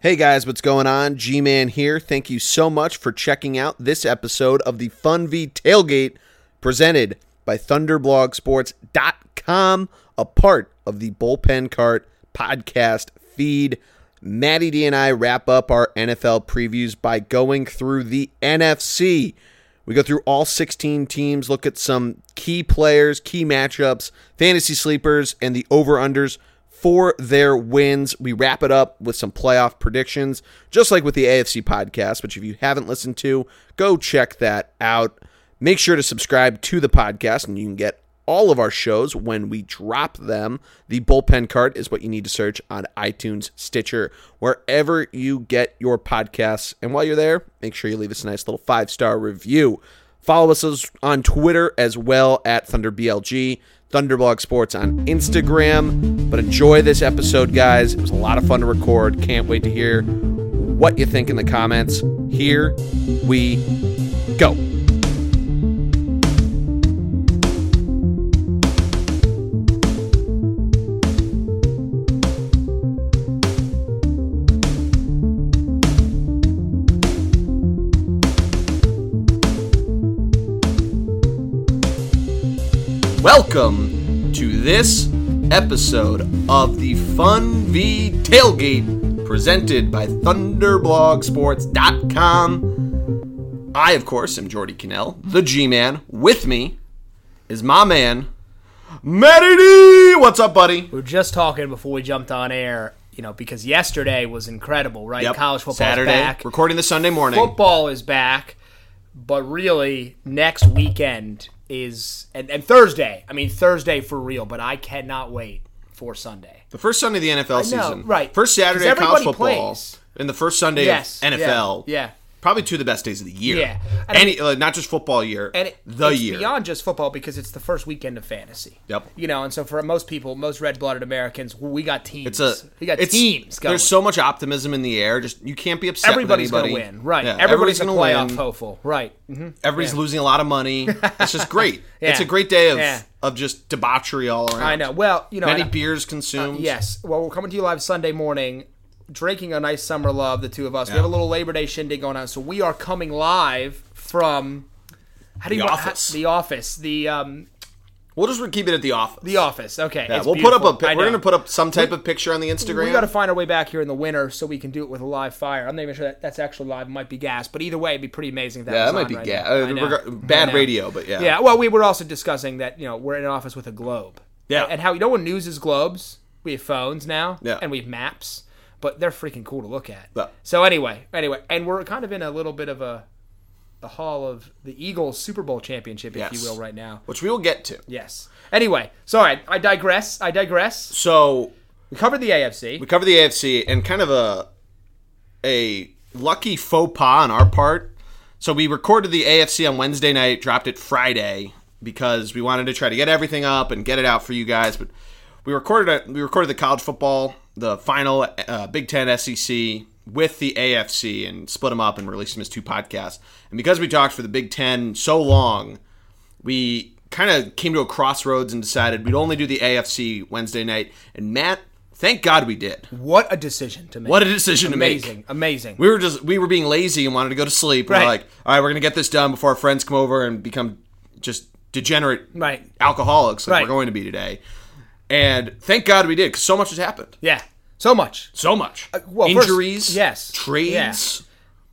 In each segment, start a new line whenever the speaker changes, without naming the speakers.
Hey guys, what's going on? G Man here. Thank you so much for checking out this episode of the Fun V Tailgate presented by ThunderblogSports.com, a part of the Bullpen Cart podcast feed. Maddie D and I wrap up our NFL previews by going through the NFC. We go through all 16 teams, look at some key players, key matchups, fantasy sleepers, and the over unders for their wins. We wrap it up with some playoff predictions, just like with the AFC podcast, which if you haven't listened to, go check that out. Make sure to subscribe to the podcast, and you can get all of our shows when we drop them. The bullpen cart is what you need to search on iTunes, Stitcher, wherever you get your podcasts. And while you're there, make sure you leave us a nice little five star review. Follow us on Twitter as well at ThunderBLG, Thunderblog Sports on Instagram. But enjoy this episode, guys. It was a lot of fun to record. Can't wait to hear what you think in the comments. Here we go. Welcome to this episode of the Fun V Tailgate presented by ThunderblogSports.com. I, of course, am Jordy Cannell, the G Man. With me is my man, Matty D. What's up, buddy?
We were just talking before we jumped on air, you know, because yesterday was incredible, right?
Yep,
College football's
Saturday,
back.
recording this Sunday morning.
Football is back, but really next weekend is and, and Thursday. I mean Thursday for real, but I cannot wait for Sunday.
The first Sunday of the NFL
I know,
season.
right.
First Saturday of
'Cause
college
everybody
football.
plays.
And the first Sunday
Yes,
of NFL.
yeah, yeah.
Probably two of the best days of the year.
Yeah. And
Any, uh, not just football year.
And it,
the
it's
year.
beyond just football because it's the first weekend of fantasy.
Yep.
You know, and so for most people, most red blooded Americans, we got
It's
teams.
a
we got
it's,
teams. Going.
There's so much optimism in the air. Just you can't be upset.
everybody's
with
going to
anybody.
win, right?
Yeah,
everybody's,
gonna
a playoff
win.
hopeful, right? hmm
Everybody's losing a lot of money. It's just great.
Yeah.
It's a great day of
Yeah.
of just debauchery all around.
I know. Well, you know, Uh,
Many
and I-
beers consumed.
Yes. Well, we're coming to you live Sunday morning, drinking a nice summer love, the two of us. We have a little Labor Day shindig going on, so we are coming live from how do you
The
want- how-
office.
the office. The um
We'll just keep it at the office.
the office. Okay.
Yeah,
it's
we'll put up a.
beautiful.
Pi-
I
we're
know.
gonna put up some type of picture on the Instagram.
We got to find our way back here in the winter so we can do it with a live fire. I'm not even sure that that's actually live. It might be gas, but either way, it'd be pretty amazing. If that
yeah,
was
that might
on
be
right
ga-
now.
uh,
I know.
reg-
I
bad
know.
radio, but yeah.
Yeah, well, we were also discussing that you know we're in an office with a globe.
Yeah.
and how no one uses globes. We have phones now.
Yeah.
and we have maps, but they're freaking cool to look at.
Yeah.
So anyway, anyway, and we're kind of in a little bit of a the hall of the Eagles Super Bowl championship, if
Yes.
you will, right now.
Which we will get to.
Yes. Anyway, sorry, I digress. I digress.
So
We covered the AFC.
we cover the AFC and kind of a a lucky faux pas on our part. So we recorded the AFC on Wednesday night, dropped it Friday because we wanted to try to get everything up and get it out for you guys. But we recorded it. We recorded the college football, the final uh, Big Ten SEC with the AFC, and split them up and released them as two podcasts. And because we talked for the Big Ten so long, we kind of came to a crossroads and decided we'd only do the AFC Wednesday night. And Matt, thank God we did.
What a decision to make!
What a decision to
amazing,
make.
amazing.
We were just we were being lazy and wanted to go to sleep. We're
Right.
like, all right, we're gonna get this done before our friends come over and become just degenerate
Right.
alcoholics like
Right.
we're going to be today. And thank God we did because so much has happened.
yeah, so much.
So much
Uh, well, first-
injuries,
yes.
trades,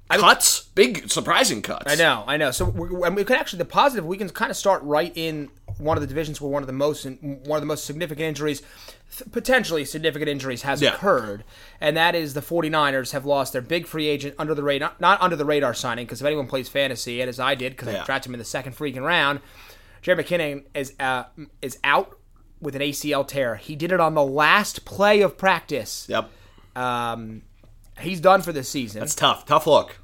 cuts, big surprising cuts.
I know, I know. So we, and we could actually the positive. We can kind of start right in one of the divisions where one of the most one of the most significant injuries, th- potentially significant injuries, has
Yeah.
occurred, and that is the 49ers have lost their big free agent under the radar, not under the radar signing, because if anyone plays fantasy, and as I did, because
Yeah.
I drafted him in the second freaking round, Jerry McKinnon is uh, is out with an ACL tear. He did it on the last play of practice.
Yep,
Um, he's done for this season.
it's tough, tough look.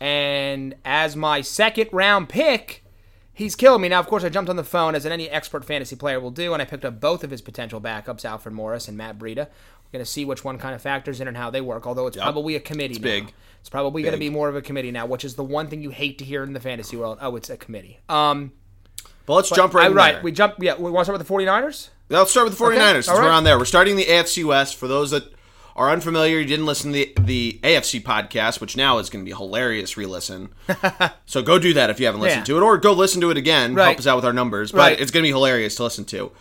And as my second round pick, he's killing me. Now, of course, I jumped on the phone, as any expert fantasy player will do, and I picked up both of his potential backups, Alfred Morris and Matt Breida. We're going to see which one kind of factors in and how they work, although it's probably a committee it's
big.
It's probably going to be more of a committee now, which is the one thing you hate to hear in the fantasy world. Oh, it's a committee. Um,
But let's jump right.
I-
in
right.
there.
We jump. Yeah, we want to start with the 49ers?
Now, Let's start with the 49ers since
all
we're
right.
on there. We're starting the AFC West. For those that are unfamiliar, you didn't listen to the, the AFC podcast, which now is going to be a hilarious re listen. so go do that if you haven't listened
Yeah.
to it, or go listen to it again.
Right.
Help us out with our numbers, but
Right.
it's going to be hilarious to listen to.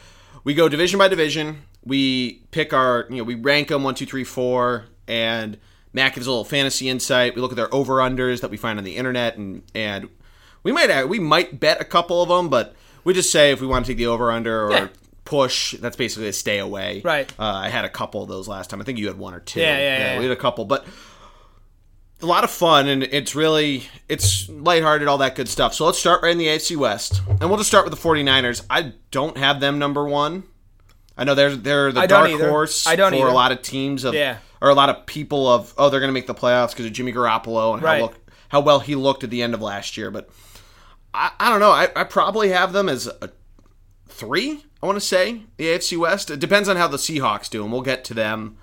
We go division by division. We pick our, you know, we rank them one, two, three, four, and Matt gives a little fantasy insight. We look at their over unders that we find on the internet, and and we might uh, we might bet a couple of them, but we just say if we want to take the over under or
Yeah.
push. That's basically a stay away.
Right.
Uh, I had a couple of those last time. I think you had one or two.
Yeah, yeah, yeah.
We had a couple, but a lot of fun, and it's really it's lighthearted, all that good stuff. So let's start right in the AFC West, and we'll just start with the 49ers. I don't have them number one. I know they're they're the
I don't
dark
either.
horse
I don't
for
either.
a lot of teams of
Yeah.
or a lot of people of oh they're going to make the playoffs because of Jimmy Garoppolo and
Right.
how look, how well he looked at the end of last year, but. I, I don't know. I, I probably have them as a three. I want to say the AFC West. It depends on how the Seahawks do, and we'll get to them.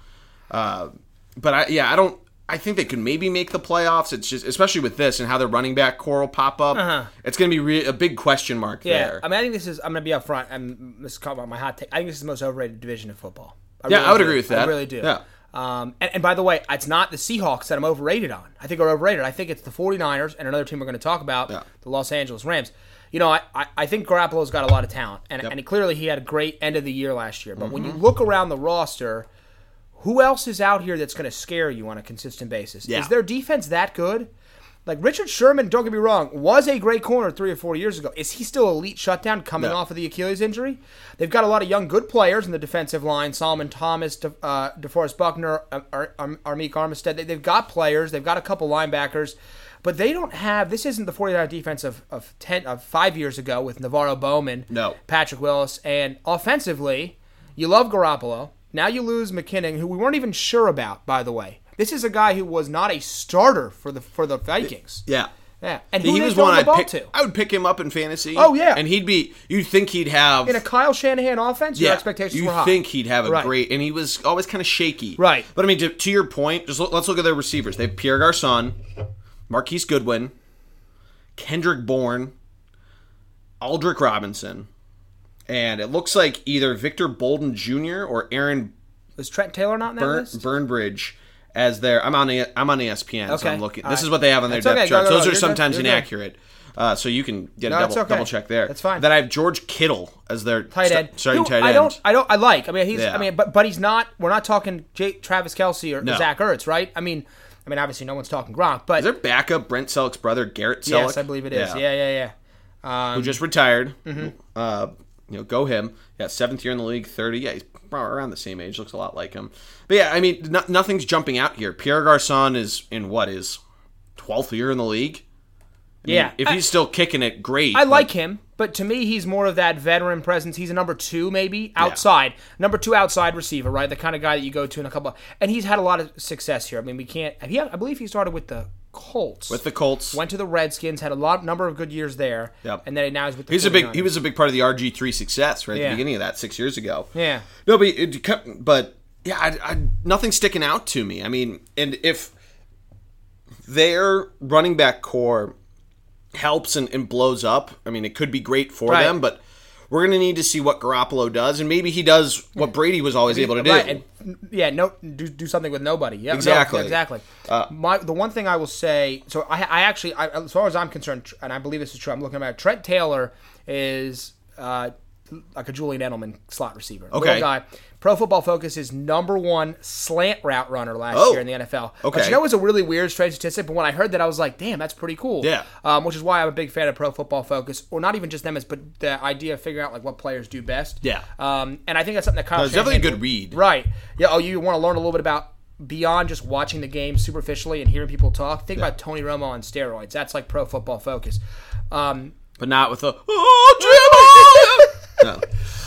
Uh, but I, yeah, I don't. I think they could maybe make the playoffs. It's just, especially with this and how their running back core will pop up. It's going to be re- a big question mark
Uh-huh. Yeah,
there.
I mean, I think this is. I'm gonna be upfront. I'm this is kind of my hot take. I think this is the most overrated division of football.
Yeah, I would
do.
agree with that.
I really do.
Yeah.
Um, and, and by the way, it's not the Seahawks that I'm overrated on. I think are overrated. I think it's the 49ers and another team we're going to talk about,
Yeah.
the Los Angeles Rams. You know, I, I, I think Garoppolo's got a lot of talent, and, and he, clearly he had a great end of the year last year. But when you
Mm-hmm.
look around the roster, who else is out here that's going to scare you on a consistent basis?
Yeah.
Is their defense that good? Like Richard Sherman, don't get me wrong, was a great corner three or four years ago. Is he still elite shutdown coming
No.
off of the Achilles injury? They've got a lot of young, good players in the defensive line. Solomon Thomas, De, uh, DeForest Buckner, Ar- Ar- Ar- Armik Armistead. They, they've got players. They've got a couple linebackers. But they don't have – this isn't the 49er defense of, of, 10, of five years ago with Navarro Bowman,
No.
Patrick Willis. And offensively, you love Garoppolo. Now you lose McKinnon, who we weren't even sure about, by the way. This is a guy who was not a starter for the for the Vikings.
yeah.
Yeah, and who
He
they
was
throwing
one
the
I'd
ball
pick.
to
I would pick him up in fantasy.
Oh, yeah.
and he'd be. You'd think he'd have
in a Kyle Shanahan offense. Your expectations
you
were high.
think he'd have a
Right.
great, and he was always kind of shaky.
Right.
But I mean, to, to your point, just look, let's look at their receivers. They have Pierre Garcon, Marquise Goodwin, Kendrick Bourne, Aldrick Robinson, and it looks like either Victor Bolden Jr. or Aaron
was Trent Taylor not in that
Burn,
list?
Burnbridge as their. I'm on. A, I'm on E ESPN, so
Okay.
I'm looking.
All
This
right.
is what they have on their
That's
depth
okay. Go,
charts.
go, go.
Those
You're
are
good.
sometimes
You're good.
inaccurate. Uh, so you can get a
No,
double
it's okay.
double check there.
That's fine.
Then I have George Kittle as their
tight
sta-
end.
starting
Who
tight end.
I don't. I don't. I like. I mean, he's.
Yeah.
I mean, but but he's not. We're not talking J, Travis Kelsey or
No.
Zach Ertz, right? I mean, I mean, obviously no one's talking Gronk, but
Is their backup Brent Selleck's brother Garrett Selleck?
yes, I believe it is. Yeah, yeah, yeah.
Who
Um,
just retired. Uh, you know, go him. Yeah, seventh year in the league, thirty. Yeah, he's probably around the same age. Looks a lot like him. But yeah, I mean, no, nothing's jumping out here. Pierre Garcon is in what is twelfth year in the league.
yeah.
If
I,
he's still kicking it, great.
I like him, but to me, he's more of that veteran presence. He's a number two, maybe outside, number two outside receiver, right? The kind of guy that you go to in a couple. Of, and he's had a lot of success here. I mean, we can't. He, I believe he started with the Colts.
with the Colts.
Went to the Redskins, had a lot number of good years there,
Yep.
and then now he's with the.
He's a big.
49ers.
He was a big part of the RG three success right at
Yeah.
the beginning of that six years ago.
Yeah.
No, but it, but yeah, I, I, nothing's sticking out to me. I mean, and if their running back core helps and, and blows up, I mean, it could be great for
Right.
them. But we're gonna need to see what Garoppolo does, and maybe he does what Brady was always able to do.
Right, and- yeah, no, do, do something with nobody. Yeah, no,
Exactly. Uh,
exactly. My the one thing I will say, so I, I actually, I, as far as I'm concerned, and I believe this is true, I'm looking at Trent Taylor is uh, like a Julian Edelman slot receiver. Little
Okay.
guy. Pro Football Focus is number one slant route runner last
Oh.
year in the NFL.
Okay.
Which I know is a really weird, strange statistic, but when I heard that, I was like, damn, that's pretty cool.
Yeah.
Um, which is why I'm a big fan of Pro Football Focus, or not even just them, as but the idea of figuring out like what players do best.
Yeah.
Um, and I think that's something that Kyle
it's definitely a
Shanahan
good read.
Right. Yeah. Oh, you want to learn a little bit about beyond just watching the game superficially and hearing people talk. Think about Tony Romo on steroids. That's like pro football focus. Um,
but not with the oh, Jimmy! no.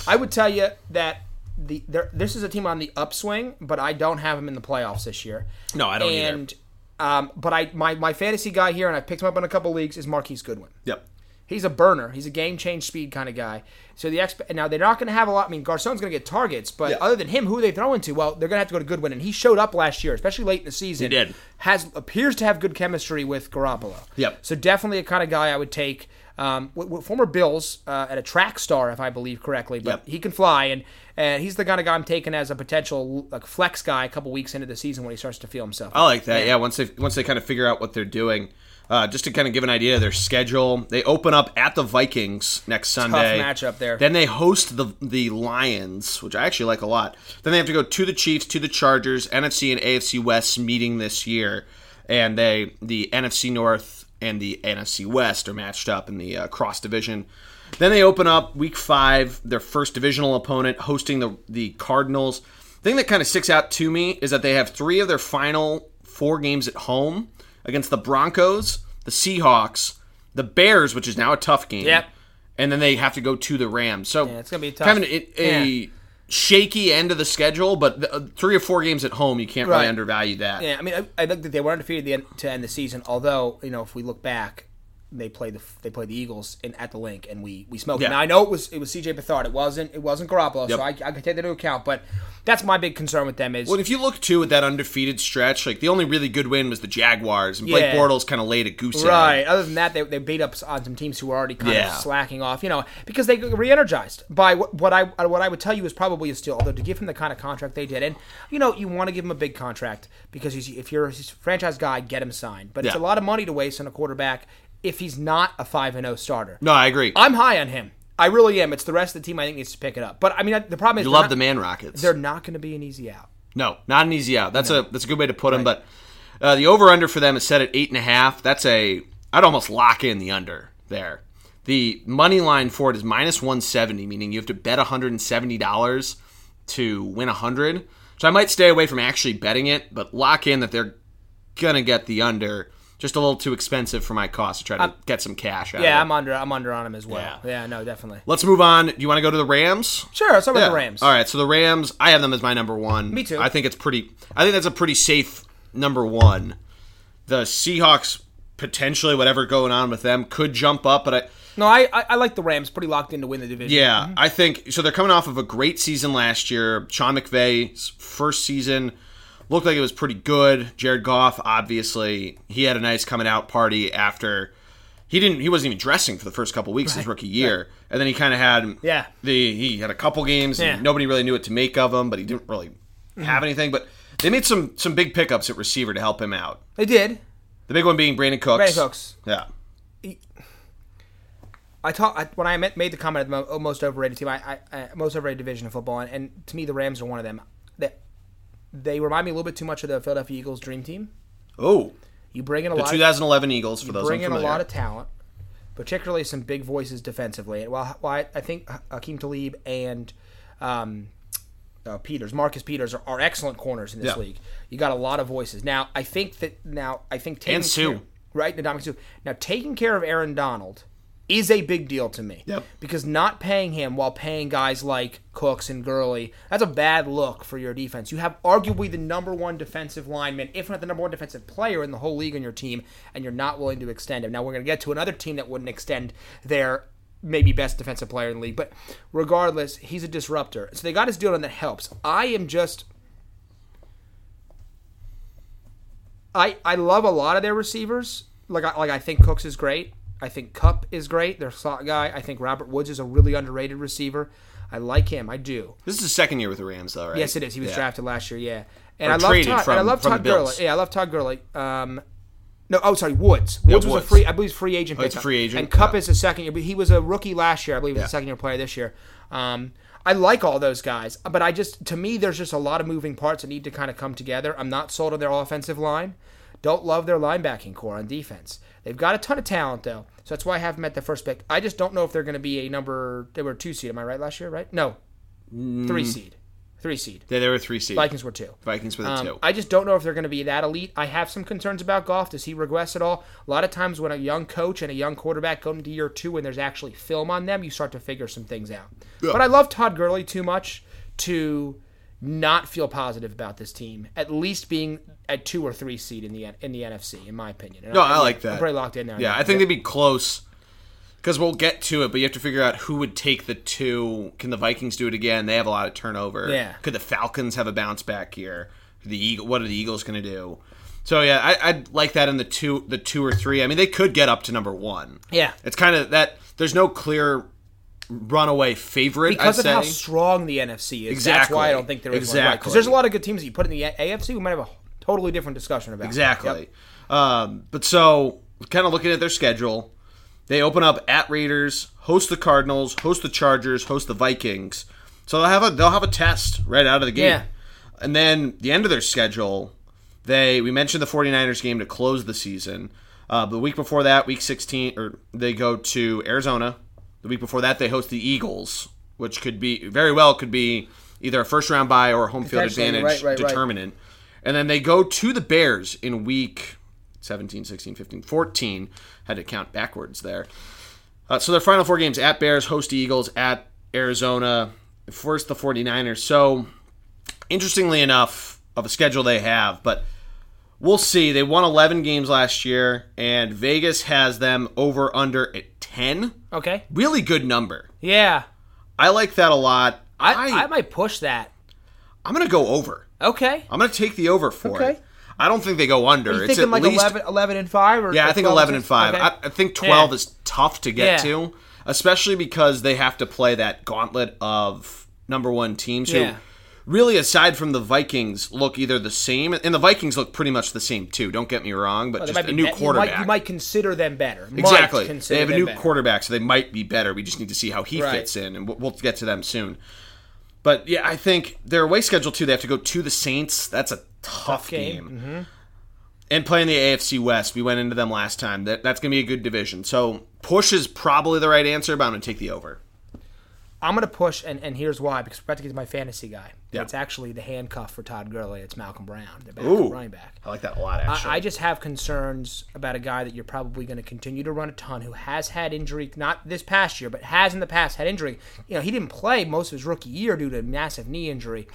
I would tell you that the there, this is a team on the upswing, but I don't have them in the playoffs this year.
No, I don't either.
and, Um, but I my, my fantasy guy here, and I picked him up in a couple leagues, is Marquise Goodwin.
Yep.
He's a burner. He's a game change speed kind of guy. So the exp- now they're not going to have a lot. I mean, Garcon's going to get targets, but
Yeah.
other than him, who are they throwing to? Well, they're going to have to go to Goodwin, and he showed up last year, especially late in the season.
He did.
Has appears to have good chemistry with Garoppolo.
Yep.
So definitely a kind of guy I would take. Um, w- w- former Bills uh, at a track star, if I believe correctly, but
Yep.
he can fly, and and he's the kind of guy I'm taking as a potential like flex guy a couple weeks into the season when he starts to feel himself.
I like that. Yeah, once they once they kind of figure out what they're doing, uh, just to kind of give an idea of their schedule, they open up at the Vikings next Sunday.
matchup there.
Then they host the the Lions, which I actually like a lot. Then they have to go to the Chiefs, to the Chargers, NFC and AFC West meeting this year, and they the NFC North and the NFC West are matched up in the uh, cross division. Then they open up Week Five, their first divisional opponent, hosting the the Cardinals. The thing that kind of sticks out to me is that they have three of their final four games at home against the Broncos, the Seahawks, the Bears, which is now a tough game.
Yep.
And then they have to go to the Rams. So
it's gonna be tough.
Kind of an, a shaky end of the schedule, but the, uh, three or four games at home, you can't
Right.
really undervalue that.
Yeah, I mean, I, I think that they were undefeated the end, to end the season. Although, you know, if we look back, they played the they played the Eagles in at the link, and we we smoked.
Yeah.
them. Now I know it was it was C.J. Beathard. It wasn't it wasn't Garoppolo, so I, I can take that into account. But that's my big concern with them is
Well, if you look too at that undefeated stretch, like the only really good win was the Jaguars, and Blake
Yeah.
Bortles kind of laid a goose egg.
Right. Other than that, they, they beat up on some teams who were already kind of
Yeah.
slacking off, you know, because they got re-energized by what, what I uh, what I would tell you is probably a steal. Although to give him the kind of contract they did, and you know, you want to give him a big contract because he's, if you're a franchise guy, get him signed. But it's a
Yeah.
lot of money to waste on a quarterback if he's not a five and zero starter.
No, I agree.
I'm high on him. I really am. It's the rest of the team I think needs to pick it up. But I mean, the problem is
you
they're
love
not-
the Man Rockets.
They're not going to be an easy out.
No, not an easy out. That's a that's a good way to put them. But uh, the over under for them is set at eight and a half. That's a I'd almost lock in the under there. The money line for it is minus one seventy, meaning you have to bet one hundred and seventy dollars to win hundred. So I might stay away from actually betting it, but lock in that they're gonna get the under. Just a little too expensive for my cost to try to get some cash out.
Yeah,
of it.
I'm under. I'm under on him as well. Yeah, no, definitely.
Let's move on. Do you want to go to the Rams?
Sure, let's talk about the
Yeah.
Rams.
All right, so the Rams, I have them as my number one.
Me too.
I think it's pretty. I think that's a pretty safe number one. The Seahawks potentially whatever going on with them could jump up, but I
No, I, I I like the Rams. Pretty locked in to win the division.
yeah, I think so. They're coming off of a great season last year. Sean McVay's first season looked like it was pretty good. Jared Goff, obviously, he had a nice coming out party after he didn't. He wasn't even dressing for the first couple weeks his rookie year, and then he kind of had
Yeah.
The he had a couple games.
Yeah. Mm-hmm.
And nobody really knew what to make of him, but he didn't really have anything. But they made some some big pickups at receiver to help him out.
They did.
The big one being Brandon Cooks.
Brandon Cooks.
Yeah.
I talk I, when I met, made the comment of the mo- oh, most overrated team. I, I, I most overrated division of football, and, and to me, the Rams are one of them. They, they remind me a little bit too much of the Philadelphia Eagles' dream team.
Oh,
You bring in a
the
lot.
2011 Eagles for
of,
those
bring in a
unfamiliar.
lot of talent, particularly some big voices defensively. And while, while I, I think Hakeem Talib and um, uh, Peters, Marcus Peters, are, are excellent corners in this
Yeah.
league. You got a lot of voices. Now, I think that now I think taking
And Sue.
care- right, Ndamukong Sue. Now, taking care of Aaron Donald is a big deal to me.
Yep.
Because not paying him while paying guys like Cooks and Gurley, that's a bad look for your defense. You have arguably the number one defensive lineman, if not the number one defensive player in the whole league on your team, and you're not willing to extend him. Now we're going to get to another team that wouldn't extend their maybe best defensive player in the league, but regardless, he's a disruptor. So they got his deal done that helps. I am just I, I love a lot of their receivers. Like I, like I think Cooks is great. I think Cup is great. Their slot guy. I think Robert Woods is a really underrated receiver. I like him. I do.
This is his second year with the Rams, though, right?
Yes, it is. He was
Yeah.
drafted last year. Yeah, and
Or
I love
traded
Todd.
from-
and I love
from the
Todd Gurley.
Bills.
Yeah, I love Todd Gurley. Um, no, oh sorry, Woods. Woods was
Woods.
a free. I believe he's a free agent.
it's
pickup.
free agent,
And Cup
yeah.
is a second year. But he was a rookie last year. I believe he's
Yeah.
a second year player this year. Um, I like all those guys, but I just to me there's just a lot of moving parts that need to kind of come together. I'm not sold on their offensive line. Don't love their linebacking core on defense. They've got a ton of talent though, so that's why I have them at the first pick. I just don't know if they're going to be a number. They were a two seed. Am I right last year? Right? No,
Mm.
three seed. Three seed.
Yeah, they were three seed.
Vikings were two.
Vikings with a
Um,
two.
I just don't know if they're going to be that elite. I have some concerns about Goff. Does he regress at all? A lot of times when a young coach and a young quarterback go into year two and there's actually film on them, you start to figure some things out. But I love Todd Gurley too much to not feel positive about this team, at least being at two or three seed in the N- in the NFC, in my opinion. And
no, I like that.
I'm pretty locked in there. on
Yeah,
that.
I think they'd be close because we'll get to it, but you have to figure out who would take the two. Can the Vikings do it again? They have a lot of turnover.
Yeah.
Could the Falcons have a bounce back year? The Eagle, what are the Eagles going to do? So yeah, I, I'd like that in the two, the two or three. I mean, they could get up to number one.
Yeah.
It's kind of that. There's no clear runaway favorite.
Because
I'd
of
say.
how strong the NFC is, that's why I
Exactly.
don't think there is one. Because
Exactly.
there's a lot of good teams that you put in the AFC, we might have a totally different discussion about.
Exactly.
Yep.
Um, but so, kind of looking at their schedule, they open up at Raiders, host the Cardinals, host the Chargers, host the Vikings. So they'll have a they'll have a test right out of the gate.
Yeah.
And then the end of their schedule, they we mentioned the 49ers game to close the season. Uh, the week before that, week 16 or they go to Arizona. The week before that, they host the Eagles, which could be very well could be either a first round bye or a home field
Potentially,
advantage
right, right, right.
determinant. And then they go to the Bears in week 17, 16, 15, 14. Had to count backwards there. Uh, so their final four games at Bears, host Eagles, at Arizona, first the 49ers. So interestingly enough, of a schedule they have, but we'll see. They won 11 games last year, and Vegas has them over under at 10.
Okay.
Really good number.
Yeah.
I like that a lot.
I, I,
I,
might push that.
I'm going to go over.
Okay.
I'm going to take the over for
Okay.
it. I don't think they go under.
you
it's
thinking
at
like
least,
11, 11 and 5? Or,
Yeah,
or
I think
12
11 and 5.
Okay.
I, I think 12
Yeah.
is tough to get
Yeah.
to, especially because they have to play that gauntlet of number one teams
Yeah.
who, really, aside from the Vikings, look either the same, and the Vikings look pretty much the same too. Don't get me wrong, but
They
just
might
a
be
new
bet- you might-
quarterback.
You might, consider them better. Might
Exactly.
consider
They have a
them
new
better.
quarterback, so they might be better. We just need to see how he
Right.
fits in, and we'll, we'll get to them soon. But yeah, I think their away schedule too. They have to go to the Saints. That's a tough,
game. Mm-hmm.
game. And playing the AFC West, we went into them last time. That, that's going to be a good division. So push is probably the right answer, but I'm going to take the over.
I'm going to push, and, and here's why because Pretica's my fantasy guy.
Yeah.
It's actually the handcuff for Todd Gurley. It's Malcolm Brown, the back,
Ooh.
running back.
I like that a lot.
I,
Actually,
I just have concerns about a guy that you're probably going to continue to run a ton who has had injury, not this past year, but has in the past had injury. You know, he didn't play most of his rookie year due to massive knee injury.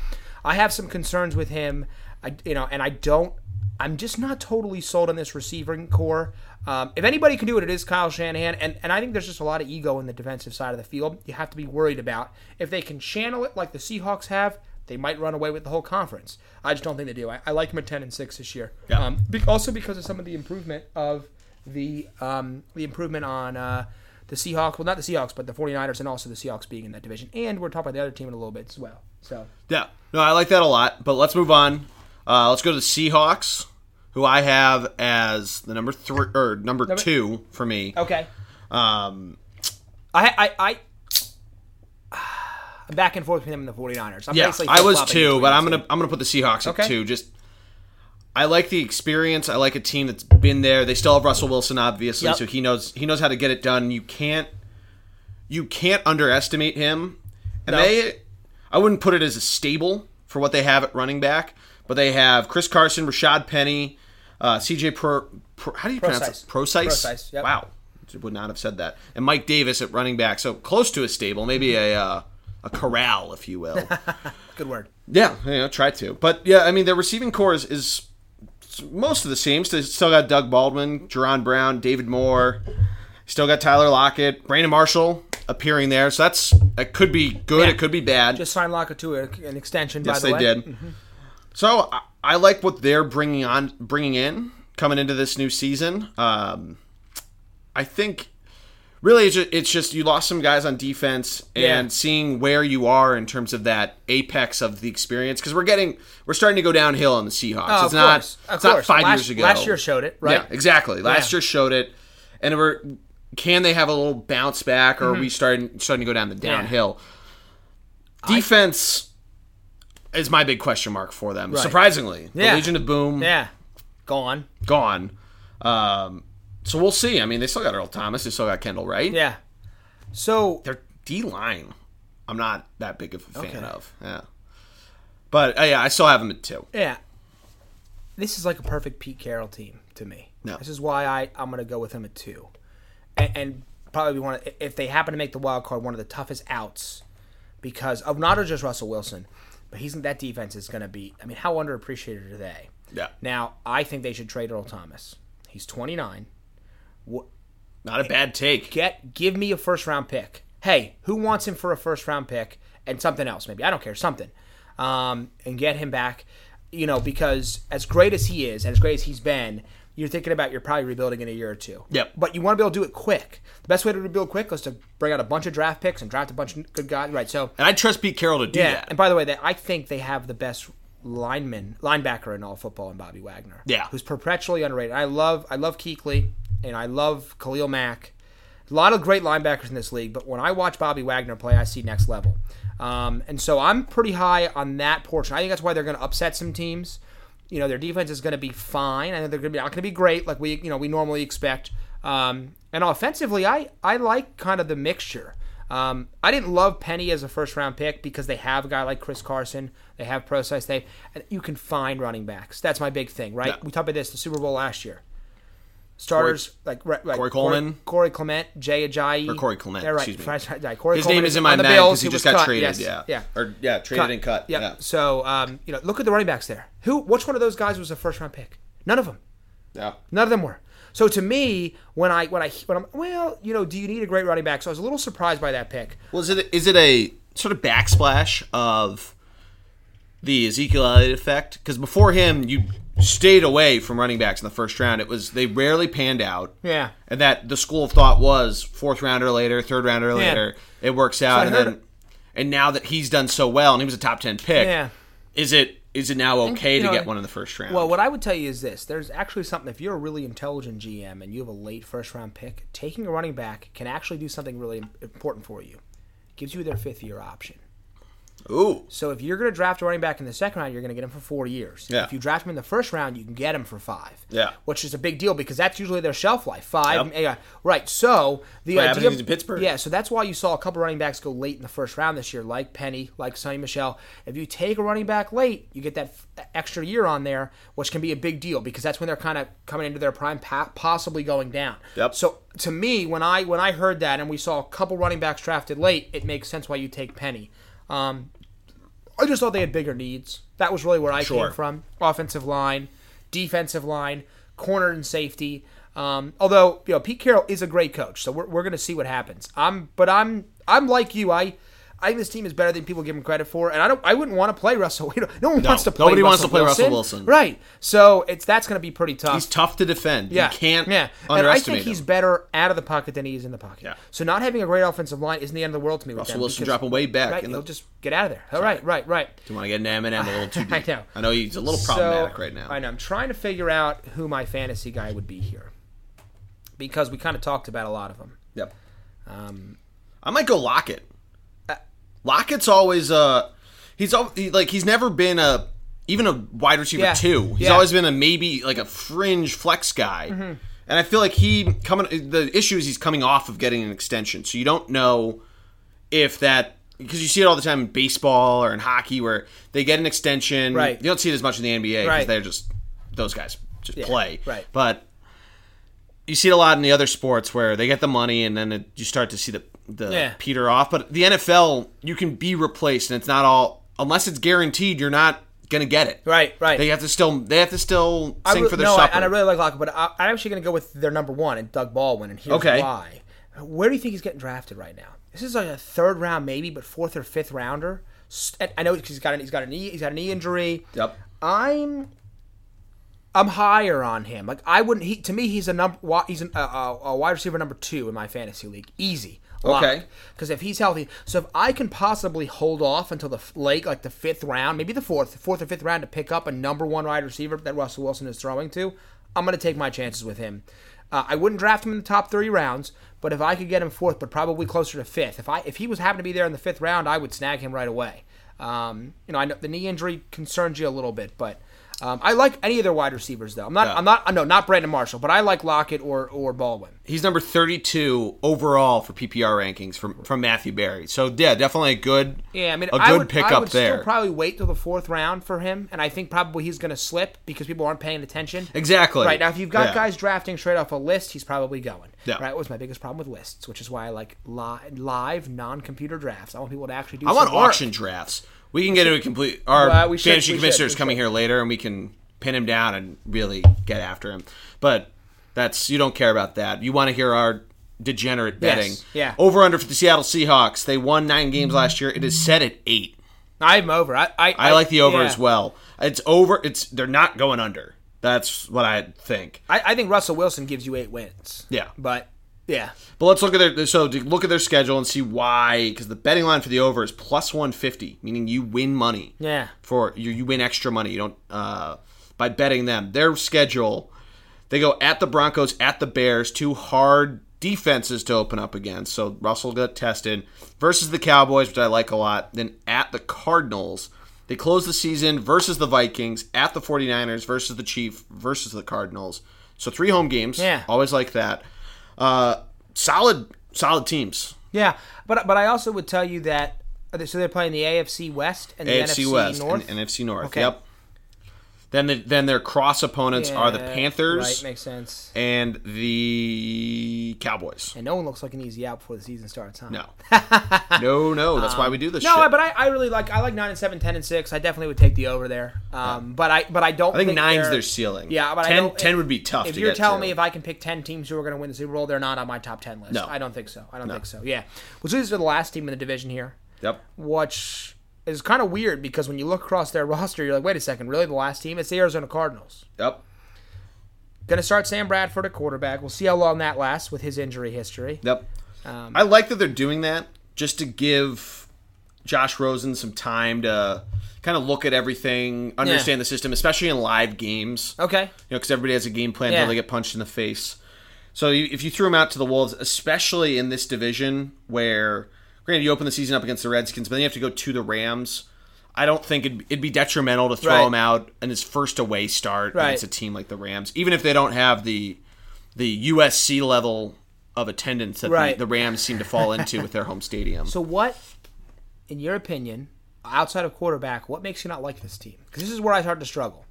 I have some concerns with him. I, you know, and I don't. I'm just not totally sold on this receiving core. Um, if anybody can do it, it is Kyle Shanahan, and and I think there's just a lot of ego in the defensive side of the field. You have to be worried about if they can channel it like the Seahawks have. They might run away with the whole conference. I just don't think they do. I, I like them at ten and six this year.
Yeah.
Um, be- also because of some of the improvement of the um, the improvement on uh, the Seahawks. Well, not the Seahawks, but the 49ers and also the Seahawks being in that division. And we're talking about the other team in a little bit as well. So
yeah, no, I like that a lot. But let's move on. Uh, let's go to the Seahawks, who I have as the number three or number, two for me.
okay,
Um,
I I. I I'm back and forth between them and the 49ers. I'm
Yeah,
basically
I was
flip-flopping
too, but
between the
I'm
two.
gonna I'm gonna put the Seahawks
Okay.
at two. Just I like the experience. I like a team that's been there. They still have Russell Wilson, obviously,
Yep.
so he knows he knows how to get it done. You can't you can't underestimate him. And
No.
they I wouldn't put it as a stable for what they have at running back, but they have Chris Carson, Rashad Penny, uh, CJ Pro, Pro how do you pronounce it?
Procise.
Procyse?
Procise, yep.
Wow. Would not have said that. And Mike Davis at running back, so close to a stable, maybe a uh, a corral, if you will.
Good word.
Yeah, you know, try to. But yeah, I mean, their receiving core is, is most of the same. They still got Doug Baldwin, Jerron Brown, David Moore. Still got Tyler Lockett, Brandon Marshall appearing there. So that's that could be good.
Yeah.
It could be bad.
Just signed Lockett to a- an extension. by
yes,
the
they
way.
did. Mm-hmm. So I, I like what they're bringing on, bringing in, coming into this new season. Um, I think really it's just, it's just you lost some guys on defense and
Yeah.
seeing where you are in terms of that apex of the experience because we're getting we're starting to go downhill on the Seahawks.
Oh,
it's
of
not
course, of
it's not
course.
five
Last-
years ago.
Last year showed it, right?
Yeah, exactly. Last
Yeah.
year showed it, and we're can they have a little bounce back, or are we starting starting to go down the
Mm-hmm. Yeah.
downhill? Defense is my big question mark for them. Surprisingly,
Yeah.
the Legion of Boom
Yeah. Gone.
gone. Um, so we'll see. I mean, they still got Earl Thomas. They still got Kendall Wright.
Yeah. So
Their D line, I'm not that big of a fan of. Yeah, but uh, yeah, I still have them at two.
Yeah. This is like a perfect Pete Carroll team to me.
No.
This is why I, I'm going to go with him at two. And, and probably one of, if they happen to make the wild card, one of the toughest outs because of not just Russell Wilson, but he's that defense is going to be. I mean, how underappreciated are they?
Yeah,
Now, I think they should trade Earl Thomas. He's 29.
not a bad take.
Get give me a first round pick. Hey, who wants him for a first round pick and something else? Maybe I don't care something, um, and get him back. you know, because as great as he is and as great as he's been, you're thinking about you're probably rebuilding in a year or two.
Yep.
But you want to be able to do it quick. The best way to rebuild quick is to bring out a bunch of draft picks and draft a bunch of good guys. Right. So
And I trust Pete Carroll to do
yeah.
that.
And by the way, that I think they have the best lineman, linebacker in all football, in Bobby Wagner.
Yeah.
who's perpetually underrated. I love, I love Keekley, and I love Khalil Mack. A lot of great linebackers in this league, but when I watch Bobby Wagner play, I see next level. Um, and so I'm pretty high on that portion. I think that's why they're going to upset some teams. You know, their defense is going to be fine. I know they're going to be not going to be great like we you know we normally expect. Um, and offensively, I I like kind of the mixture. Um, I didn't love Penny as a first round pick because they have a guy like Chris Carson. They have Procise. They and you can find running backs. That's my big thing, right?
Yeah.
We talked about this the Super Bowl last year. Starters like, right, like
Corey Coleman.
Corey, Clement, Jay Ajayi,
Or Corey Clement,
Yeah, right.
excuse me.
Right, right, right. Corey
His
Coleman
name is in my
on the
mind because
Bills.
he
was
just got
cut.
traded.
Yes,
Yeah.
Yeah.
Or yeah, traded and cut.
Yep.
Yeah.
So um, you know, look at the running backs there. Who? Which one of those guys was a first round pick? None of them.
Yeah.
None of them were. So to me, when I when I when I'm well, you know, do you need a great running back? So I was a little surprised by that pick.
Well, is it is it a sort of backsplash of the Ezekiel Elliott effect? Because before him, you stayed away from running backs in the first round. It was they rarely panned out.
Yeah.
and that the school of thought was fourth rounder later, third rounder later, it works out,
I
and
heard-
then and now that he's done so well, and he was a top ten pick,
Yeah.
is it is it now okay
you
to
know,
get one in the first round?
Well, what I would tell you is this: there's actually something. If you're a really intelligent GM and you have a late first round pick, taking a running back can actually do something really important for you. Gives you their fifth year option.
Ooh,
So if you're going to draft a running back in the second round, you're going to get him for four years.
Yeah.
If you draft him in the first round, you can get him for five.
Yeah.
Which is a big deal because that's usually their shelf life. Five.
Yep.
Yeah. Right. So the
What
idea
happens in Pittsburgh.
Yeah. So that's why you saw a couple running backs go late in the first round this year, like Penny, like Sonny Michelle. If you take a running back late, you get that f- extra year on there, which can be a big deal because that's when they're kind of coming into their prime, pa- possibly going down.
Yep.
So to me, when I when I heard that and we saw a couple running backs drafted late, it makes sense why you take Penny. Um, I just thought they had bigger needs. That was really where I
Sure.
came from. Offensive line, defensive line, corner and safety. Um, although you know Pete Carroll is a great coach, so we're, we're going to see what happens. I'm, but I'm I'm like you. I I think this team is better than people give him credit for, and I don't. I wouldn't want to play Russell. You know, no one wants to play.
nobody
Russell
wants to play
Wilson.
Russell Wilson.
right? So it's that's going to be pretty tough.
he's tough to defend.
Yeah.
you can't
Yeah. And I
underestimate
think he's
him.
better out of the pocket than he is in the pocket.
Yeah.
So not having a great offensive line isn't the end of the world to me. with
Russell
them
Wilson
because-
dropping way back
Right.
in
He'll
the-
just get out of there. All right. Right. Right.
Do you want to get an M and M a little too deep?
I know.
I know he's a little problematic
So,
right now.
I know. I'm trying to figure out who my fantasy guy would be here because we kind of talked about a lot of them.
Yep. Um, I might go Lockett. Uh, Lockett's always uh, he's al- he, like he's never been a even a wide receiver
Yeah.
two. He's
Yeah. Mm-hmm.
always been a maybe like a fringe flex guy. And I feel like he coming the issue is he's coming off of getting an extension, so you don't know if that because you see it all the time in baseball or in hockey where they get an extension.
Right.
You don't see it as much in the NBA because
Right.
they're just those guys just play.
right.
But you see it a lot in the other sports where they get the money and then it, you start to see the the
Yeah.
peter off. But the NFL, you can be replaced, and it's not all unless it's guaranteed. You're not gonna get it.
Right. Right.
They have to still they have to still
I
sing
re-
for their
no, I-
supper.
and I really like Lockett, but I, I'm actually going to go with their number one and Doug Baldwin, and here's
Okay.
why. Where do you think he's getting drafted right now? This is like a third round, maybe, but fourth or fifth rounder. S- and I know because he's got an, he's got a knee he's got a knee injury.
Yep.
I'm I'm higher on him. Like I wouldn't. He to me he's a number wi- he's an, a, a, a wide receiver number two in my fantasy league. Easy.
Okay.
Because if he's healthy, so if I can possibly hold off until the f- late, like the fifth round, maybe the fourth, fourth or fifth round to pick up a number one wide receiver that Russell Wilson is throwing to, I'm going to take my chances with him. Uh, I wouldn't draft him in the top three rounds, but if I could get him fourth, but probably closer to fifth. If I if he was happened to be there in the fifth round, I would snag him right away. Um, you know, I know the knee injury concerns you a little bit, but um, I like any of their wide receivers though. I'm not, I'm not, no, not Brandon Marshall, but I like Lockett or or Baldwin.
He's number 32 overall for PPR rankings from from Matthew Barry. So yeah, definitely a good
Yeah, I mean,
a good
I would,
pickup
I would
there.
Still probably wait till the fourth round for him, and I think probably he's going to slip because people aren't paying attention.
Exactly.
Right now, if you've got
Yeah.
guys drafting straight off a list, he's probably going.
Yeah.
Right. That was my biggest problem with lists, which is why I like li- live non-computer drafts. I want people to actually do.
I want
some work.
auction drafts. We can get into a complete. Our
Well, we should-
fantasy
we should,
commissioner is
we
coming here later, and we can pin him down and really get after him. But that's you don't care about that. You want to hear our degenerate betting.
yeah.
Over under for the Seattle Seahawks. They won nine games last year. It is set at eight.
I'm over. I I,
I like the over
yeah.
as well. It's over. It's they're not going under. That's what I think.
I, I think Russell Wilson gives you eight wins.
Yeah.
But yeah,
But let's look at their so to look at their schedule and see why because the betting line for the over is plus one fifty, meaning you win money.
Yeah.
For you, you win extra money. You don't uh, by betting them. Their schedule, they go at the Broncos, at the Bears, two hard defenses to open up against. So Russell got tested versus the Cowboys, which I like a lot. Then at the Cardinals. They close the season versus the Vikings, at the 49ers, versus the Chief, versus the Cardinals. So three home games.
Yeah.
Always like that. Uh, solid, solid teams.
yeah. But but I also would tell you that so they're playing the AFC West and the
AFC
NFC
West
North.
and NFC North.
Okay.
Yep. Then the, then their cross opponents are the
Yeah,
Panthers
Right, makes sense.
and the Cowboys.
And no one looks like an easy out before the season starts, huh?
No, no, no. That's why we do this.
Um, No,
shit.
I- but I, I really like I like nine and seven, 10 and six. I definitely would take the over there. Um, but I but I don't.
I think nine's
they're-
their ceiling.
Yeah, but I
10,
don't-
10 would be tough.
If
to
you're
get
telling
to.
me if I can pick ten teams who are going to win the Super Bowl, they're not on my top ten list.
No.
I don't think so. I don't think so. Yeah, which leads to the last team in the division here,
yep,
which is kind of weird because when you look across their roster, you're like, wait a second, really the last team? It's the Arizona Cardinals.
yep,
Going to start Sam Bradford at quarterback. We'll see how long that lasts with his injury history.
yep.
Um,
I like that they're doing that just to give Josh Rosen some time to kind of look at everything, understand the system, especially in live games.
Okay.
you know, because everybody has a game plan
Yeah.
until they get punched in the face. So you, if you threw him out to the Wolves, especially in this division where, granted, you open the season up against the Redskins, but then you have to go to the Rams. I don't think it'd, it'd be detrimental to throw
Right.
him out in his first away start
Right.
against a team like the Rams, even if they don't have the the USC level of attendance that
Right.
the, the Rams seem to fall into with their home stadium.
So what, in your opinion, outside of quarterback, what makes you not like this team? Because this is where I start to struggle.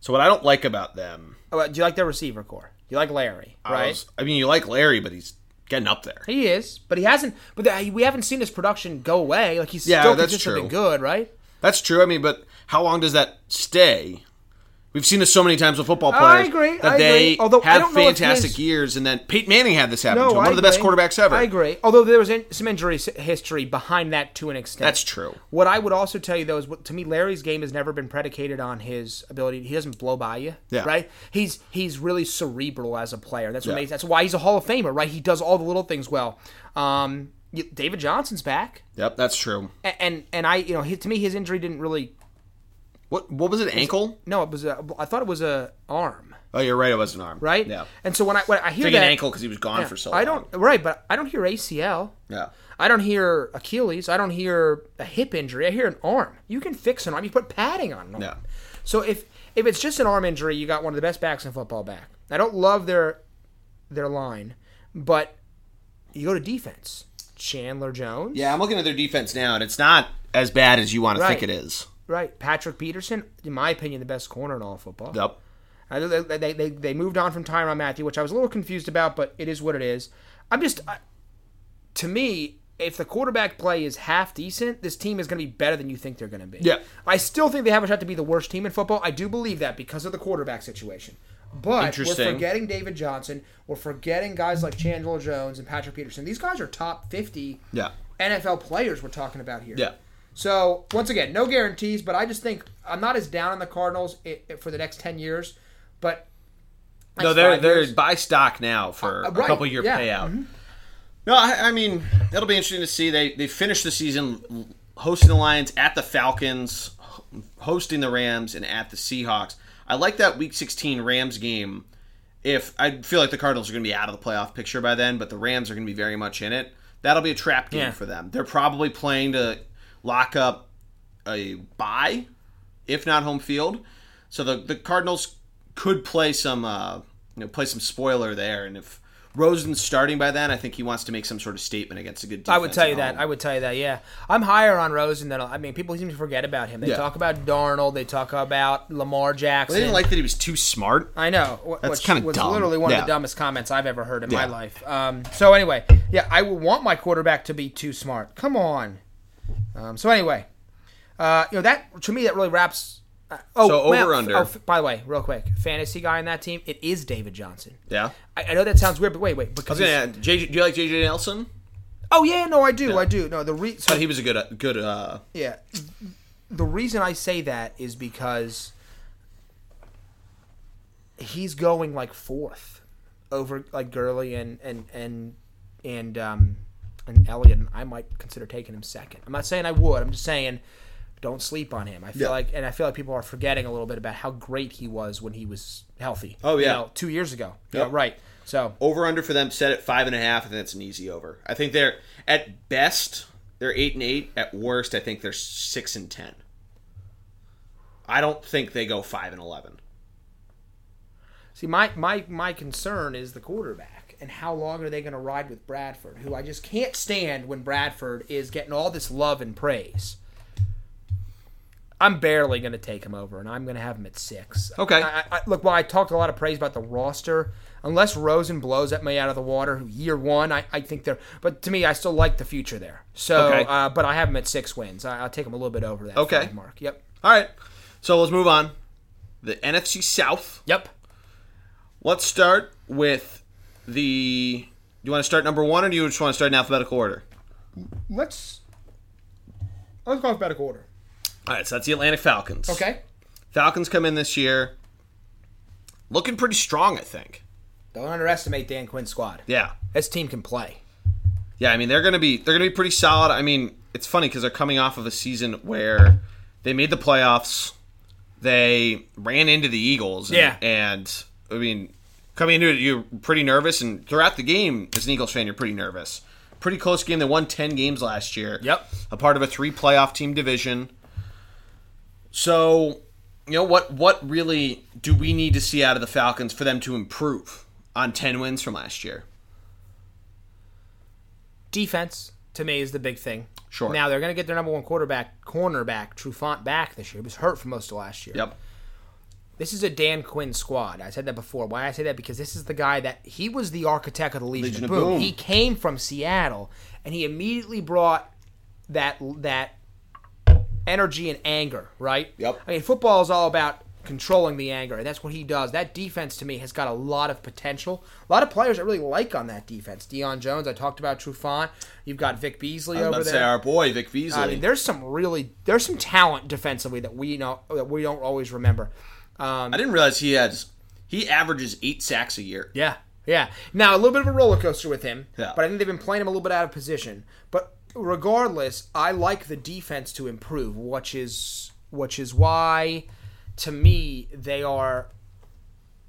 So what I don't like about them,
Oh, Do you like their receiver core? You like Larry,
I
right?
was- I mean, you like Larry, but he's getting up there.
He is, but he hasn't. But the, we haven't seen his production go away. Like he's
Yeah,
still
that's
consistently
true.
good, right?
That's true. I mean, but how long does that stay? We've seen this so many times with football
I
players.
agree,
That
I
they
agree. Although I
have
don't know if
fantastic
his-
years, and then Peyton Manning had this happen to him. One of the best quarterbacks ever.
I agree. Although there was in, some injury s- history behind that to an extent.
That's true.
What I would also tell you though is, what, to me, Larry's game has never been predicated on his ability. He doesn't blow by you,
Yeah.
right? He's he's really cerebral as a player. That's what
Yeah.
makes. That's why he's a Hall of Famer, right? He does all the little things well. Um, y- David Johnson's back,
Yep, that's true.
A- and and I, you know, he, to me, his injury didn't really.
What what was it? Ankle?
No, it was a. I thought it was a arm,
Oh, you're right. It was an arm.
right?
Yeah.
And so when I when I hear
Big
that
an ankle because he was gone for so long.
I don't right, but I don't hear ACL.
Yeah.
I don't hear Achilles. I don't hear a hip injury. I hear an arm. You can fix an arm. You put padding on an arm.
Yeah.
So if if it's just an arm injury, you got one of the best backs in football back. I don't love their their line, but you go to defense. Chandler Jones.
Yeah, I'm looking at their defense now, and it's not as bad as you want
Right.
to think it is.
Right. Patrick Peterson, in my opinion, the best corner in all of football.
Yep.
I know they, they, they, they moved on from Tyron Matthew, which I was a little confused about, but it is what it is. I'm just, I, to me, if the quarterback play is half decent, this team is going to be better than you think they're going to be.
Yeah.
I still think they have a shot to be the worst team in football. I do believe that because of the quarterback situation. But we're
Interesting.
forgetting David Johnson. We're forgetting guys like Chandler Jones and Patrick Peterson. These guys are top 50
Yeah.
NFL players we're talking about here.
Yeah.
So once again, no guarantees, but I just think I'm not as down on the Cardinals i i- for the next ten years. But
No,
next
they're
five
they're
years-
buy stock now for
Uh, right,
a couple year
yeah,
payout. No, I, I mean it'll be interesting to see. They they finish the season hosting the Lions at the Falcons, hosting the Rams, and at the Seahawks. I like that Week 16 Rams game. If I feel like the Cardinals are going to be out of the playoff picture by then, but the Rams are going to be very much in it. That'll be a trap game
Yeah.
for them. They're probably playing to lock up a bye, if not home field. So the the Cardinals could play some uh, you know play some spoiler there, and if Rosen's starting by then, I think he wants to make some sort of statement against a good. Defense
I would tell you
at
that.
home.
I would tell you that. Yeah, I'm higher on Rosen than I mean. People seem to forget about him. They
Yeah.
talk about Darnold. They talk about Lamar Jackson.
they didn't like that he was too smart.
I know. wh-
That's
which
kinda
was
dumb.
literally one of
Yeah.
the dumbest comments I've ever heard in my
Yeah.
life. Um, so anyway, yeah, I would want my quarterback to be too smart. Come on. Um, so anyway, uh, you know that to me that really wraps. Uh, oh,
So over,
well, f-
under.
oh, f- by the way, real quick, fantasy guy on that team, it is David Johnson.
Yeah.
I, I know that sounds weird, but wait, wait,
I
because
was gonna add, JJ, do you like JJ Nelson?
oh yeah, no, I do, I do. No, the re- so,
But he was a good, good. Uh,
yeah, the reason I say that is because he's going like fourth over like Gurley and and and and um and Elliott. And I might consider taking him second. I'm not saying I would. I'm just saying don't sleep on him. I feel
Yeah.
like and I feel like people are forgetting a little bit about how great he was when he was healthy.
Oh,
You
yeah.
know, two years ago.
Yep.
Yeah, right. So
Over under for them set at five and a half, and that's an easy over. I think they're at best they're eight and eight. At worst, I think they're six and ten. I don't think they go five and eleven.
See, my my my concern is the quarterback and how long are they going to ride with Bradford, who I just can't stand when Bradford is getting all this love and praise. I'm barely going to take him over, and I'm going to have him at six.
Okay.
I, I, I- look, while I talked a lot of praise about the roster, unless Rosen blows at me out of the water, who year one, I, I think they're. But to me, I still like the future there. So,
Okay.
uh, but I have him at six wins. I, I'll take him a little bit over that
Okay.
five mark. Yep.
All right, so let's move on. The NFC South.
Yep.
Let's start with the. Do you want to start number one, or do you just want to start in alphabetical order?
Let's let's go alphabetical order.
All right, so that's the Atlantic Falcons.
Okay.
Falcons come in this year looking pretty strong, I think.
Don't underestimate Dan Quinn's squad.
Yeah.
This team can play.
Yeah, I mean they're gonna be they're gonna be pretty solid. I mean it's funny because they're coming off of a season where they made the playoffs, they ran into the Eagles. And,
Yeah.
and I mean coming into it you're pretty nervous, and throughout the game as an Eagles fan you're pretty nervous. Pretty close game. They won ten games last year.
Yep.
a part of a three playoff team division. So you know what what really do we need to see out of the Falcons for them to improve on ten wins from last year?
Defense to me is the big thing.
Sure.
Now they're going to get their number one quarterback, cornerback Trufant back this year. He was hurt for most of last year.
Yep.
This is a Dan Quinn squad. I said that before. Why I say that because this is the guy that he was the architect of the Legion,
Legion
of
of
Boom.
Boom.
He came from Seattle and he immediately brought that that energy and anger, right?
Yep.
I mean, football is all about controlling the anger, and that's what he does. That defense to me has got a lot of potential. A lot of players I really like on that defense. Deion Jones, I talked about Trufant. You've got Vic Beasley over
Let's
there.
say our boy Vic Beasley.
I mean, there's some really there's some talent defensively that we know that we don't always remember. Um,
I didn't realize he has he averages eight sacks a year.
Yeah, yeah. Now a little bit of a roller coaster with him,
Yeah.
but I think they've been playing him a little bit out of position. But regardless, I like the defense to improve, which is which is why, to me, they are.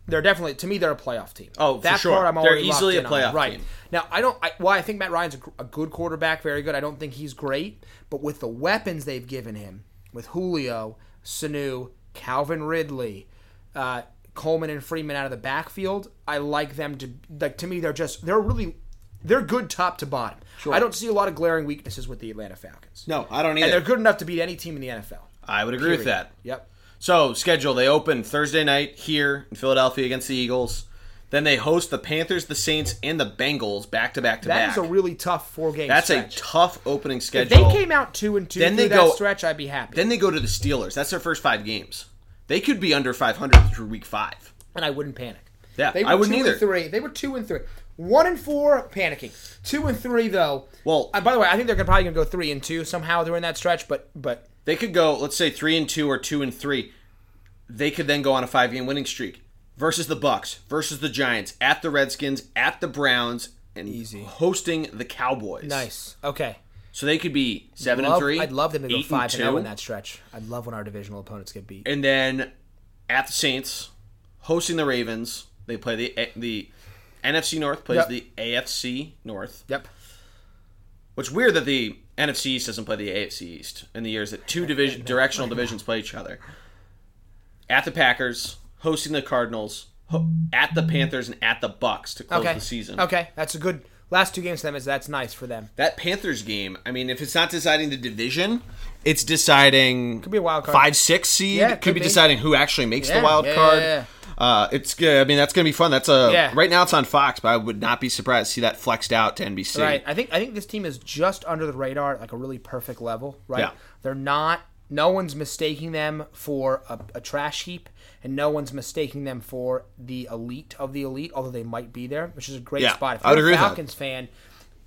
They're definitely to me they're a playoff team.
Oh, for
that
sure.
part I'm
They're
already
easily
locked
a
in on.
playoff
right.
team.
Now I don't. I, well, I think Matt Ryan's a, gr- a good quarterback, very good. I don't think he's great, but with the weapons they've given him, with Julio, Sanu, Calvin Ridley, uh, Coleman, and Freeman out of the backfield, I like them to like. To me, they're just they're really they're good top to bottom. I don't see a lot of glaring weaknesses with the Atlanta Falcons.
No, I don't
and they're good enough to beat any team in the NFL.
I would agree with
Period.
that.
Yep.
So schedule they open Thursday night here in Philadelphia against the Eagles. Then they host the Panthers, the Saints, and the Bengals back to back to
That
back.
is a really tough four game.
That's
stretch.
a tough opening
If
schedule.
they came out two and two
Then
through
they
that
go-
stretch, I'd be happy.
then they go to the Steelers. That's their first five games. They could be under 500 through week five.
and I wouldn't panic.
Yeah,
they were
I wouldn't
two
either.
And three, they were two and three, one and four panicking. Two and three though.
Well-
and by the way, I think they're gonna- probably going to go three and two somehow during that stretch. But but
They could go, let's say three and two or two and three. They could then go on a five game winning streak versus the Bucks, versus the Giants, at the Redskins, at the Browns, and
Easy.
hosting the Cowboys.
nice, okay.
So they could be seven
Love-
and three.
I'd love them to go
eight
five and
two,
zero in that stretch. I love when our divisional opponents get beat.
and then at the Saints, hosting the Ravens. They play the the NFC North plays
Yep.
the AFC North.
yep.
Which weird that the NFC East doesn't play the AFC East in the years that two division directional divisions play each other. At the Packers, hosting the Cardinals, ho- at the Panthers, and at the Bucks to close
Okay.
the season.
Okay, that's a good last two games. To them is that's nice for them.
That Panthers game, I mean, if it's not deciding the division, it's deciding could
be a wild card.
five six seed.
Yeah, it
could,
could
be,
be.
deciding who actually makes
Yeah,
the wild
yeah,
card.
yeah,
Uh, it's good. I mean, that's gonna be fun. That's a
Yeah.
right now it's on Fox, but I would not be surprised to see that flexed out to NBC.
Right. I think I think this team is just under the radar, at, like a really perfect level. Right.
Yeah.
They're not. No one's mistaking them for a, a trash heap, and no one's mistaking them for the elite of the elite. Although they might be there, which is a great
Yeah,
spot. If
I would
you're
agree
a
with that.
Falcons fan,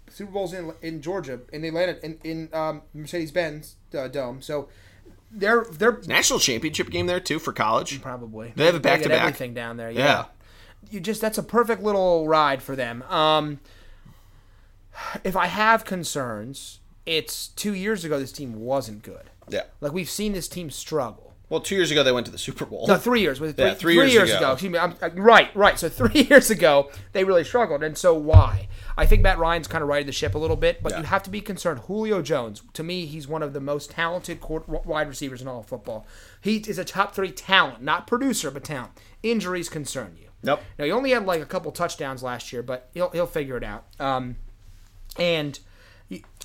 Super Bowl's in in Georgia, and they landed in in um, Mercedes Benz uh, Dome. So they're they're
National championship game there too for college.
probably
They have it
got
back-to-back.
Everything down there, yeah.
Yeah.
You just that's a perfect little ride for them. Um, if I have concerns, it's two years ago this team wasn't good.
Yeah.
Like we've seen this team struggle.
Well, two years ago they went to the Super Bowl.
No, three years. Was it three,
Yeah, three
three
years
years,
ago.
ago. Excuse me. I'm, I- right, right. So three years ago, they really struggled, and so why? I think Matt Ryan's kind of righted the ship a little bit, but
Yeah.
you have to be concerned. Julio Jones, to me, he's one of the most talented court, wide receivers in all of football. He is a top three talent, not producer, but talent. Injuries concern you.
Nope.
Now he only had like a couple touchdowns last year, but he'll he'll figure it out. Um, and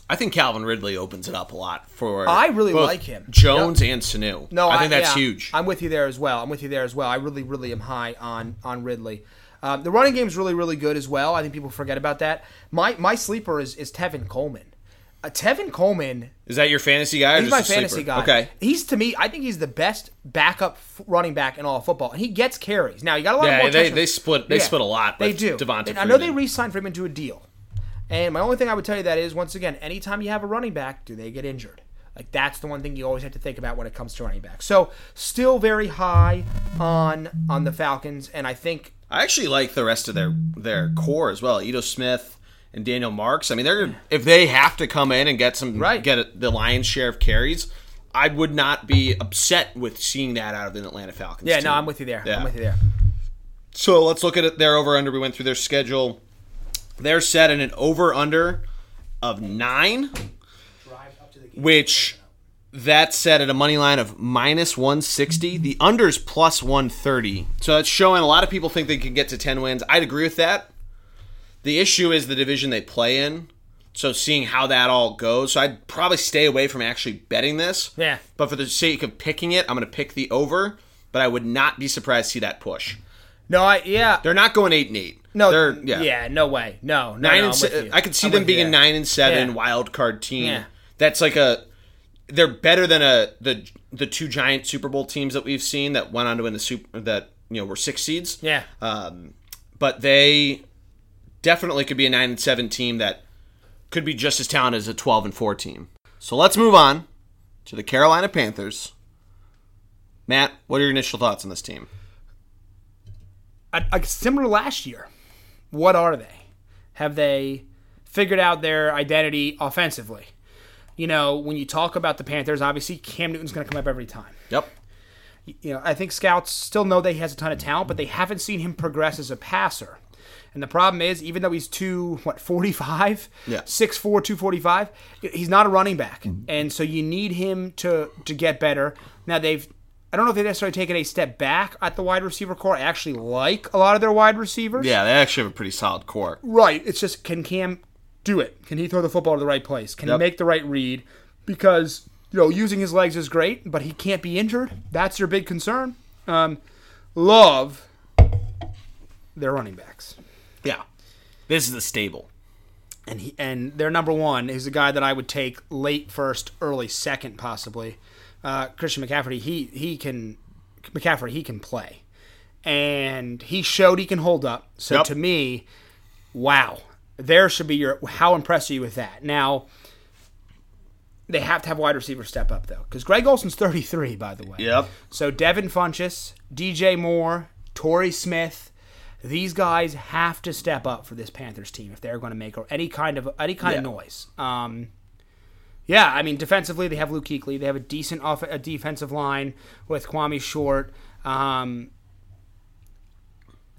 I think Calvin Ridley opens it up a lot for.
I really
both
like him.
Jones and Sanu.
No,
I think that's
yeah,
huge.
I'm with you there as well. I'm with you there as well. I really, really am high on on Ridley. Um, the running game's really, really good as well. I think people forget about that. My my sleeper is is Tevin Coleman. Uh, Tevin Coleman,
Is that your fantasy guy? Or
he's
just
my
a sleeper?
fantasy guy.
Okay.
he's to me, I think he's the best backup f- running back in all of football, and he gets carries. Now you got a lot
Yeah,
of more
they-
touchdowns.
they split- they split a lot
They
with
do.
Devonta
And I know they
Freeman.
re-signed Freeman to a deal. And my only thing I would tell you that is once again, anytime you have a running back, do they get injured? Like that's the one thing you always have to think about when it comes to running back. So still very high on on the Falcons, and I think
I actually like the rest of their their core as well. Edo Smith and Daniel Marks. I mean, they're if they have to come in and get some
Right.
get the lion's share of carries. I would not be upset with seeing that out of the Atlanta Falcons.
yeah,
team.
no, I'm with you there.
Yeah.
I'm with you there.
So let's look at it their over under. We went through their schedule. They're set in an over under of nine, which that's set at a money line of minus 160. The under is plus 130. So that's showing a lot of people think they can get to 10 wins. I'd agree with that. The issue is the division they play in. So seeing how that all goes. So I'd probably stay away from actually betting this.
Yeah.
But for the sake of picking it, I'm going to pick the over. But I would not be surprised to see that push.
No, I yeah.
They're not going eight and eight.
no,
they're yeah,
no way. No, no,
nine
no, I'm
and
with
se-
you.
I could see
I'm
them
with you
being a
there.
nine and seven
Yeah.
wild card team.
Yeah.
That's like a they're better than a the the two giant Super Bowl teams that we've seen that went on to win the super that you know were six seeds.
Yeah.
Um, but they definitely could be a nine and seven team that could be just as talented as a twelve and four team. So let's move on to the Carolina Panthers. Matt, what are your initial thoughts on this team?
I, I, similar to last year. What are they? Have they figured out their identity offensively? You know, when you talk about the Panthers, obviously Cam Newton's going to come up every time.
Yep.
You know, I think scouts still know that he has a ton of talent, but they haven't seen him progress as a passer. And the problem is, even though he's two, what, 45?
Yeah.
6'4, 245, he's not a running back. And so you need him to, to get better. Now, they've, I don't know if they've necessarily taken a step back at the wide receiver core. I actually like a lot of their wide receivers.
Yeah, they actually have a pretty solid core.
Right. It's just can Cam do it? Can he throw the football to the right place? Can
Yep.
he make the right read? Because you know using his legs is great, but he can't be injured. That's your big concern. Um, love their running backs,
Yeah. This is the stable.
and he and their number one is a guy that I would take late first, early second, possibly. Uh, Christian McCaffrey. He he can McCaffrey. He can play, and he showed he can hold up. So
Yep.
to me. wow there should be your how impressed are you with that now they have to have wide receivers step up though because greg olson's 33 by the way
Yep.
so devin funches dj moore Torrey smith these guys have to step up for this panthers team if they're going to make any kind of any kind of
Yeah.
noise um yeah, I mean, defensively, they have Luke Kuechly. They have a decent off- a defensive line with Kwame Short. Um,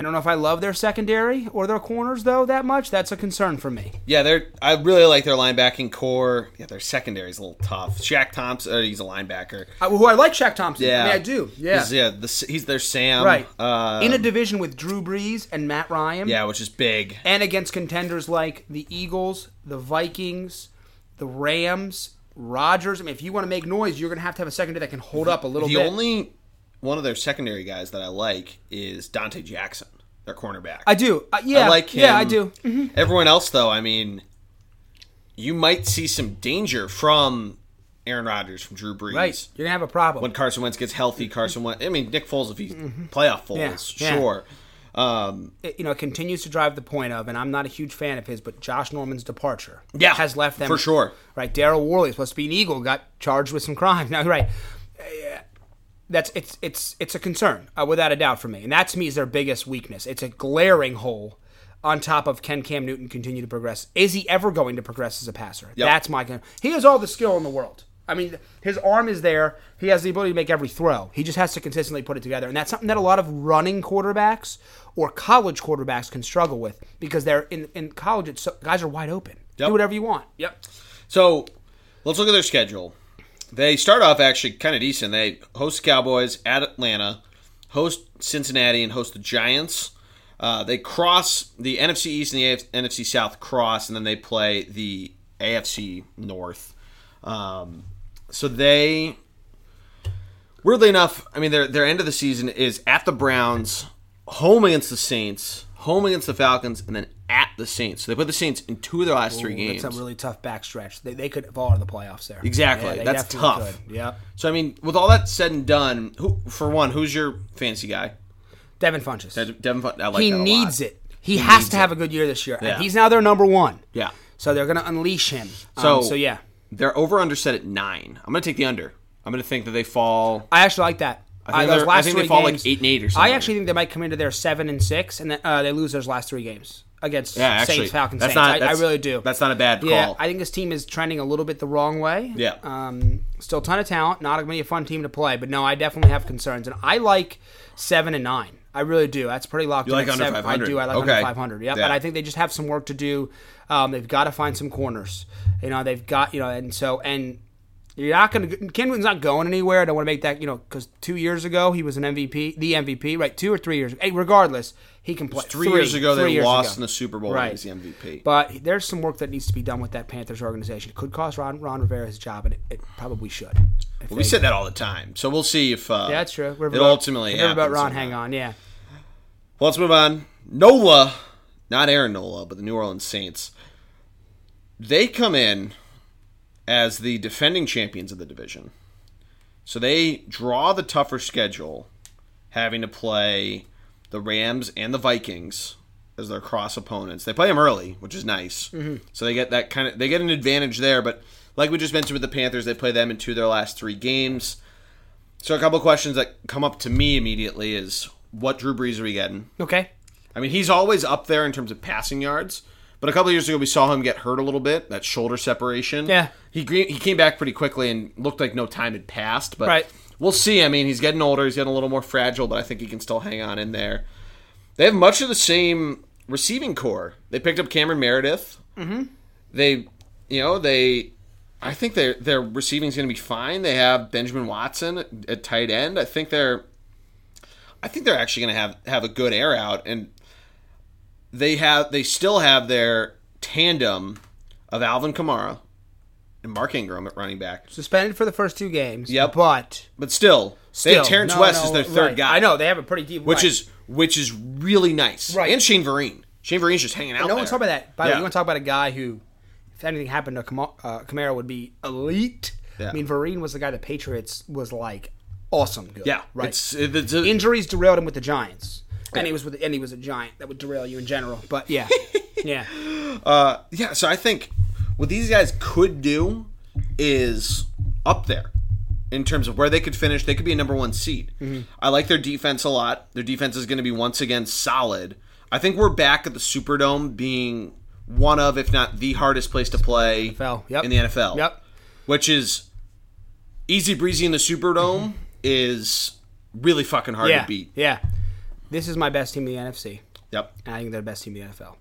I don't know if I love their secondary or their corners, though, that much. That's a concern for me.
Yeah, they're. I really like their linebacking core. Yeah, their secondary is a little tough. Shaq Thompson, uh, he's a linebacker.
I, who I like Shaq Thompson.
Yeah,
I, mean, I do. Yeah.
He's, yeah, the, he's their Sam.
Right.
Uh,
In a division with Drew Brees and Matt Ryan.
yeah, which is big.
And against contenders like the Eagles, the Vikings, the Rams, Rodgers. I mean, if you want to make noise, you're going to have to have a secondary that can hold up a little
The
bit.
only one of their secondary guys that I like is Dante Jackson, their cornerback.
I do. Uh, yeah.
I like him. Mm-hmm.
Yeah, I do.
Everyone else, though, I mean, you might see some danger from Aaron Rodgers, from Drew Brees.
Right. You're going to have a problem.
when Carson Wentz gets healthy, Carson Wentz. I mean, Nick Foles if he's playoff Foles,
Mm-hmm. Yeah, yeah.
sure. Um,
it- you know, it continues to drive the point of, and I'm not a huge fan of his, but Josh Norman's departure
yeah,
has left them
for sure.
Right, Daryl Worley supposed to be an Eagle, got charged with some crimes. Now, right, that's it's it's it's a concern uh, without a doubt for me, and that to me is their biggest weakness. It's a glaring hole on top of can Cam Newton continue to progress? Is he ever going to progress as a passer? That's my con- he has all the skill in the world. I mean, his arm is there. He has the ability to make every throw. He just has to consistently put it together, and that's something that a lot of running quarterbacks or college quarterbacks can struggle with because they're in in college. It's so, guys are wide open. Do whatever you want. Yep.
So let's look at their schedule. They start off actually kind of decent. They host the Cowboys at Atlanta, host Cincinnati, and host the Giants. Uh, they cross the NFC East and the AF- NFC South cross, and then they play the AFC North. Um, so they, weirdly enough, I mean, their their end of the season is at the Browns, home against the Saints, home against the Falcons, and then at the Saints. So they put the Saints in two of their last three games.
It's a really tough backstretch. They, they could fall out of the playoffs there.
Exactly.
they
That's
definitely
tough.
Could. Yep.
So I mean, with all that said and done, who for one, who's your fantasy guy?
Devin Funches.
Devin. Fun- I like
he
that a lot.
needs it. He, has to have a good year this year.
Yeah.
And he's now their number one.
Yeah.
So they're going to unleash him. Um,
So-
so yeah,
They're over under set at nine. I'm gonna take the under. I'm gonna think that they fall.
I actually like that. Uh,
I think,
those
they're- I
last
think they
three
fall
games-
like eight and eight or something.
I actually think they might come into their seven and six, and then, uh, they lose those last three games against
yeah, actually,
Saints, Falcons,
that's
Saints.
Not,
I- I,
that's-
really do.
That's not a bad call.
yeah, I think this team is trending a little bit the wrong way.
Yeah.
Um, still a ton of talent, not going to be a fun team to play, but no, I definitely have concerns, and I like seven and nine. I really do. That's pretty locked
You
in.
like
at
under
seven. I
500.
do. I like
Okay.
under 500. Yep.
Yeah.
And I think they just have some work to do. Um, they've got to find some corners. You know, they've got you know, and so and you're not going to. Ken Newton's not going anywhere. I don't want to make that you know because two years ago he was an MVP, the MVP, right? Two or three years. Hey, regardless, he can play.
three, years ago
three
they
years
lost
ago.
in the Super Bowl.
Right.
Right. He's the MVP.
But there's some work that needs to be done with that Panthers organization. It could cost Ron, Ron Rivera his job, and it, it probably should. If
we
they-
said that all the time, so we'll see if uh,
that's true.
it ultimately
Riverboat
happens
Ron,
or
hang
not.
on, yeah.
Well, let's move on. Nola, not Aaron Nola, but the New Orleans Saints. They come in as the defending champions of the division. So they draw the tougher schedule, having to play the Rams and the Vikings as their cross opponents. They play them early, which is nice. So they get that kind of they get an advantage there. But like we just mentioned with the Panthers, they play them in two of their last three games. So a couple of questions that come up to me immediately is what Drew Brees are we getting?
Okay,
I mean, he's always up there in terms of passing yards. But a couple of years ago, we saw him get hurt a little bit, that shoulder separation.
Yeah.
He gre- he came back pretty quickly and looked like no time had passed. But
Right.
we'll see. I mean, he's getting older. He's getting a little more fragile, but I think he can still hang on in there. They have much of the same receiving core. They picked up Cameron Meredith. Mm-hmm. They, you know, they. I think their their receiving is going to be fine. They have Benjamin Watson at tight end. I think they're I think they're actually going to have have a good air out, and they have they still have their tandem of Alvin Kamara and Mark Ingram at running back,
suspended for the first two games.
Yep.
but
but still, they
still,
have Terrence
no,
West
no,
as their third
right.
guy.
I know they have a pretty deep,
which
right.
is which is really nice,
Right.
And Shane Vereen, Shane Vereen's just hanging out.
no
there.
one's talking about that. By the way,
Yeah.
you want to talk about a guy who, if anything happened to Kamara, uh, Kamara would be elite.
Yeah.
I mean, Vereen was the guy the Patriots was like awesome. Good.
Yeah,
right.
It's, it- it's a-
injuries derailed him with the Giants, and he was with and he was a giant that would derail you in general. But yeah, yeah,
yeah, so I think what these guys could do is up there in terms of where they could finish. They could be a number one seed.
Mm-hmm.
I like their defense a lot. Their defense is going to be once again solid. I think we're back at the Superdome being one of, if not the hardest place to play
NFL, yep.
in the NFL.
Yep.
Which is easy breezy in the Superdome is really fucking hard
yeah,
to beat.
yeah. This is my best team in the NFC,
Yep.
and I think they're the best team in the NFL.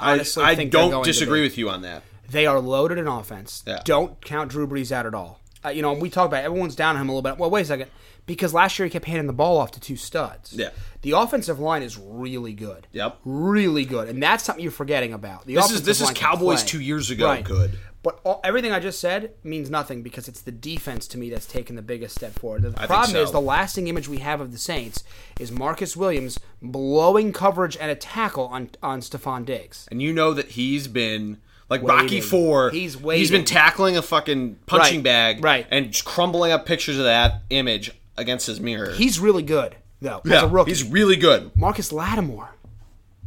I,
honestly
I
think they're
don't
going to
disagree
be.
with you on that.
They are loaded in offense.
Yeah.
Don't count Drew Brees out at all. Uh, you know, we talk about it, everyone's down on him a little bit. Well, wait a second, because last year he kept handing the ball off to two studs.
Yeah.
the offensive line is really good.
Yep.
really good, and that's something you're forgetting about. The
This is
offensive
this is
line can
Cowboys
play.
two years ago.
Right.
Good.
But all, everything I just said means nothing because it's the defense to me that's taken the biggest step forward. The problem
so.
is the lasting image we have of the Saints is Marcus Williams blowing coverage and a tackle on on Stephon Diggs.
and you know that he's been like Rocky
Waiting.
Four.
He's
He's
waiting.
been tackling a fucking punching
Right.
bag,
Right.
and just crumbling up pictures of that image against his mirror.
He's really good though as
yeah,
a rookie.
he's really good.
Marcus Lattimore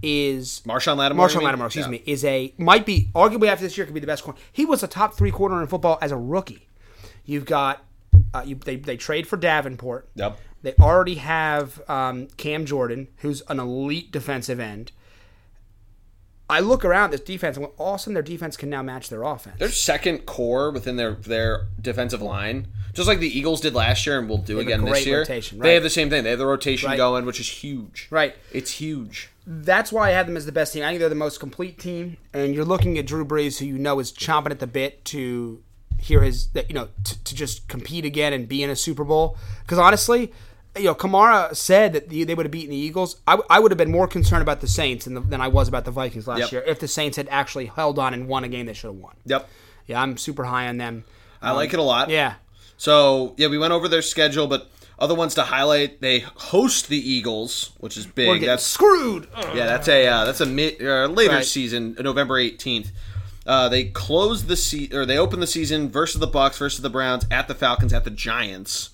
is
Marshawn Lattimore. you
Marshawn
mean?
Lattimore, excuse
Yeah.
me, is a might be arguably after this year could be the best corner. He was a top three corner in football as a rookie. You've got Uh, you, they, they trade for Davenport.
Yep.
They already have um, Cam Jordan, who's an elite defensive end. I look around this defense and go, awesome. Their defense can now match their offense.
Their second core within their their defensive line, just like the Eagles did last year and will do
have a
again this
great
year.
rotation, right.
They have the same thing. They have the rotation
Right.
going, which is huge.
Right.
It's huge.
That's why I have them as the best team. I think they're the most complete team. And you're looking at Drew Brees, who you know is chomping at the bit to hear his, that, you know, to, to just compete again and be in a Super Bowl. Because honestly, you know, Kamara said that the, they would have beaten the Eagles. I, w- I would have been more concerned about the Saints than, the, than I was about the Vikings last
Yep.
year if the Saints had actually held on and won a game they should have won.
Yep.
Yeah, I'm super high on them.
I
Um,
like it a lot.
Yeah.
So yeah, we went over their schedule, but other ones to highlight: they host the Eagles, which is
We're
big.
getting
That's
screwed. Ugh.
yeah, that's a uh, that's a mid, uh, later
Right.
season, November eighteenth. Uh, they close the se- or they open the season versus the Bucks, versus the Browns, at the Falcons, at the Giants.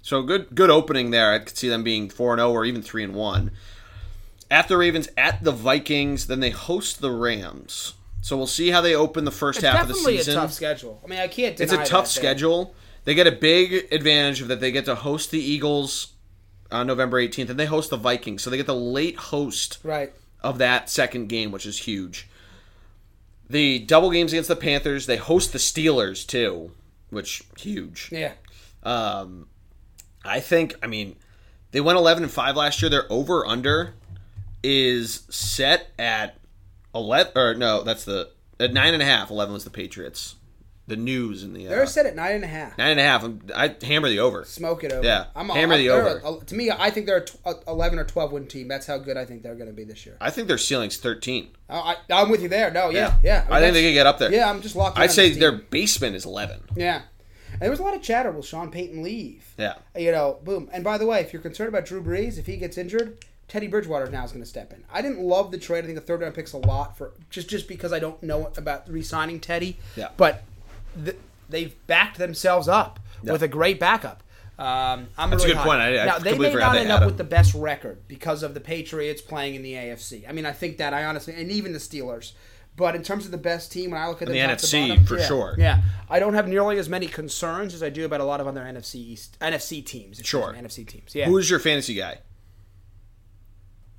So good, good opening there. I could see them being four and zero or even three and one. At the Ravens, at the Vikings, then they host the Rams. So we'll see how they open the first half of the
Definitely a
season.
tough schedule. I mean, I can't
It's a
deny
tough
that.
schedule. They get a big advantage of that they get to host the Eagles on November 18th, and they host the Vikings, so they get the late host
Right.
of that second game, which is huge. The double games against the Panthers, they host the Steelers too, which huge.
Yeah.
Um, I think. I mean, they went eleven and five last year. Their over under is set at eleven. Or no, that's the at nine and a half. Eleven was the Patriots. The news in the uh,
They're set at nine and a half.
nine and a half. I'm, I hammer the over.
Smoke it over.
Yeah. Hammer the
they're
over.
a- to me, I think they're a tw- a eleven or twelve win team. That's how good I think they're going to be this year.
I think their ceiling's thirteen.
I, I, I'm with you there. No, yeah, yeah.
I, think they could get up there.
Yeah, I'm just locked. in
I'd
on
say
this team.
their basement is eleven.
Yeah, and there was a lot of chatter. Will Sean Payton leave?
Yeah.
You know, boom. And by the way, if you're concerned about Drew Brees, if he gets injured, Teddy Bridgewater now is going to step in. I didn't love the trade. I think the third round picks a lot for just just because I don't know about re-signing Teddy.
Yeah.
But th- they've backed themselves up with a great backup. Um, I'm
That's a
really
good
high.
point. I- I
now, they
completely
may
forgot
not
they
end
had
up
him.
with the best record because of the Patriots playing in the AFC. I mean, I think that I honestly, and even the Steelers. But in terms of the best team, when I look at
the
top to
NFC,
bottom,
for
yeah,
sure.
Yeah, I don't have nearly as many concerns as I do about a lot of other NFC East, NFC teams. excuse
Sure.
me, NFC teams. Yeah,
Who's your fantasy guy?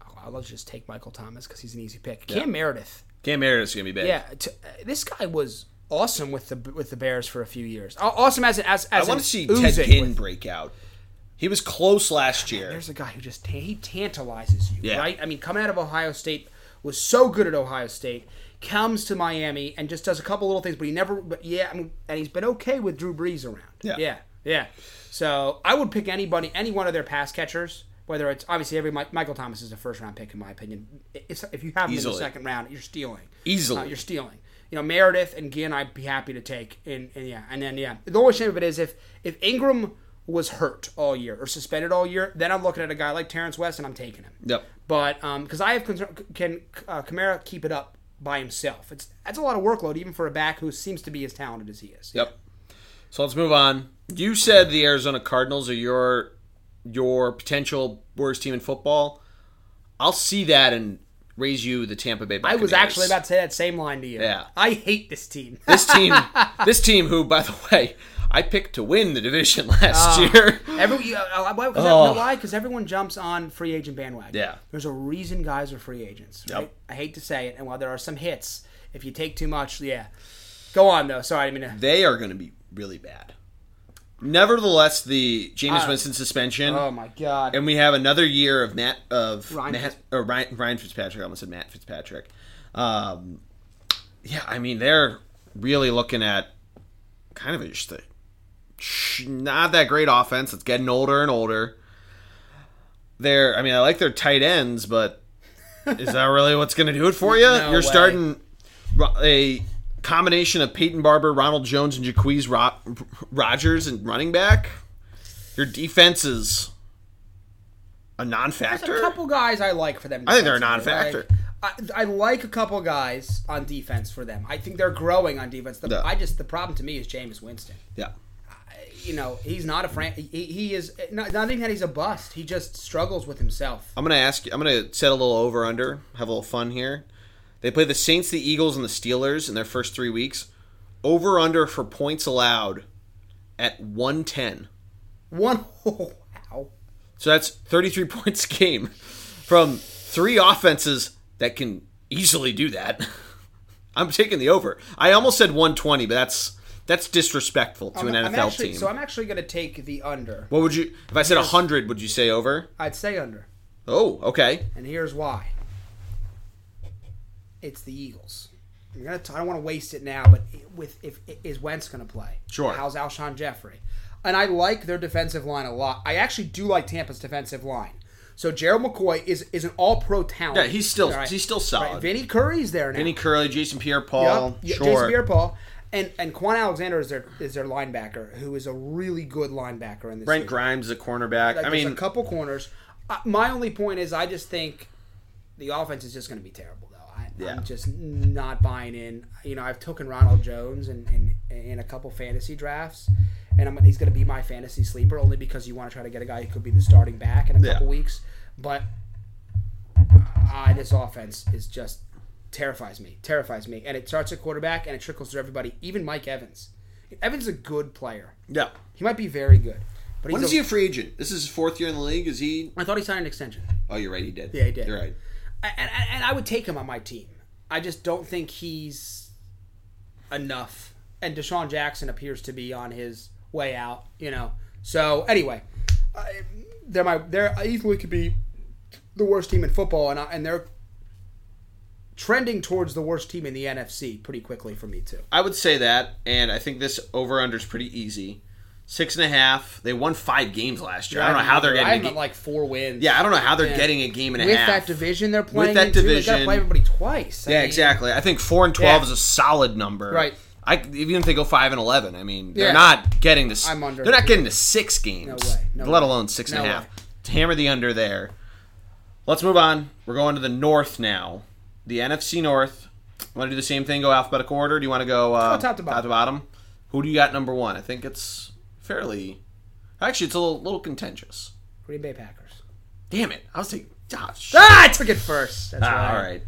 Oh, I'll just take Michael Thomas because he's an easy pick. Cam Meredith.
Cam Meredith's gonna be big.
Yeah, t- uh, this guy was awesome with the with the Bears for a few years. Aw- Awesome as an as
I
as
want
in
to see
oozing
Ted Ginn
with-
break out. He was close last year.
There's a guy who just ta- he tantalizes you,
Yeah.
right? I mean, coming out of Ohio State was so good at Ohio State, comes to Miami and just does a couple little things, but he never. But yeah, I mean, and he's been okay with Drew Brees around.
Yeah.
yeah, yeah. So I would pick anybody, any one of their pass catchers. Whether it's obviously every Mi- Michael Thomas is a first round pick in my opinion. If, if you have him in the
Easily.
second round, you're stealing.
Easily.
Uh, you're stealing. You know Meredith and Ginn, I'd be happy to take. And, and yeah, and then yeah, the only shame of it is if if Ingram was hurt all year or suspended all year, then I'm looking at a guy like Terrence West and I'm taking him.
Yep.
But because I have concern, can uh, Kamara keep it up by himself? It's that's a lot of workload even for a back who seems to be as talented as he is.
Yep. So let's move on. You said the Arizona Cardinals are your your potential worst team in football. I'll see that and raise you the Tampa Bay
I
Buccaneers.
was actually about to say that same line to you.
Yeah.
I hate this team.
this team. This team, who by the way, I picked to win the division last
Ah.
year.
Every, you know, why, 'cause
Oh.
that- why? Because everyone jumps on free agent bandwagon.
Yeah.
There's a reason guys are free agents. Right?
Yep.
I hate to say it, and while there are some hits, if you take too much, yeah. Go on though. Sorry, I didn't mean to.
They are going to be really bad. Nevertheless, the James Winston suspension,
Oh my god.
and we have another year of Matt of
Ryan
Matt,
Fitz-
or Ryan, Ryan Fitzpatrick. I almost said Matt Fitzpatrick. Um, yeah, I mean they're really looking at kind of a, just a sh- not that great offense. It's getting older and older. They're, I mean, I like their tight ends, but is that really what's going to do it for you?
No
You're
way.
starting ro- a combination of Peyton Barber, Ronald Jones, and Jaquez Ro- Rogers and running back. Your defense is a non-factor.
There's a couple guys I like for them.
I think they're a
defensively. Like, I, I like a couple guys on defense for them. I think they're growing on defense. The,
Yeah.
I just the problem to me is Jameis Winston.
yeah,
You know, he's not a fran- he, he is not, not even that he's a bust. He just struggles with himself.
I'm gonna ask you. I'm gonna set a little over under. Have a little fun here. They play the Saints, the Eagles, and the Steelers in their first three weeks. Over under for points allowed at 110.
One. Oh, wow.
So that's 33 points a game from three offenses that can easily do that. I'm taking the over. I almost said 120, but that's that's disrespectful to an
I'm- I'm
NFL
actually-
team.
So I'm actually going to take the under.
what would you if I said 100, would you say over?
I'd say under,
Oh, okay.
and here's why. It's the Eagles. I'm gonna. T- I don't want to waste it now, but with if is Wentz going to play?
Sure.
How's Alshon Jeffrey? And I like their defensive line a lot. I actually do like Tampa's defensive line. So Gerald McCoy is is an All Pro talent.
Yeah, he's still
All right.
he's still
Right,
solid.
Vinny Curry's there now.
Vinny Curley, Jason Pierre-Paul,
Yep. Yeah,
sure.
Jason Pierre-Paul and and Quan Alexander is their is their linebacker, who is a really good linebacker in this.
Brent
league.
Grimes, a cornerback.
Like,
I
there's
mean,
a couple corners. Uh, my only point is, I just think the offense is just going to be terrible. Though I,
Yeah.
I'm just not buying in. You know, I've taken Ronald Jones and in, in, a couple fantasy drafts, and I'm, he's going to be my fantasy sleeper only because you want to try to get a guy who could be the starting back in a
Yeah.
couple weeks. But I this offense is just terrifies me, terrifies me, and it starts at quarterback and it trickles through everybody, even Mike Evans. Evans is a good player.
yeah.
He might be very good, but he's
When
a-
is he a free agent? This is his fourth year in the league. Is he?
I thought he signed an extension.
Oh, you're right. He did.
Yeah, he did.
You're right.
and, and, and I would take him on my team. I just don't think he's enough. And Deshaun Jackson appears to be on his way out, you know. So anyway, I, they're my they're I easily could be the worst team in football, and I, and they're trending towards the worst team in the NFC pretty quickly for me too.
I would say that, and I think this over under is pretty easy. Six and a half. They won five games last year. I don't know how they're
I
getting. A
haven't
ga-
like four wins.
yeah, I don't know how they're
Yeah.
getting a game and a
with
half
that division they're playing
that
in, too, they got
division-
to play everybody twice. I
Yeah,
mean,
exactly. I think four and twelve
Yeah.
is a solid number.
Right.
I even if they go five and eleven, I mean they're
Yeah.
not getting to. s-
I'm under.
They're not getting to six games.
way. No
let
way.
alone six and a
No
half.
way.
Hammer the under there. Let's move on. We're going to the North now. The NFC North. Want to do the same thing? Go alphabetical order. Do you want to go uh,
go Oh, top to bottom.
Who do you got number one? I think it's fairly. Actually, it's a little, little contentious.
Green Bay Packers.
Damn it! I was taking. Ah, shit.
Ah, I took it first. That's
Ah,
right.
all right.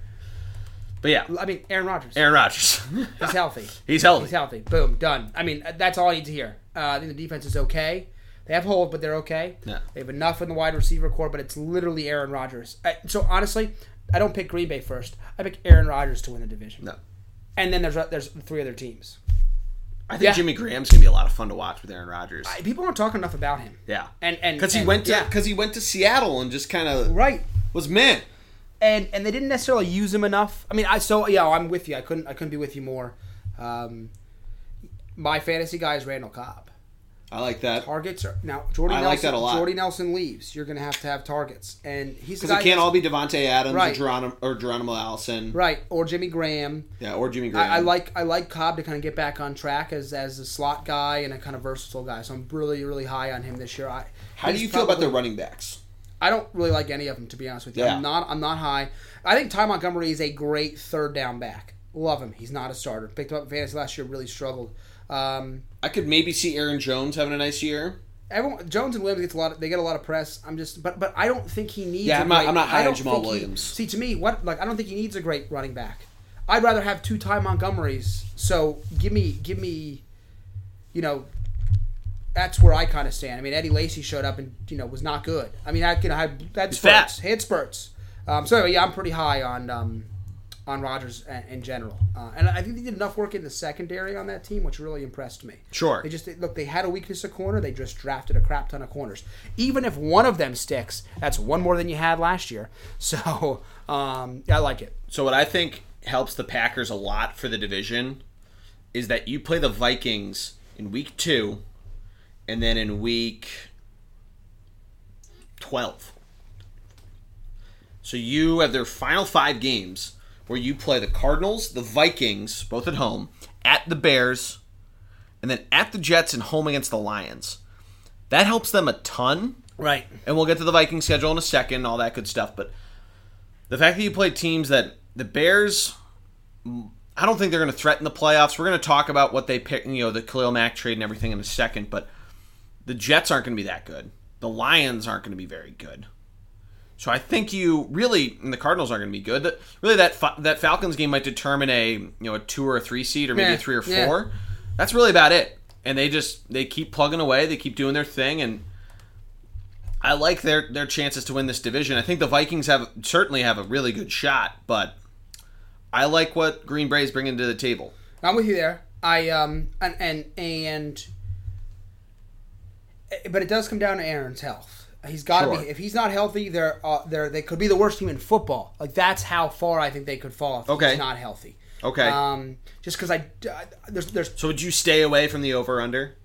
But yeah,
I mean, Aaron Rodgers.
Aaron Rodgers.
He's healthy.
He's healthy.
He's healthy. Boom. Done. I mean, uh, that's all I need to hear. Uh, I think the defense is okay. They have holes, but they're okay.
Yeah.
They have enough in the wide receiver core, but it's literally Aaron Rodgers. Uh, so honestly, I don't pick Green Bay first. I pick Aaron Rodgers to win the division.
No.
And then there's uh, there's three other teams.
I think
Yeah.
Jimmy Graham's gonna be a lot of fun to watch with Aaron Rodgers.
People aren't talking enough about him.
yeah,
And and
because he
and-
went to
yeah.
because he went to Seattle and just kind of
right.
was meh.
And and they didn't necessarily use him enough. I mean, I so yeah, I'm with you. I couldn't I couldn't be with you more. Um, my fantasy guy is Randall Cobb.
I like that
targets are now Jordy
I
Nelson.
like that a lot.
Jordy Nelson leaves. You're going to have to have targets, and he's the
because
guy
it can't
that's-
all be Devonte Adams
Right.
or Geronimo or Geronimo Allison.
right or Jimmy Graham.
Yeah, or Jimmy Graham.
I, I like I like Cobb to kind of get back on track as as a slot guy and a kind of versatile guy. So I'm really really high on him this year. I,
How do
he's
you feel about
probably-
their running backs?
I don't really like any of them to be honest with you.
Yeah.
I'm not I'm not high. I think Ty Montgomery is a great third down back. Love him. He's not a starter. Picked him up in fantasy last year. Really struggled. Um,
I could maybe see Aaron Jones having a nice year.
Everyone, Jones and Williams gets a lot. Of, they get a lot of press. I'm just, but but I don't think he needs.
Yeah,
a
I'm not-
great-
I'm not high
I don't
on Jamal
think he-
Williams.
see, to me, what like I don't think he needs a great running back. I'd rather have two Ty Montgomerys. So give me, give me, you know, that's where I kind of stand. I mean, Eddie Lacy showed up and you know was not good. I mean, I can I had
fat.
spurts, he had spurts. Um, so anyway, yeah, I'm pretty high on um, on Rogers in, in general, uh, and I think they did enough work in the secondary on that team, which really impressed me.
Sure.
They just they, look. They had a weakness at corner. They just drafted a crap ton of corners. Even if one of them sticks, that's one more than you had last year. So um, I like it.
So what I think helps the Packers a lot for the division is that you play the Vikings in week two, and then in week twelve. So you have their final five games where you play the Cardinals, the Vikings, both at home, at the Bears, and then at the Jets and home against the Lions. That helps them a ton
Right.
and we'll get to the Viking schedule in a second, all that good stuff. But the fact that you play teams that the Bears, I don't think they're going to threaten the playoffs. We're going to talk about what they pick, you know, the Khalil Mack trade and everything in a second. But the Jets aren't going to be that good. The Lions aren't going to be very good. So I think you really, and the Cardinals aren't going to be good. That really that Fa- that Falcons game might determine a you know a two or a three seed or maybe
Yeah,
a three or
yeah.
four. That's really about it. And they just they keep plugging away. They keep doing their thing, and I like their their chances to win this division. I think the Vikings have certainly have a really good shot, but I like what Green Bay's bringing to the table.
I'm with you there. I um and and and but it does come down to Aaron's health. He's got to
Sure.
be. If he's not healthy, they're uh, they're they could be the worst team in football. Like that's how far I think they could fall if
Okay.
he's not healthy.
Okay.
Um, just because I, I there's there's
so would you stay away from the over under?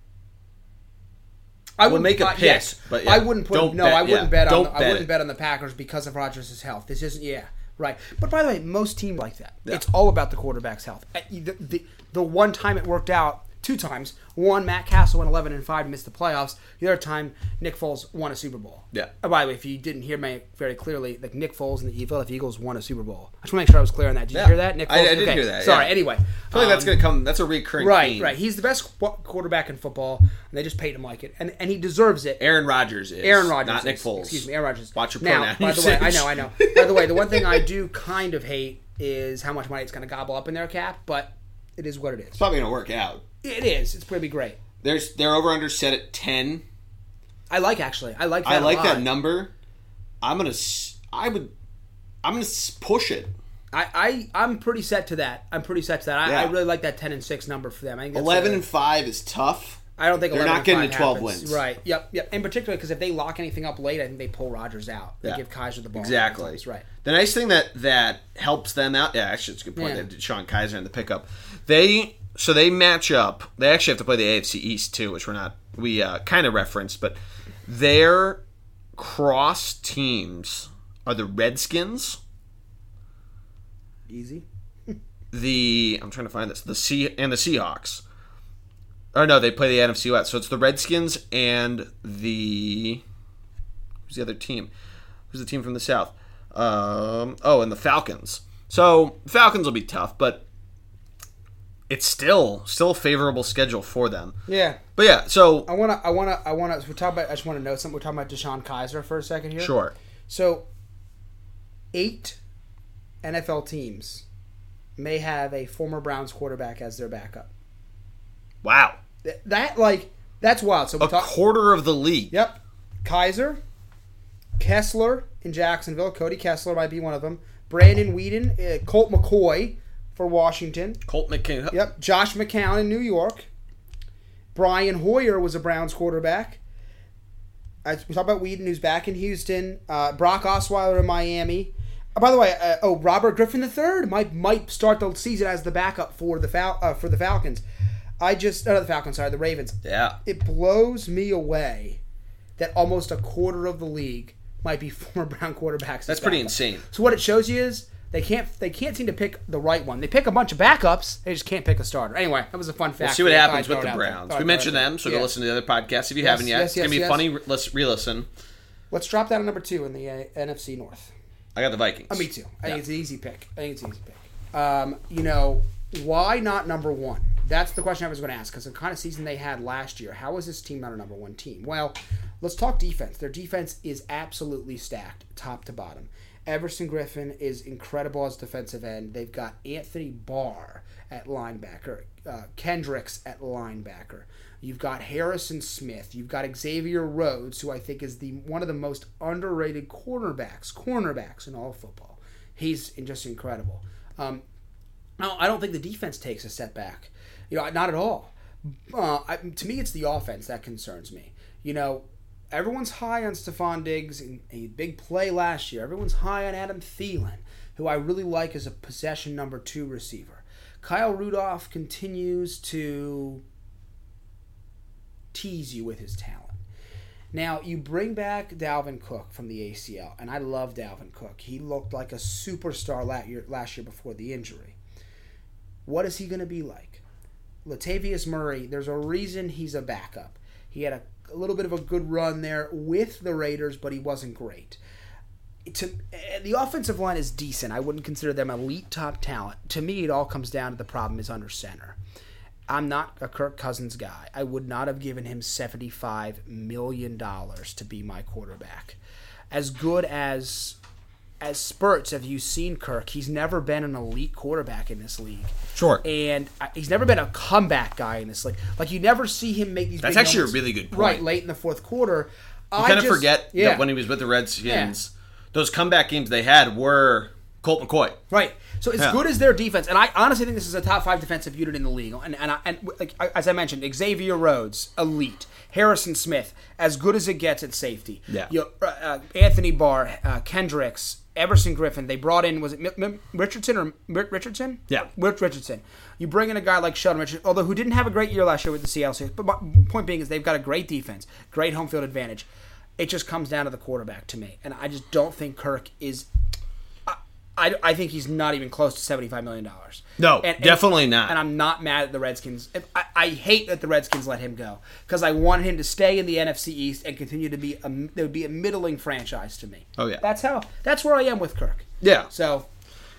I
We'll
wouldn't
make a
buy-
pick,
yes,
but yeah,
I wouldn't put
don't
no,
bet-
I wouldn't
yeah,
bet on
don't
the, I
bet
wouldn't
it.
bet on the Packers because of Rodgers' health. This isn't yeah, right. But by the way, most teams like that.
Yeah.
It's all about the quarterback's health. Uh, The, the, the one time it worked out, two times. One, Matt Castle went 11 and 5 and missed the playoffs. The other time, Nick Foles won a Super Bowl.
Yeah.
Uh, by the way, if you didn't hear me very clearly, like Nick Foles and the Philadelphia Eagles won a Super Bowl. I just want to make sure I was clear on that. Did you
Yeah.
hear that, Nick? Foles?
I- I did hear that,
Sorry.
yeah.
Anyway,
I feel like that's
um,
going to come. That's a recurring
Right,
theme.
right. He's the best qu- quarterback in football, and they just paid him like it, and and he deserves it.
Aaron Rodgers is
Aaron Rodgers.
not Nick
is.
Foles.
Excuse me, Aaron Rodgers.
Watch your
now,
pronoun
By the way, I
usage.
know, I know. By the way, the one thing I do kind of hate is how much money it's going to gobble up in their cap, but it is what it is.
Probably going to work out.
It is. It's going to be great.
There's their over under set at ten.
I like actually. I like. That
I
a
like
lot.
that number. I'm gonna. s- I would. I'm gonna s- push it.
I, I I'm pretty set to that. I'm pretty set to that. I,
Yeah.
I really like that ten and six number for them. I think that's
Eleven
a-
and five is tough.
I don't think
They're
11
not
and
getting
five
to 12
happens.
wins.
Right. Yep. Yep. In particular, because if they lock anything up late, I think they pull Rogers out. They
Yeah.
give Kaiser the ball.
Exactly.
That's right.
The nice thing that that helps them out. Yeah, actually, it's a good point.
Yeah.
They did Sean Kaiser in the pickup. They so they match up. They actually have to play the AFC East too, which we're not we uh, kind of referenced, but their cross teams are the Redskins,
Easy.
the I'm trying to find this the Sea and the Seahawks. Or no, they play the NFC West. So it's the Redskins and the who's the other team? Who's the team from the South? Um, oh, and the Falcons. So Falcons will be tough, but it's still still a favorable schedule for them.
Yeah.
But yeah, so
I wanna, I wanna, I wanna. We're talking about. I just want to know something. We're talking about Deshaun Kaiser for a second here.
sure.
So, eight NFL teams may have a former Browns quarterback as their backup.
Wow,
Th- That like that's wild. So we
a
talk.
quarter of the league.
Yep, Kaiser, Kessler in Jacksonville. Cody Kessler might be one of them. Brandon Whedon, uh, Colt McCoy for Washington.
Colt McKinnon.
Yep. Josh McCown in New York. Brian Hoyer was a Browns quarterback. As we talk about Whedon, who's back in Houston. Uh, Brock Osweiler in Miami. Uh, by the way, uh, oh Robert Griffin III might might start the season as the backup for the Fal- uh, for the Falcons. I just oh, not the Falcons, sorry, the Ravens.
Yeah.
It blows me away that almost a quarter of the league might be former Brown quarterbacks.
That's pretty insane.
So what it shows you is they can't they can't seem to pick the right one. They pick a bunch of backups. They just can't pick a starter. Anyway, that was a fun fact.
See what
that I
happens
thought
with the
out there.
Browns.
Thought
We
I'd
mentioned
throw it out
them, so
Yeah.
go listen to the other podcasts if you haven't yet. it's
yes,
gonna
yes,
be
yes.
funny. Let's re-listen.
there. Let's drop down to number two in the uh, NFC North.
I got the Vikings.
Uh, me too. I think it's an easy pick. I think it's an easy pick. Um, you know, why not number one? That's the question I was going to ask because the kind of season they had last year, how is this team not a number one team? Well, let's talk defense. Their defense is absolutely stacked, top to bottom. Everson Griffin is incredible as defensive end. They've got Anthony Barr at linebacker, uh, Kendricks at linebacker. You've got Harrison Smith. You've got Xavier Rhodes, who I think is the one of the most underrated cornerbacks, cornerbacks in all of football. He's just incredible. Um, no, I don't think the defense takes a step back. You know, not at all. Uh, I, to me, it's the offense that concerns me. You know, everyone's high on Stephon Diggs, and a big play last year. Everyone's high on Adam Thielen, who I really like as a possession number two receiver. Kyle Rudolph continues to tease you with his talent. Now you bring back Dalvin Cook from the ACL, and I love Dalvin Cook. He looked like a superstar last year, last year before the injury. What is he going to be like? Latavius Murray, there's a reason he's a backup. He had a, a little bit of a good run there with the Raiders, but he wasn't great. To, eh, the offensive line is decent. I wouldn't consider them elite top talent. To me, it all comes down to the problem is under center. I'm not a Kirk Cousins guy. I would not have given him $75 million to be my quarterback. As good as as spurts have you seen Kirk? He's never been an elite quarterback in this league.
Sure.
And uh, he's never been a comeback guy in this league. Like you never see him make these. That's
actually a really good point.
Right, late in the fourth quarter.
You kind of forget
yeah.
that when he was with the Redskins, those comeback games they had were Colt McCoy.
Right. So as
Yeah.
good as their defense, and I honestly think this is a top five defensive unit in the league. And and, I, and like, I- as I mentioned, Xavier Rhodes, elite. Harrison Smith, as good as it gets at safety.
Yeah.
You, uh, uh, Anthony Barr, uh, Kendricks, Everson Griffin. They brought in was it M- M- Richardson or Mi- Richardson?
Yeah.
Rich Richardson. You bring in a guy like Sheldon Richardson, although who didn't have a great year last year with the CLC. But my point being is they've got a great defense, great home field advantage. It just comes down to the quarterback to me, and I just don't think Kirk is I, I think he's not even close to $75 million.
No, definitely not.
And I'm not mad at the Redskins. I, I hate that the Redskins let him go because I wanted him to stay in the NFC East and continue to be a, there would be a middling franchise to me.
Oh, yeah.
That's how, that's where I am with Kirk.
Yeah.
So,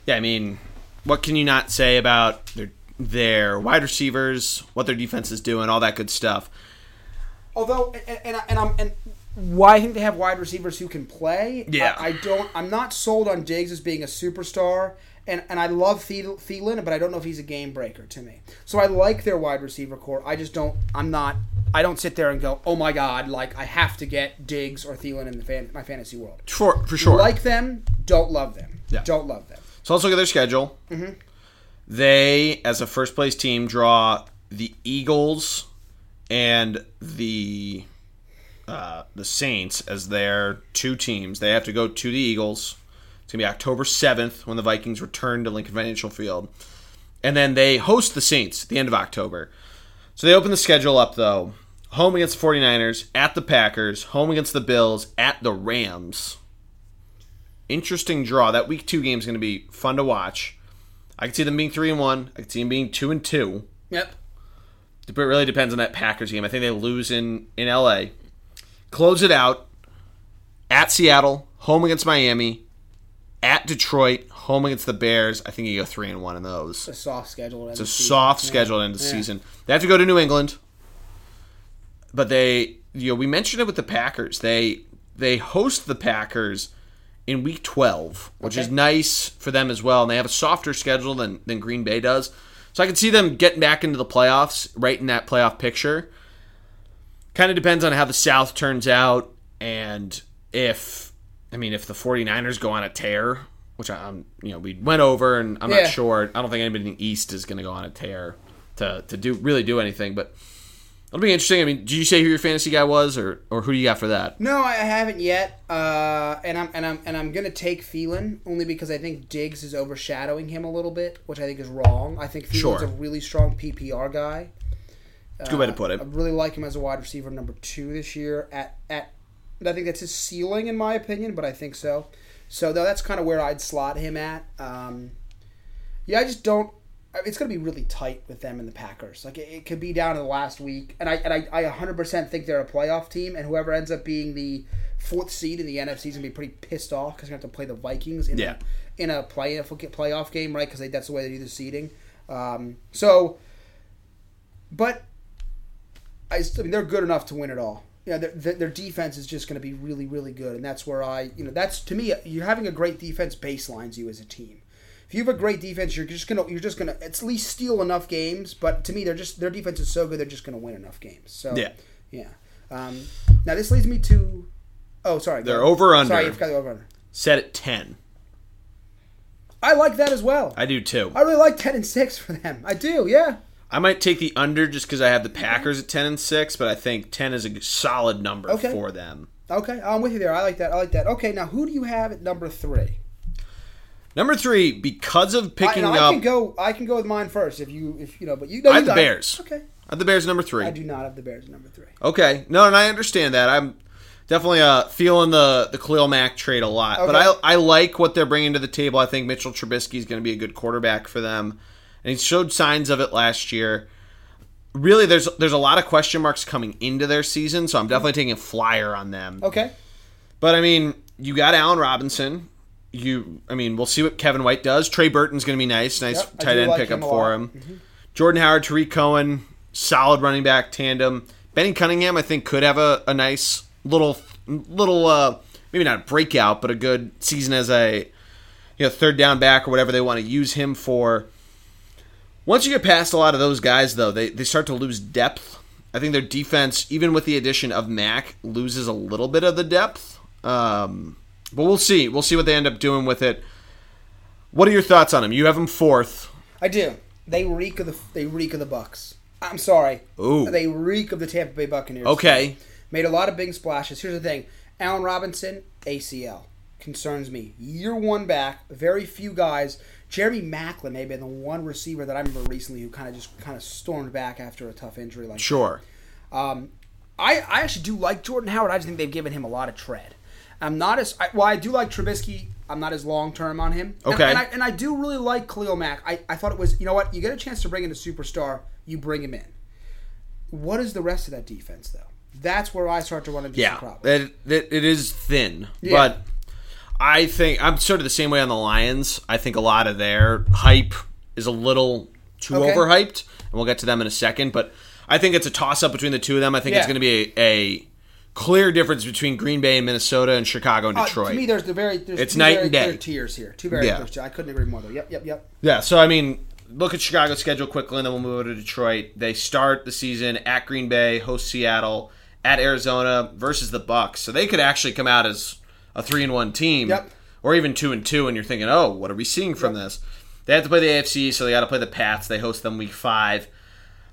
Yeah, I mean, what can you not say about their their wide receivers, what their defense is doing, all that good stuff?
although, and, and, I- and I'm, and why I think they have wide receivers who can play.
Yeah.
I, I don't, I'm not sold on Diggs as being a superstar. And, and I love Thiel- Thielen, but I don't know if he's a game breaker to me. So I like their wide receiver core. I just don't. I'm not. I don't sit there and go, "Oh my God!" Like I have to get Diggs or Thielen in the fan, my fantasy world.
For for sure.
Like them, don't love them.
Yeah.
Don't love them.
so let's look at their schedule. They, as a first place team, draw the Eagles and the uh, the Saints as their two teams. They have to go to the Eagles. It's gonna be October seventh when the Vikings return to Lincoln Financial Field, and then they host the Saints at the end of October. So they open the schedule up though. Home against the 49ers, at the Packers, home against the Bills, at the Rams. Interesting draw. That week two game is going to be fun to watch. I can see them being three and one. I can see them being two and two.
Yep.
It really depends on that Packers game. I think they lose in in LA. Close it out at Seattle, home against Miami, at Detroit, home against the Bears. I think you go three and one in those.
A soft schedule. It's
It's a soft schedule at the end of the season. They have to go to New England, but they, you know, we mentioned it with the Packers. They they host the Packers in Week 12, which is nice for them as well. And they have a softer schedule than than Green Bay does, so I can see them getting back into the playoffs, right in that playoff picture. Kind of depends on how the South turns out, and if I mean if the 49ers go on a tear. Which I- I'm, you know, we went over, and I'm
Yeah.
not sure sure. I don't think anybody in the East is going to go on a tear to, to do really do anything. But it'll be interesting. I mean, did you say who your fantasy guy was, or or who do you got for that?
No, I haven't yet, uh, and I'm and I'm and I'm gonna take Thielen only because I think Diggs is overshadowing him a little bit, which I think is wrong. I think Thielen's
Sure.
a really strong PPR guy.
It's a good way to put it.
I really like him as a wide receiver number two this year. At at, I think that's his ceiling in my opinion, but I think so. So though that's kind of where I'd slot him at. Um, yeah, I just don't. I- It's going to be really tight with them and the Packers. Like it, it could be down to the last week, and I and I, I 100% think they're a playoff team, and whoever ends up being the fourth seed in the NFC is going to be pretty pissed off because they're going to have to play the Vikings in
Yeah.
a, in a playoff playoff game, right? Because that's the way they do the seeding. Um, so, but I, still- I mean, they're good enough to win it all. You know, their, their their defense is just going to be really, really good, and that's where I, you know, that's to me, you're having a great defense baselines you as a team. If you have a great defense, you're just gonna, you're just gonna at least steal enough games. But to me, they're just their defense is so good, they're just gonna win enough games. So
Yeah.
yeah. Um, now this leads me to, oh sorry,
They're over-under.
Sorry, I forgot the over under.
Set at ten.
I like that as well. I,
I do too.
really like ten and six for them. I do, yeah.
I might take the under just because I have the Packers at ten and six, but I think ten is a solid number
Okay.
for them.
Okay, I'm with you there. I like that. I like that. Okay, now who do you have at number three?
Number three, because of
I,
picking
no, I
up,
can go. I can go with mine first if you if you know. But you know,
I have
you
the
got it.
Bears.
Okay,
I have the Bears number three.
I do not have the Bears at number three.
Okay. No, and I understand that. I'm definitely uh, feeling the the Khalil Mack trade a lot, but I I like what they're bringing to the table. I think Mitchell Trubisky is going to be a good quarterback for them, and he showed signs of it last year. Really, there's there's a lot of question marks coming into their season, so I'm definitely taking a flyer on them.
Okay,
But I mean, you got Allen Robinson. You, I mean, we'll see what Kevin White does. Trey Burton's going to be nice, nice
Yep, I
tight
do
end
like
pickup
him a lot. Mm-hmm.
for him. Jordan Howard, Tariq Cohen, solid running back tandem. Benny Cunningham, I think, could have a, a nice little, little, uh, maybe not a breakout, but a good season as a you know third down back or whatever they want to use him for. Once you get past a lot of those guys, though, they, they start to lose depth, I think their defense, even with the addition of Mac, loses a little bit of the depth. Um, but we'll see. We'll see what they end up doing with it. What are your thoughts on him? You have him fourth.
I do. They reek of the they reek of the Bucks. I'm sorry.
Ooh.
They reek of the Tampa Bay Buccaneers.
Okay.
Made a lot of big splashes. Here's the thing: Allen Robinson ACL concerns me. Year one back, very few guys. Jeremy Macklin may have been the one receiver that I remember recently who kind of just kind of stormed back after a tough injury like
Sure.
um, I, I actually do like Jordan Howard. I just think they've given him a lot of tread. I'm not as I, well. I do like Trubisky. I'm not as long term on him. And-
Okay.
And, I, and I do really like Khalil Mack. I, I thought it was you know what you get a chance to bring in a superstar, you bring him in. What is the rest of that defense though? That's where I start to run into some
Yeah,
problems.
it, it, it is thin,
Yeah.
but I think I'm sort of the same way on the Lions. I think a lot of their hype is a little too
Okay.
overhyped, and we'll get to them in a second. But I think it's a toss up between the two of them. I think it's
Yeah.
going to be a, a clear difference between Green Bay and Minnesota and Chicago and
Uh,
Detroit.
to me, there's the very there's
It's
two
night
very
and day.
clear tiers here. Two very
Yeah.
clear tiers. I couldn't agree more though. Yep, yep, yep.
Yeah, so I mean, look at Chicago's schedule quickly, and then we'll move over to Detroit. They start the season at Green Bay, host Seattle, at Arizona versus the Bucks. So they could actually come out as a three and one team,
Yep.
or even two and two. And you're thinking, oh, what are we seeing from this? They have to play the AFC, so they got to play the Pats. They host them week five.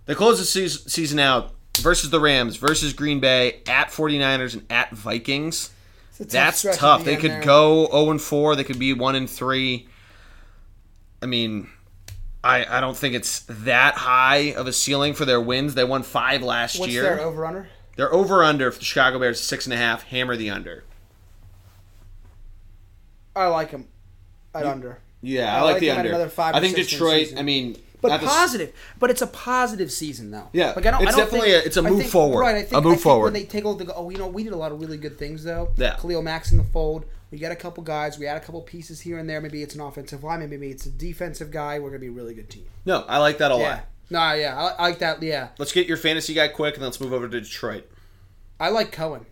They close the seas- season out versus the Rams, versus Green Bay, at 49ers, and at Vikings.
It's a tough
That's
stretch
tough.
at the
They
end
could
there.
go 0 and 4. They could be 1 and 3. I mean, I, I don't think it's that high of a ceiling for their wins. They won five last
What's
year.
their over under?
They're over under for the Chicago Bears, six and a half. Hammer the under.
I like him at under.
Yeah,
I
I like,
like
the
them at
under.
another five
I
or
think
six in the
Detroit.
season.
I mean,
But
not the s-
positive. but it's a positive season, though.
Yeah.
Like, I don't,
It's
I don't
definitely
think-
a- it's a
I
move
think-
forward.
Right. I think,
A move
I think
forward.
When they take a look, they go, oh, you know, we did a lot of really good things, though.
Yeah.
Khalil Mack's in the fold. We got a couple guys. We add a couple pieces here and there. Maybe it's an offensive lineman. Maybe it's a defensive guy. We're gonna be a really good team.
No, I like that a
Yeah.
lot.
No, yeah, I, I like that. Yeah,
Let's get your fantasy guy quick, and let's move over to Detroit.
I like Cohen.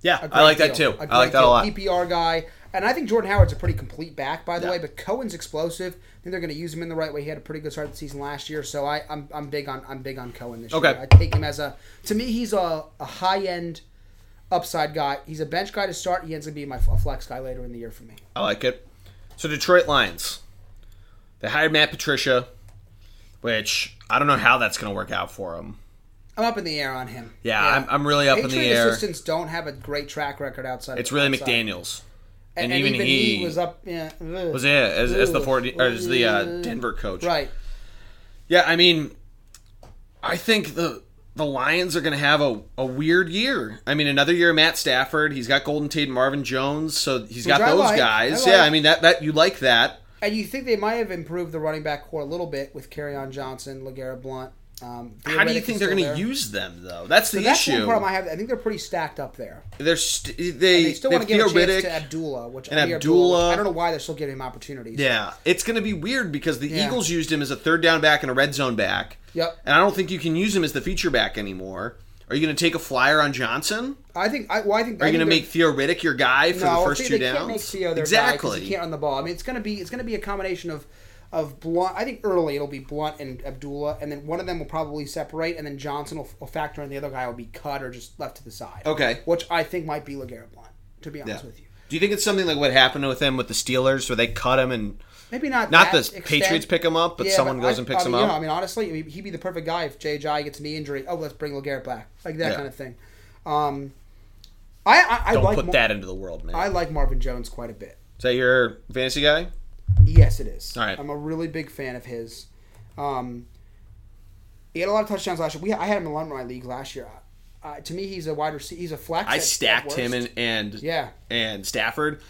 Yeah,
A
I like
great
that
deal.
too.
A
I like
great
that
deal.
a lot.
PPR guy, and I think Jordan Howard's a pretty complete back, by the
Yeah.
way. But Cohen's explosive. I think they're going to use him in the right way. He had a pretty good start to the season last year, so I, I'm I'm big on I'm big on Cohen this
Okay.
year. I take him as a to me he's a, a high end upside guy. He's a bench guy to start. He ends up being my a flex guy later in the year for me.
I like it. So Detroit Lions, they hired Matt Patricia, which I don't know how that's going to work out for him.
I'm up in the air on him.
Yeah, I'm, I'm really up in
Patriot
the air.
assistants don't have a great track record outside.
It's
of-
really
outside.
McDaniel's,
and,
and,
and
even, he,
was up. Yeah, ugh.
was yeah as, as the
Ooh.
40, or as the uh, Denver coach.
right.
Yeah, I mean, I think the the Lions are going to have a, a weird year. I mean, another year of Matt Stafford. He's got Golden Tate, and Marvin Jones, so he's got
I
those
like. I
guys.
like.
Yeah, I mean that that you like that.
And you think they might have improved the running back core a little bit with Carryon Johnson, Legarrette Blunt. Um,
How do you think they're
going
to use them though? That's the
That's
issue.
one problem I have. I think they're pretty stacked up there.
They're st- they
And they still
they
want to give a
Theoretic-
chance to Abdullah, which
and
I mean,
Abdullah-
I don't know why they're still giving him opportunities.
Yeah, it's going to be weird because the
Yeah.
Eagles used him as a third down back and a red zone back.
Yep.
And I don't think you can use him as the feature back anymore. Are you going to take a flyer on Johnson?
I think. I, well, I think.
Are
I
you going
think
to
they're-
make Theoretic your guy for
no,
the
I
first
think
two
they
downs?
Can't make Theo their guy 'cause
exactly.
he can't run the ball. I mean, it's gonna be it's gonna be a combination of of Blunt. I think early it'll be Blunt and Abdullah, and then one of them will probably separate, and then Johnson will, will factor, in the other guy will be cut or just left to the side.
Okay.
which I think might be Legarrette Blunt. To be honest
Yeah.
with you,
Do you think it's something like what happened with him with the Steelers, where they cut him and
maybe not
not
that
the
extent.
Patriots pick him up, but
Yeah,
someone goes
I-
and picks
I mean,
him
you
up?
know, I mean, honestly, I mean, he'd be the perfect guy if JJ gets a knee injury. Oh, let's bring Legarrette back, like that
Yeah.
kind of thing. Um, I I, I
don't
like
put
Mar-
that into the world, man.
I like Marvin Jones quite a bit.
Is that your fantasy guy?
Yes, it is.
All right.
I'm a really big fan of his. Um, he had a lot of touchdowns last year. We I had him in one of my league last year. Uh, to me, he's a wide receiver. He's a flex.
I
at- at
stacked him
worst.
and and
Yeah.
and Stafford.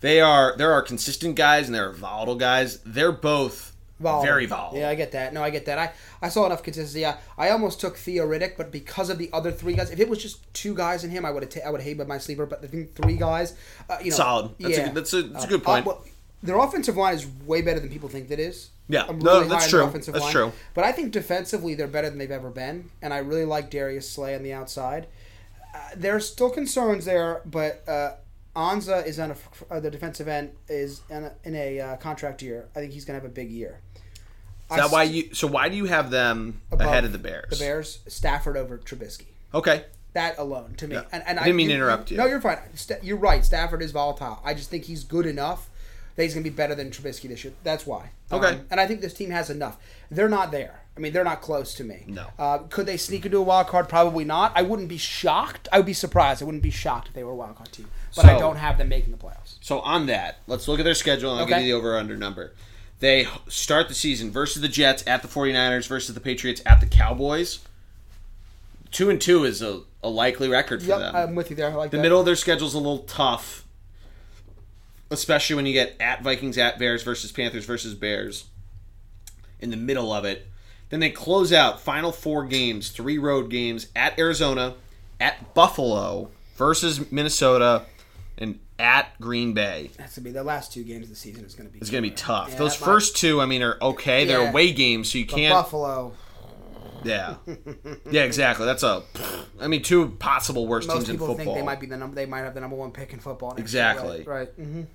They are there are consistent guys and there are volatile guys. They're both
Volatile.
very volatile.
Yeah, I get that. No, I get that. I, I saw enough consistency. I, I almost took Theoretic, but because of the other three guys, if it was just two guys and him, I would have ta- I would have hated my sleeper. But I think three guys, uh, you know,
Solid. That's a
yeah.
good- that's a- that's a good
uh,
point.
well, their offensive line is way better than people think it is.
Yeah.
I'm
No,
really
that's
high on
true.
their offensive
That's
line.
true.
But I think defensively they're better than they've ever been, and I really like Darius Slay on the outside. Uh, there's still concerns there, but uh, Anza is on a, uh, the defensive end is in a, in a uh, contract year. I think he's going to have a big year. I
that
s-
why you? So why do you have them
above
ahead of the Bears?
The Bears, Stafford over Trubisky.
Okay.
That alone to me. And, and I
Didn't mean to interrupt you.
No, you're fine. Sta- You're right. Stafford is volatile. I just think he's good enough that he's going to be better than Trubisky this year. That's why.
Okay.
Um, and I think this team has enough. They're not there. I mean, they're not close to me.
No.
Uh, could they sneak into a wild card? Probably not. I wouldn't be shocked. I would be surprised. I wouldn't be shocked if they were a wild card team. But I
So-
don't have them making the playoffs.
So on that, let's look at their schedule and I'll give
Okay.
you the over under number. They h- start the season versus the Jets at the 49ers versus the Patriots at the Cowboys. 2 and 2 is a, a likely record for
Yep,
them.
I'm with you there. I like
the
that.
middle of their schedule's a little tough, especially when you get at Vikings at Bears versus Panthers versus Bears in the middle of it. Then they close out final four games, three road games at Arizona, at Buffalo versus Minnesota, and at Green Bay.
That's gonna be the last two games of the season is gonna be.
It's going to be tough.
Yeah,
Those
that might-
first two, I mean, are okay. They're
Yeah.
away games, so you can't.
Buffalo.
Yeah, yeah, exactly. That's a. I mean, two possible worst
Most
teams in
people
football.
think they might be the number. They might have the number one pick in football. next year,
Exactly.
Right. right. Mhm.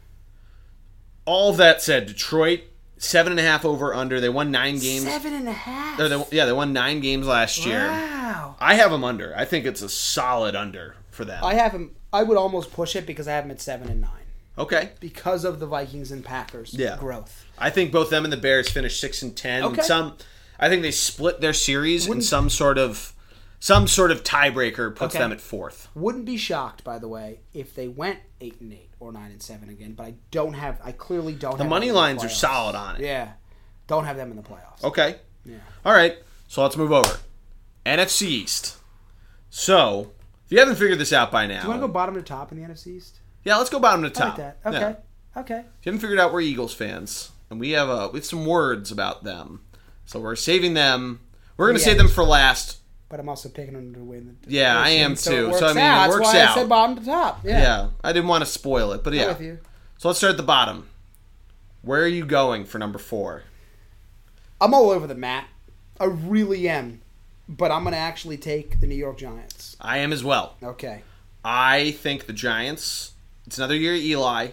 All that said, Detroit seven and a half over under. They won nine games.
Seven and a half.
or they- yeah, they won nine games last year.
wow.
I have them under. I think it's a solid under for them.
I have them. I would almost push it because I have them at seven and nine
okay.
because of the Vikings and Packers
Yeah.
growth.
I think both them and the Bears finished six and ten.
Okay.
And some, I think they split their series in
Wouldn't-
some sort of, some sort of tiebreaker puts
Okay.
them at fourth.
Wouldn't be shocked, by the way, if they went eight and eight or nine and seven again. But I don't have. I clearly don't.
The
have
money
them in
lines are
playoffs.
solid on it.
Yeah. Don't have them in the playoffs.
Okay.
Yeah.
All right. So let's move over. NFC East. So if you haven't figured this out by now,
You want to go bottom to top in the NFC East?
yeah, let's go bottom to
I
top.
like that. Okay.
Yeah.
Okay.
If you haven't figured out we're Eagles fans, and we have uh, we have some words about them, so we're saving them. We're gonna
Oh, Yeah.
save them for last.
But I'm also picking them to win. The
Yeah, I am
it
too.
works
So, I mean, it
out. That's
works
why
out.
I said bottom to top. Yeah.
Yeah, I didn't want to spoil it, but
I'm
yeah.
with you.
So let's start at the bottom. Where are you going for number four?
I'm all over the map. I really am. But I'm going to actually take the New York Giants.
I am as well.
Okay.
I think the Giants. It's another year, of Eli.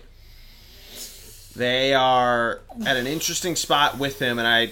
They are at an interesting spot with him, and I.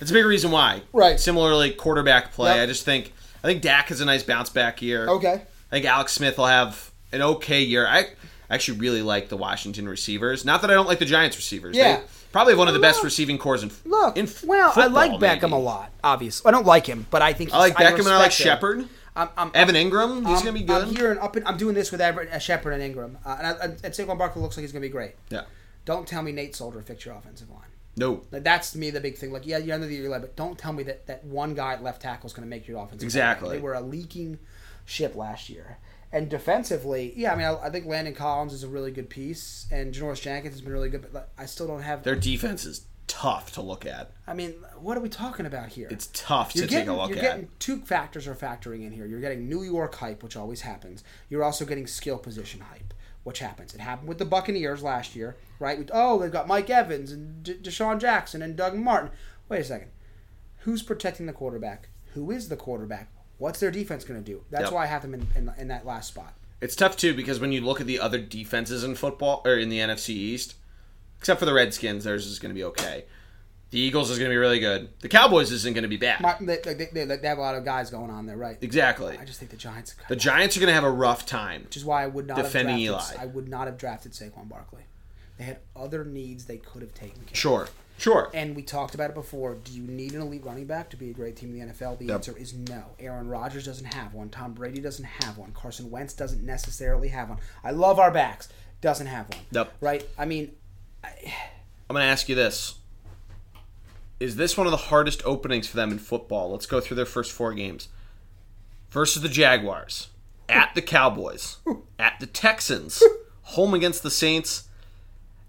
It's a big reason why.
Right.
Similarly, quarterback play.
Yep.
I just think I think Dak has a nice bounce back year.
Okay.
I think Alex Smith will have an okay year. I actually really like the Washington receivers. Not that I don't like the Giants receivers.
Yeah.
They probably have one of the best
Look.
receiving cores in
Look,
In f-
well, I
football,
like Beckham
maybe.
a lot, obviously. I don't like him, but I think
I like
he's-
Beckham and I like
respect him.
Shepard.
I'm, I'm,
Evan Ingram, he's gonna be good.
I'm here and up. And, I'm doing this with Everett, uh, Shepard and Ingram, uh, and, I, and Saquon Barkley looks like he's gonna be great.
Yeah.
Don't tell me Nate Solder fixed your offensive line.
No.
Like, that's to me the big thing. Like, yeah, you're under the year led, but don't tell me that that one guy at left tackle is going to make your offense.
Exactly.
They were a leaking ship last year. And defensively, yeah, I mean, I, I think Landon Collins is a really good piece, and Janoris Jenkins has been really good, but like, I still don't have.
Their defense is tough to look at.
I mean, what are we talking about here?
It's tough to
you're getting,
take a look
you're
at.
getting two factors are factoring in here. You're getting New York hype, which always happens. You're also getting skill position hype, which happens. It happened with the Buccaneers last year, right? We- oh, they've got Mike Evans and D- Deshaun Jackson and Doug Martin. Wait a second, who's protecting the quarterback? Who is the quarterback? What's their defense going to do? That's
Yep.
why I have them in, in, in that last spot.
It's tough too because when you look at the other defenses in football or in the NFC East, except for the Redskins, theirs is going to be okay. The Eagles is going to be really good. The Cowboys isn't going to be bad.
Martin, they, they, they, they have a lot of guys going on there, right?
exactly.
I just think the Giants,
The Giants are going to have a rough time.
which is why I would not
Defending
have drafted,
Eli.
I would not have drafted Saquon Barkley. They had other needs they could have taken care. of.
Sure, sure.
And we talked about it before. Do you need an elite running back to be a great team in the NFL? The answer is no. Aaron Rodgers doesn't have one. Tom Brady doesn't have one. Carson Wentz doesn't necessarily have one. I love our backs. Doesn't have one.
Yep.
Right? I mean,
I'm going to ask you this: Is this one of the hardest openings for them in football? Let's go through their first four games: versus the Jaguars, at the Cowboys, at the Texans, home against the Saints,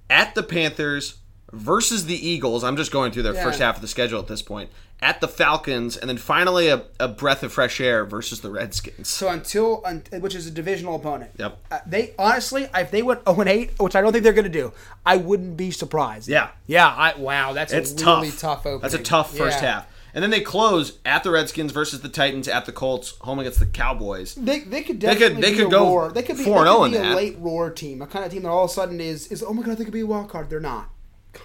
at the Panthers, versus the Eagles. I'm just going through their first half of the schedule at this point. At the Falcons, and then finally a, a breath of fresh air versus the Redskins.
so until, un, which is a divisional opponent.
Yep.
Uh, they honestly, if they went 0 8, which I don't think they're going to do, I wouldn't be surprised.
Yeah.
Yeah. I Wow. That's
It's
a really
tough.
tough, opening.
That's a tough first
Yeah.
half. And then they close at the Redskins versus the Titans, at the Colts, home against the Cowboys.
They, they
could-
could definitely
they
be
could
a
go
roar. They could be,
4-0
they
in
could be a
that.
oh late roar team, a kind of team that all of a sudden is is oh my god, they could be a wild card. They're not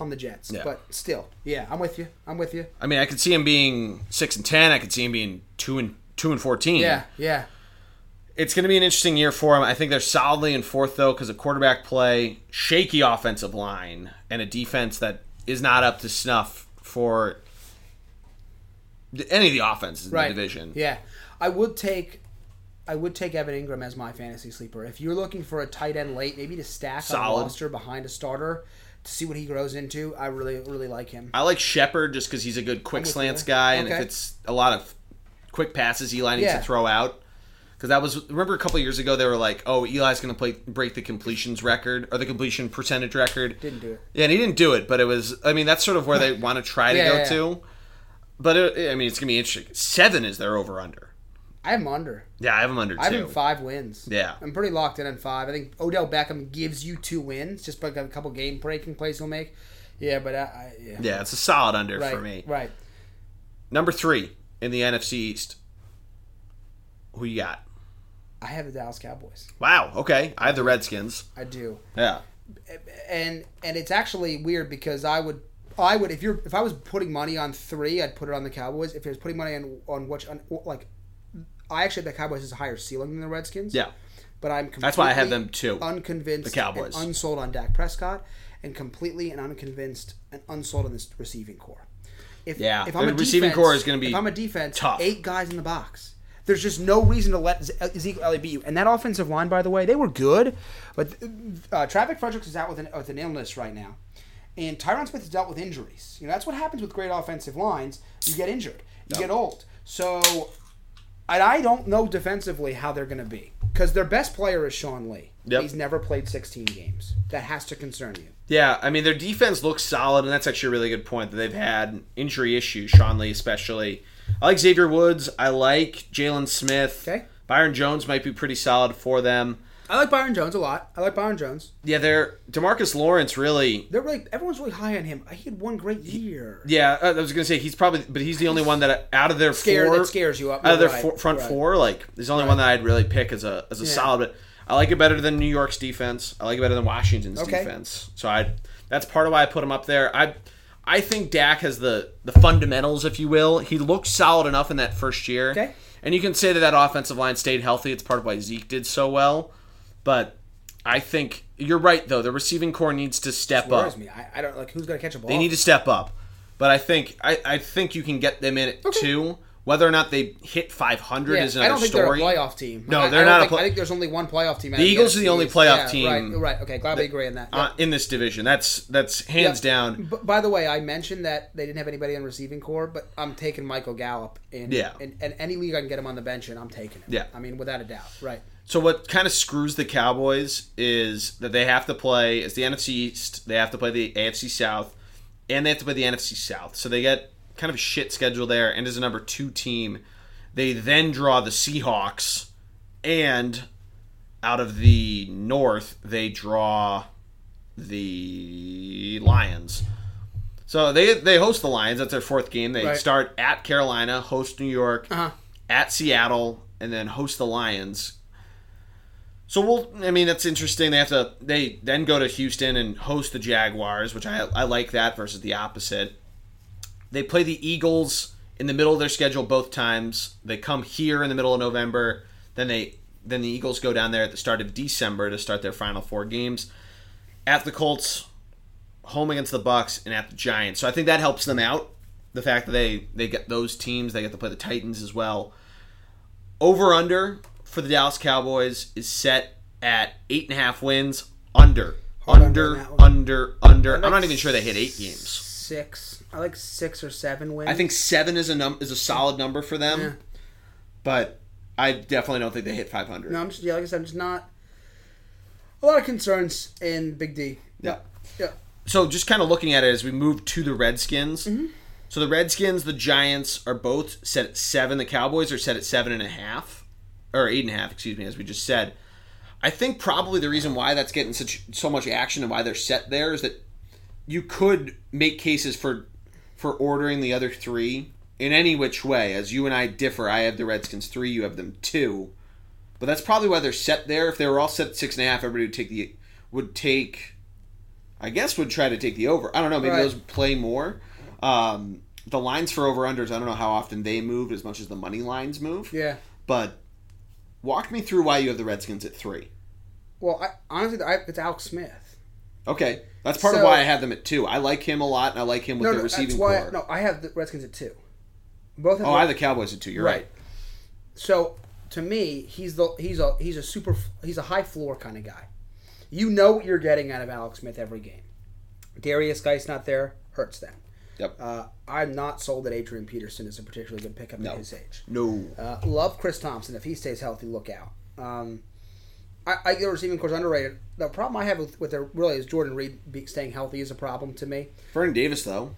on the Jets.
Yeah.
But still, yeah, I'm with you. I'm with you.
I mean, I could see him being six and ten. I could see him being two and two and fourteen.
Yeah, yeah.
it's going to be an interesting year for him. I think they're solidly in fourth though because of quarterback play, shaky offensive line, and a defense that is not up to snuff for th- any of the offenses in
Right.
the division.
Yeah, I would take. I would take Evan Ingram as my fantasy sleeper. If you're looking for a tight end late, maybe to stack on
Solid.
a roster behind a starter to see what he grows into, I really, really like him.
I like Shepard just because he's a good quick
with
slants
you.
guy, and if
Okay.
it's a lot of quick passes, Eli needs
Yeah.
to throw out. Because that was remember a couple years ago they were like, "Oh, Eli's going to play break the completions record or the completion percentage record."
Didn't do it.
Yeah, and he didn't do it, but it was. I mean, that's sort of where they want to try to
Yeah,
go
yeah,
to. But it, I mean, it's gonna be interesting. Seven is their over under.
I have him under.
Yeah, I have them under
I have
two.
him five wins.
Yeah.
I'm pretty locked in on five. I think Odell Beckham gives you two wins just by a couple game breaking plays he'll make. Yeah, but I, I yeah.
Yeah, it's a solid under
right,
for me.
Right.
Number three in the NFC East. Who you got?
I have the Dallas Cowboys.
Wow. Okay, I have the Redskins.
I do.
Yeah.
and and it's actually weird because I would I would if you're if I was putting money on three I'd put it on the Cowboys if I was putting money on on which on, like I actually think the Cowboys is a higher ceiling than the Redskins
Yeah.
but I'm completely
That's why I had them two.
unconvinced
The Cowboys.
and unsold on Dak Prescott and completely and unconvinced and unsold on this receiving core if
Yeah,
if I'm
the
a
receiving
defense-
core is gonna be
if I'm a defense
tough.
eight guys in the box. There's just no reason to let Ze- Ezekiel Elliott beat you. And that offensive line, by the way, they were good, but uh, Traffic Fredericks is out with an, with an illness right now, and Tyron Smith is dealt with injuries. You know that's what happens with great offensive lines. You get injured, you get old. So, and I don't know defensively how they're going to be because their best player is Sean Lee.
Yep.
He's never played 16 games. That has to concern you.
Yeah, I mean their defense looks solid, and that's actually a really good point that they've had injury issues. Sean Lee, especially. I like Xavier Woods. I like Jalen Smith.
Okay.
Byron Jones might be pretty solid for them.
I like Byron Jones a lot. I like Byron Jones.
Yeah, they're Demarcus Lawrence really.
They're really everyone's really high on him. He had one great year.
Yeah, uh, I I was gonna say he's probably, but he's the only one that out of their
Scare-
four
that scares you up.
Out of their
You're right.
four, front
Right.
four, like there's the only one that I'd really pick as a as a solid. But I like it better than New York's defense. I like it better than Washington's
Okay.
defense. So I that's part of why I put him up there. I I think Dak has the the fundamentals, if you will. He looked solid enough in that first year.
Okay.
And you can say that that offensive line stayed healthy. It's part of why Zeke did so well. But I think you're right though. The receiving core needs to step up.
Worries me. I, I don't like who's gonna catch a ball.
They need to step up. But I think I, I think you can get them in at two. Whether or not they hit 500
Yeah,
is
I
another
don't think
story.
they're a playoff team.
No,
I- I
they're
don't
not a
Think,
play-
I think there's only one playoff team. out
The
of
Eagles are the
NFC.
only playoff
Yeah,
team.
Right, right. Okay, glad we agree on that.
uh, in this division. That's that's
Yeah.
hands down.
B- by the way, I mentioned that they didn't have anybody on receiving core, but I'm taking Michael Gallup in.
Yeah.
In, in any league I can get him on the bench, and I'm taking him.
Yeah.
I mean, without a doubt. Right.
So what kind of screws the Cowboys is that they have to play as the NFC East, they have to play the AFC South, and they have to play the NFC South. So they get kind of a shit schedule there, and as a number two team, they then draw the Seahawks, and out of the North they draw the Lions. So they they host the Lions. That's their fourth game. They
Right.
start at Carolina, host New York, at Seattle, and then host the Lions. So we'll. I mean, that's interesting. They have to. They then go to Houston and host the Jaguars, which I I like that versus the opposite. They play the Eagles in the middle of their schedule both times. They come here in the middle of November. Then they then the Eagles go down there at the start of December to start their final four games. At the Colts, home against the Bucks, and at the Giants. So I think that helps them out. The fact that they they get those teams, they get to play the Titans as well. Over under for the Dallas Cowboys is set at eight and a half wins. Under.
Hard
Under,
under
under,
on that one.
under, I'm
like
not even sure they hit eight games.
Six. I like six or seven wins.
I think seven is a num is a solid number for them, but I definitely don't think they hit 500.
No, I'm just yeah. Like I said, I'm just not. A lot of concerns in Big D.
Yeah.
Yeah.
So just kind of looking at it as we move to the Redskins. So the Redskins, the Giants are both set at seven. The Cowboys are set at seven and a half, or eight and a half, excuse me, as we just said. I think probably the reason why that's getting such so much action and why they're set there is that you could make cases for for ordering the other three in any which way. As you and I differ, I have the Redskins three, you have them two. But that's probably why they're set there. If they were all set at six and a half, everybody would take the would take I guess would try to take the over. I don't know. Maybe
Right.
those play more. Um, the lines for over unders. I don't know how often they move as much as the money lines move.
Yeah.
But walk me through why you have the Redskins at three.
Well, I, honestly, I, it's Alex Smith.
Okay, that's part of
So-
why I have them at two. I like him a lot, and I like him with
No,
the
no,
receiving
that's why.
core.
No, I have the Redskins at two. Both. Have
oh, I have the Cowboys at two. You're right.
So to me, he's the he's a he's a super he's a high floor kind of guy. You know what you're getting out of Alex Smith every game. Darius Geis not there hurts them.
Yep.
Uh, I'm not sold that Adrian Peterson is a particularly good pickup at his age.
no.
Uh, love Chris Thompson. If he stays healthy, look out. Um, I, I get receiving course underrated. The problem I have with, with their really is Jordan Reed be, staying healthy is a problem to me.
Vernon Davis though.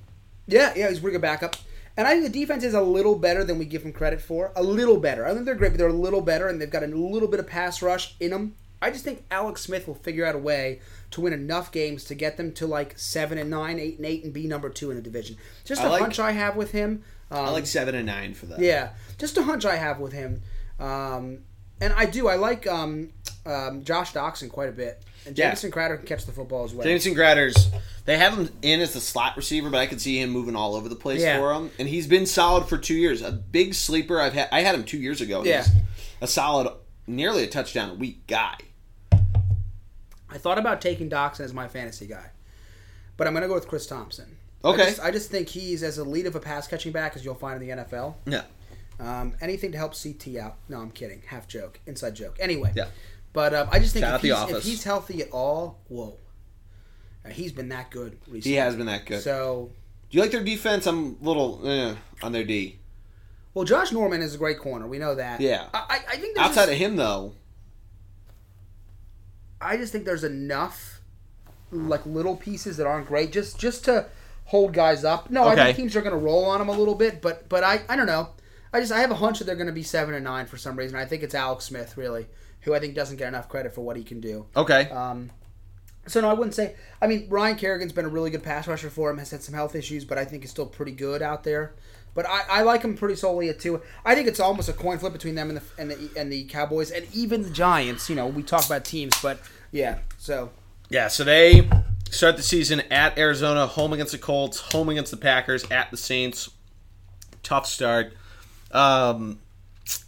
Yeah, yeah, he's a pretty good backup. And I think the defense is a little better than we give them credit for. A little better. I think they're great, but they're a little better, and they've got a little bit of pass rush in them. I just think Alex Smith will figure out a way to win enough games to get them to like seven and nine, eight and eight, and be number two in the division. Just
I
a
like-
hunch I have with him. Um,
I like seven and nine for that.
yeah, just a hunch I have with him. Um, and I do. I like um, um, Josh Doxson quite a bit. And
Yeah.
Jameson Crowder can catch the football as well.
Jameson Gratters, they have him in as the slot receiver, but I could see him moving all over the place
Yeah.
for him. And he's been solid for two years. A big sleeper. I've had I had him two years ago. He
Yeah.
was a solid, nearly a touchdown a week guy.
I thought about taking Doxson as my fantasy guy, but I'm going to go with Chris Thompson.
Okay.
I just, I just think he's as elite of a pass catching back as you'll find in the NFL.
Yeah.
Um, anything to help CT out. No, I'm kidding. Half joke. Inside joke. Anyway.
Yeah.
But um, I just think
Shout
if
out The
he's, if
Office.
he's healthy at all, whoa. Uh, he's been that good recently.
He has been that good.
So,
Do you like their defense? I'm a little eh, on their D.
well, Josh Norman is a great corner. We know that.
Yeah.
I, I- I think there's
Outside
just,
of him though,
I just think there's enough like little pieces that aren't great just just to hold guys up. No, I
Okay.
think teams are going to roll on them a little bit, but but I I don't know. I just I have a hunch that they're going to be seven and nine for some reason. I think it's Alex Smith really, who I think doesn't get enough credit for what he can do.
okay.
Um, so no, I wouldn't say. I mean, Ryan Kerrigan's been a really good pass rusher for him. Has had some health issues, but I think he's still pretty good out there. But I, I like him pretty solely at two. I think it's almost a coin flip between them and the and the and the Cowboys and even the Giants. You know, we talk about teams, but yeah. So
Yeah, so they start the season at Arizona, home against the Colts, home against the Packers, at the Saints. Tough start. Um,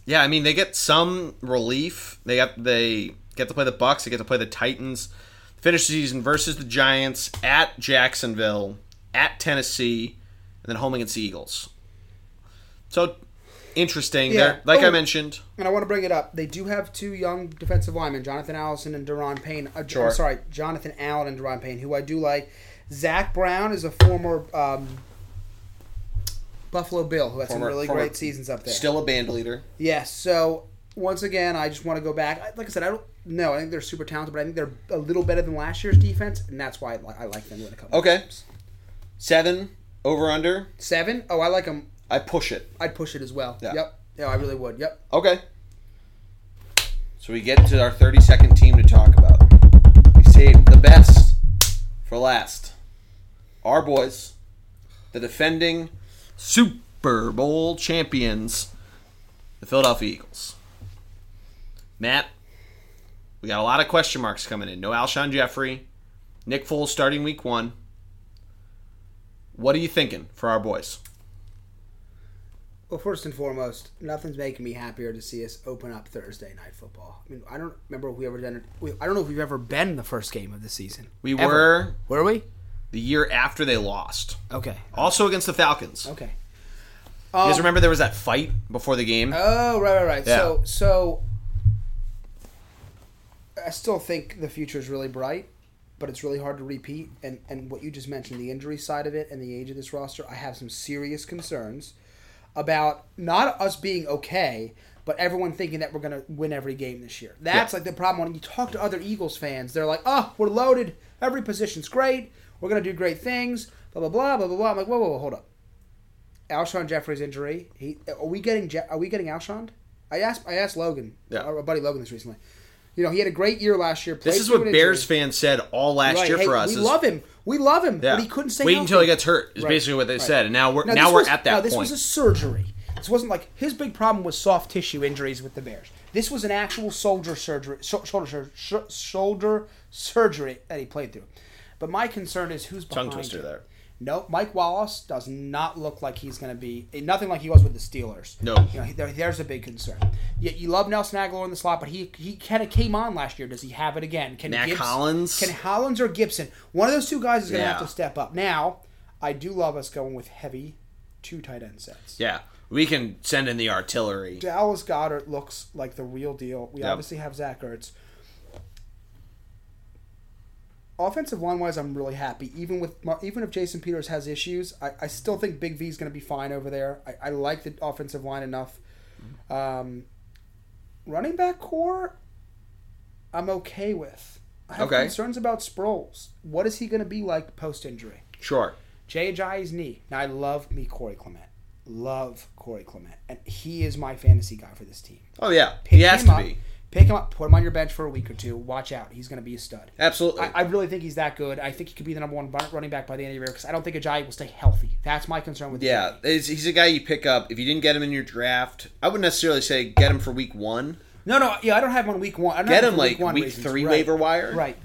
yeah, I mean they get some relief. They got they get to play the Bucks. They get to play the Titans. Finish the season versus the Giants at Jacksonville, at Tennessee, and then home against the Eagles. So interesting.
Yeah.
They're- Like I
Oh.
mentioned,
and I want to bring it up. They do have two young defensive linemen, Jonathan Allison and Deron Payne. Uh,
Sure.
I'm sorry, Jonathan Allen and Deron Payne, who I do like. Zach Brown is a former um, Buffalo Bill who had
Former-
some really
former-
great seasons up there.
still a band leader.
Yes. So once again, I just want to go back. I- Like I said, I don't know. I think they're super talented, but I think they're a little better than last year's defense, and that's why I, li- I like them when it comes.
Okay, seven over under.
Seven. Oh, I like them.
I push it.
I'd push it as well.
Yeah.
Yep. Yeah, I really would. Yep.
Okay. So we get to our 30 second team to talk about. We saved the best for last. Our boys, the defending Super Bowl champions, the Philadelphia Eagles. Matt, we got a lot of question marks coming in. No Alshon Jeffrey, Nick Foles starting week one. What are you thinking for our boys?
Well, first and foremost, nothing's making me happier to see us open up Thursday night football. I mean, I don't remember if we ever done it. We, I don't know if we've ever been the first game of the season.
We
Ever.
were
Were we?
the year after they lost,
Okay.
also against the Falcons.
Okay.
You guys remember there was that fight before the game?
Oh, right, right, right.
Yeah.
So, so I still think the future is really bright, but it's really hard to repeat. And and what you just mentioned, the injury side of it and the age of this roster, I have some serious concerns about not us being okay, but everyone thinking that we're going to win every game this year. That's
Yeah.
like the problem. When you talk to other Eagles fans, they're like, "Oh, we're loaded. Every position's great. We're going to do great things." Blah blah blah blah blah blah. I'm like, "Whoa, whoa, whoa, hold up." Alshon Jeffrey's injury. He are we getting Je- are we getting Alshon? I asked I asked Logan,
Yeah.
our buddy Logan, this recently. You know, he had a great year last year.
this
played
is
through
what
an
Bears
injury.
fans said all last
Right,
year
hey,
for us.
We
is,
love him. We love him,
yeah,
but he couldn't stay.
Wait until he
healthy.
gets hurt. Is
Right,
basically what they
right.
said. And now we're now,
this
we're
was-
at
no,
that
this
point.
was a surgery. This wasn't like his big problem was soft tissue injuries with the Bears. This was an actual soldier surgery, sho- shoulder sur- sho- shoulder surgery that he played through. But my concern is who's behind
Tongue twister
him.
there.
Nope, Mike Wallace does not look like he's going to be nothing like he was with the Steelers.
No.
you know, he- there, there's a big concern. Yet you love Nelson Aguilar in the slot, but he he kind of came on last year. Does he have it again? Can
Matt
Gibbs-
Collins?
Can Hollins or Gibson? One of those two guys is going to
Yeah.
have to step up. Now, I do love us going with heavy two tight end sets.
Yeah, we can send in the artillery.
Dallas Goddard looks like the real deal. We obviously have Zach Ertz. Offensive line wise, I'm really happy. Even with Mar- even if Jason Peters has issues, I, I still think Big V is going to be fine over there. I, I like the offensive line enough. Um, running back core, I'm okay with. I have
Okay.
concerns about Sproles. What is he going to be like post injury?
Sure.
Jay Ajayi's knee. Now I love me Corey Clement. Love Corey Clement. And he is my fantasy guy for this team.
Oh yeah, he has
him
to
up,
be.
Pick him up, put him on your bench for a week or two. Watch out. He's going to be a stud.
Absolutely.
I, I really think he's that good. I think he could be the number one run- running back by the end of the year because I don't think Ajayi will stay healthy. That's my concern with
yeah,
Ajayi.
he's, he's a guy you pick up if you didn't get him in your draft. I wouldn't necessarily say get him for week one.
No, no. Yeah, I don't have him on week one. I don't
Get him
have for
like week
reasons.
three
Right.
waiver wire.
Right.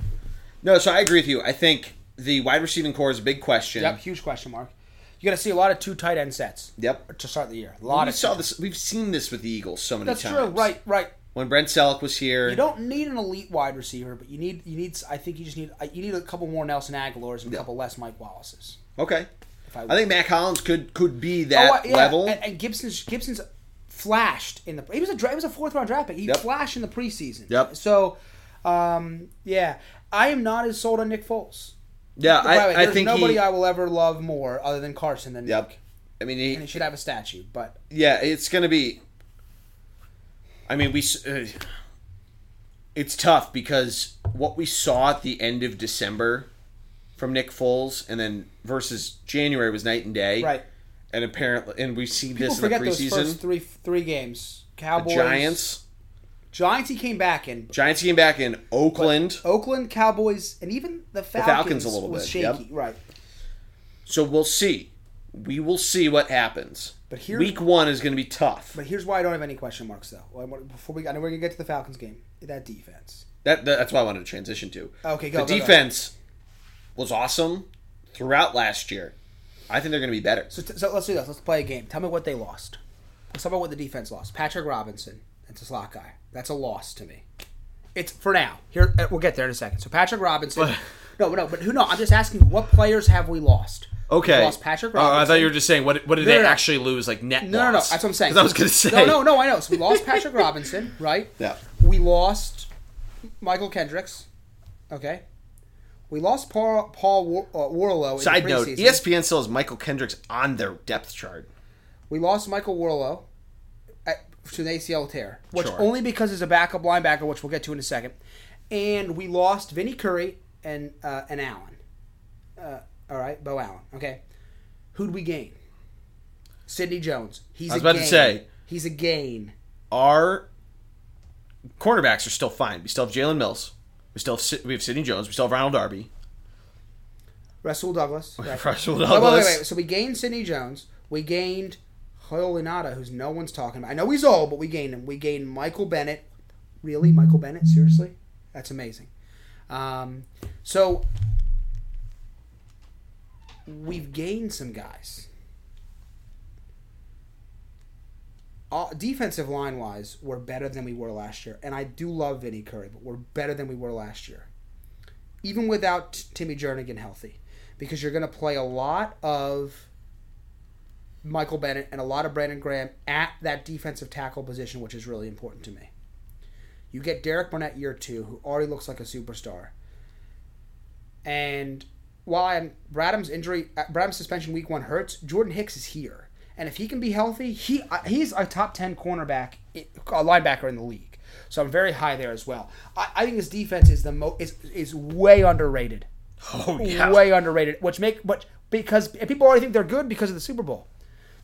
No, so I agree with you. I think the wide receiving core is a big question.
Yep. Huge question mark. You're going to see a lot of two tight end sets
Yep.
to start the year. A lot
We
of.
saw this. We've seen this with the Eagles so many
That's
times.
true. Right. Right.
When Brent Selleck was here,
You don't need an elite wide receiver, but you need you need. I think you just need uh, you need a couple more Nelson Aguilar's and a couple less Mike Wallaces.
Okay.
If I,
I think Matt Collins could could be that
Oh, yeah,
level.
and, and Gibson's Gibson's flashed in the. He was a dra- he was a fourth round draft pick. He
Yep.
flashed in the preseason.
Yep.
So, um, yeah, I am not as sold on Nick Foles.
yeah,
By the way,
I, I
there's
think
nobody
he.
I will ever love more other than Carson than
yep.
Nick,
I mean,
and he
he,
should have a statue. But
yeah, it's going to be. I mean, we. s- Uh, it's tough because what we saw at the end of December from Nick Foles, and then versus January was night and day.
Right.
And apparently, and we see
people
this in the
forget those first
preseason.
three three games.
The
Cowboys,
Giants.
Giants. He came back in,
Giants came back in Oakland.
Oakland Cowboys and even the Falcons,
Falcons a little
was
bit, yep.
shaky, right?
So we'll see. We will see what happens.
But here-
Week one is going to be tough.
But here's why I don't have any question marks though. Well, I want- Before we, I know we're gonna get to the Falcons game. That defense.
That, that- that's what I wanted to transition to.
Okay, Oh, go,
The
go, go.
defense was awesome throughout last year. I think they're going to be better.
So, t- so let's do this. Let's play a game. Tell me what they lost. Let's talk about what the defense lost. Patrick Robinson. That's a slot guy. That's a loss to me. It's for now. Here uh, we'll get there in a second. So Patrick Robinson. no, no, but who? No, I'm just asking. What players have we lost? We lost
Oh,
Patrick Robinson.
just saying what what did
No, no, no. actually
lose like net
No, no, no. That's what I'm saying.
gonna
No, no, no. I know. So we lost Patrick Robinson, right?
Yeah.
We lost Michael Kendricks. Okay. We lost Paul Paul War, uh, Warlow. In
Side
the
note: E
preseason.
ESPN still has Michael Kendricks on their depth chart.
We lost Michael Warlow at, to an ACL tear, which
Sure.
only because he's a backup linebacker, which we'll get to in a second. And we lost Vinnie Curry and uh, and Allen. Uh, all right, Bo Allen. Okay. Who'd we gain? Sidney Jones. He's
I was
a
about to
gain.
say.
he's a gain.
Our cornerbacks are still fine. We still have Jalen Mills. We still have, Sid- we have Sidney Jones. We still have Ronald Darby.
Russell Douglas. Right.
Russell
Wait,
Douglas.
wait, wait, wait. So we gained Sidney Jones. We gained Holinata, who's no one's talking about. I know he's old, but we gained him. We gained Michael Bennett. Really, Michael Bennett? Seriously, that's amazing. Um, so we've gained some guys. Uh, defensive line wise, we're better than we were last year, and I do love Vinnie Curry, but we're better than we were last year even without T- Timmy Jernigan healthy, because you're going to play a lot of Michael Bennett and a lot of Brandon Graham at that defensive tackle position, which is really important to me. You get Derek Barnett year two, who already looks like a superstar. And while I'm, Bradham's injury, uh, Bradham's suspension week one hurts, Jordan Hicks is here, and if he can be healthy, he uh, he's a top ten cornerback, i- uh, linebacker in the league. So I'm very high there as well. I, I think this defense is the mo is is way underrated,
Oh yeah.
way underrated. Which make which because and people already think they're good because of the Super Bowl.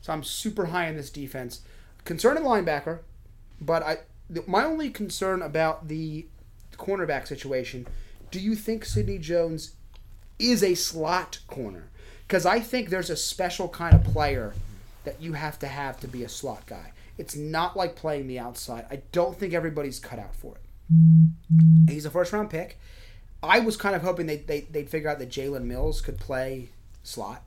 So I'm super high in this defense. Concerned at linebacker, but I the, my only concern about the cornerback situation. Do you think Sidney Jones is a slot corner? Because I think there's a special kind of player that you have to have to be a slot guy. It's not like playing the outside. I don't think everybody's cut out for it. He's a first round pick. I was kind of hoping they, they they'd figure out that Jalen Mills could play slot,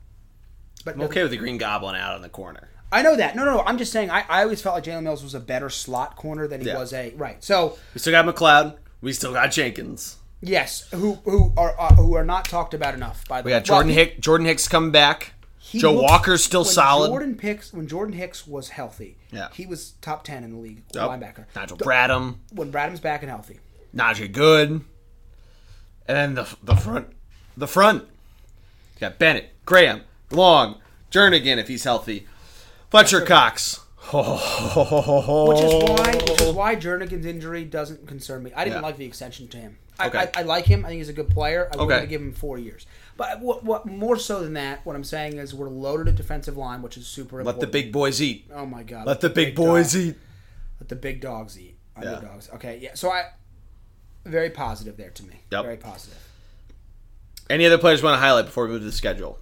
but
I'm okay with the Green Goblin out in the corner.
I know that. No, no, no. I'm just saying. I, I always felt like Jalen Mills was a better slot corner than he
Yeah.
was a right. So
We still got McLeod. We still got Jenkins.
yes, who who are uh, who are not talked about enough by the
We
way.
got Jordan
Well,
Hicks. Jordan Hicks coming back.
he
Joe
looked-
Walker's still
when
solid.
Jordan Hicks when Jordan Hicks was healthy,
Yeah.
he was top ten in the league
Oh,
linebacker.
Nigel Bradham.
When Bradham's back and healthy,
Najee Good. And then the the front. The front. You got Bennett, Graham, Long, Jernigan if he's healthy. Fletcher Cox.
which is why which is why Jernigan's injury doesn't concern me. I didn't
Oh. Yeah.
like the extension to him. I,
Okay.
I, I like him. I think he's a good player. I'm
Okay.
going to give him four years. But what, what more so than that, what I'm saying is we're loaded at defensive line, which is super
Let
important.
the big boys eat.
oh my god.
Let the big boys
dog-
eat.
Let the big dogs eat. Underdogs. Okay. Yeah. So I very positive there to me.
Yep.
Very positive.
Any other players want to highlight before we move to the schedule?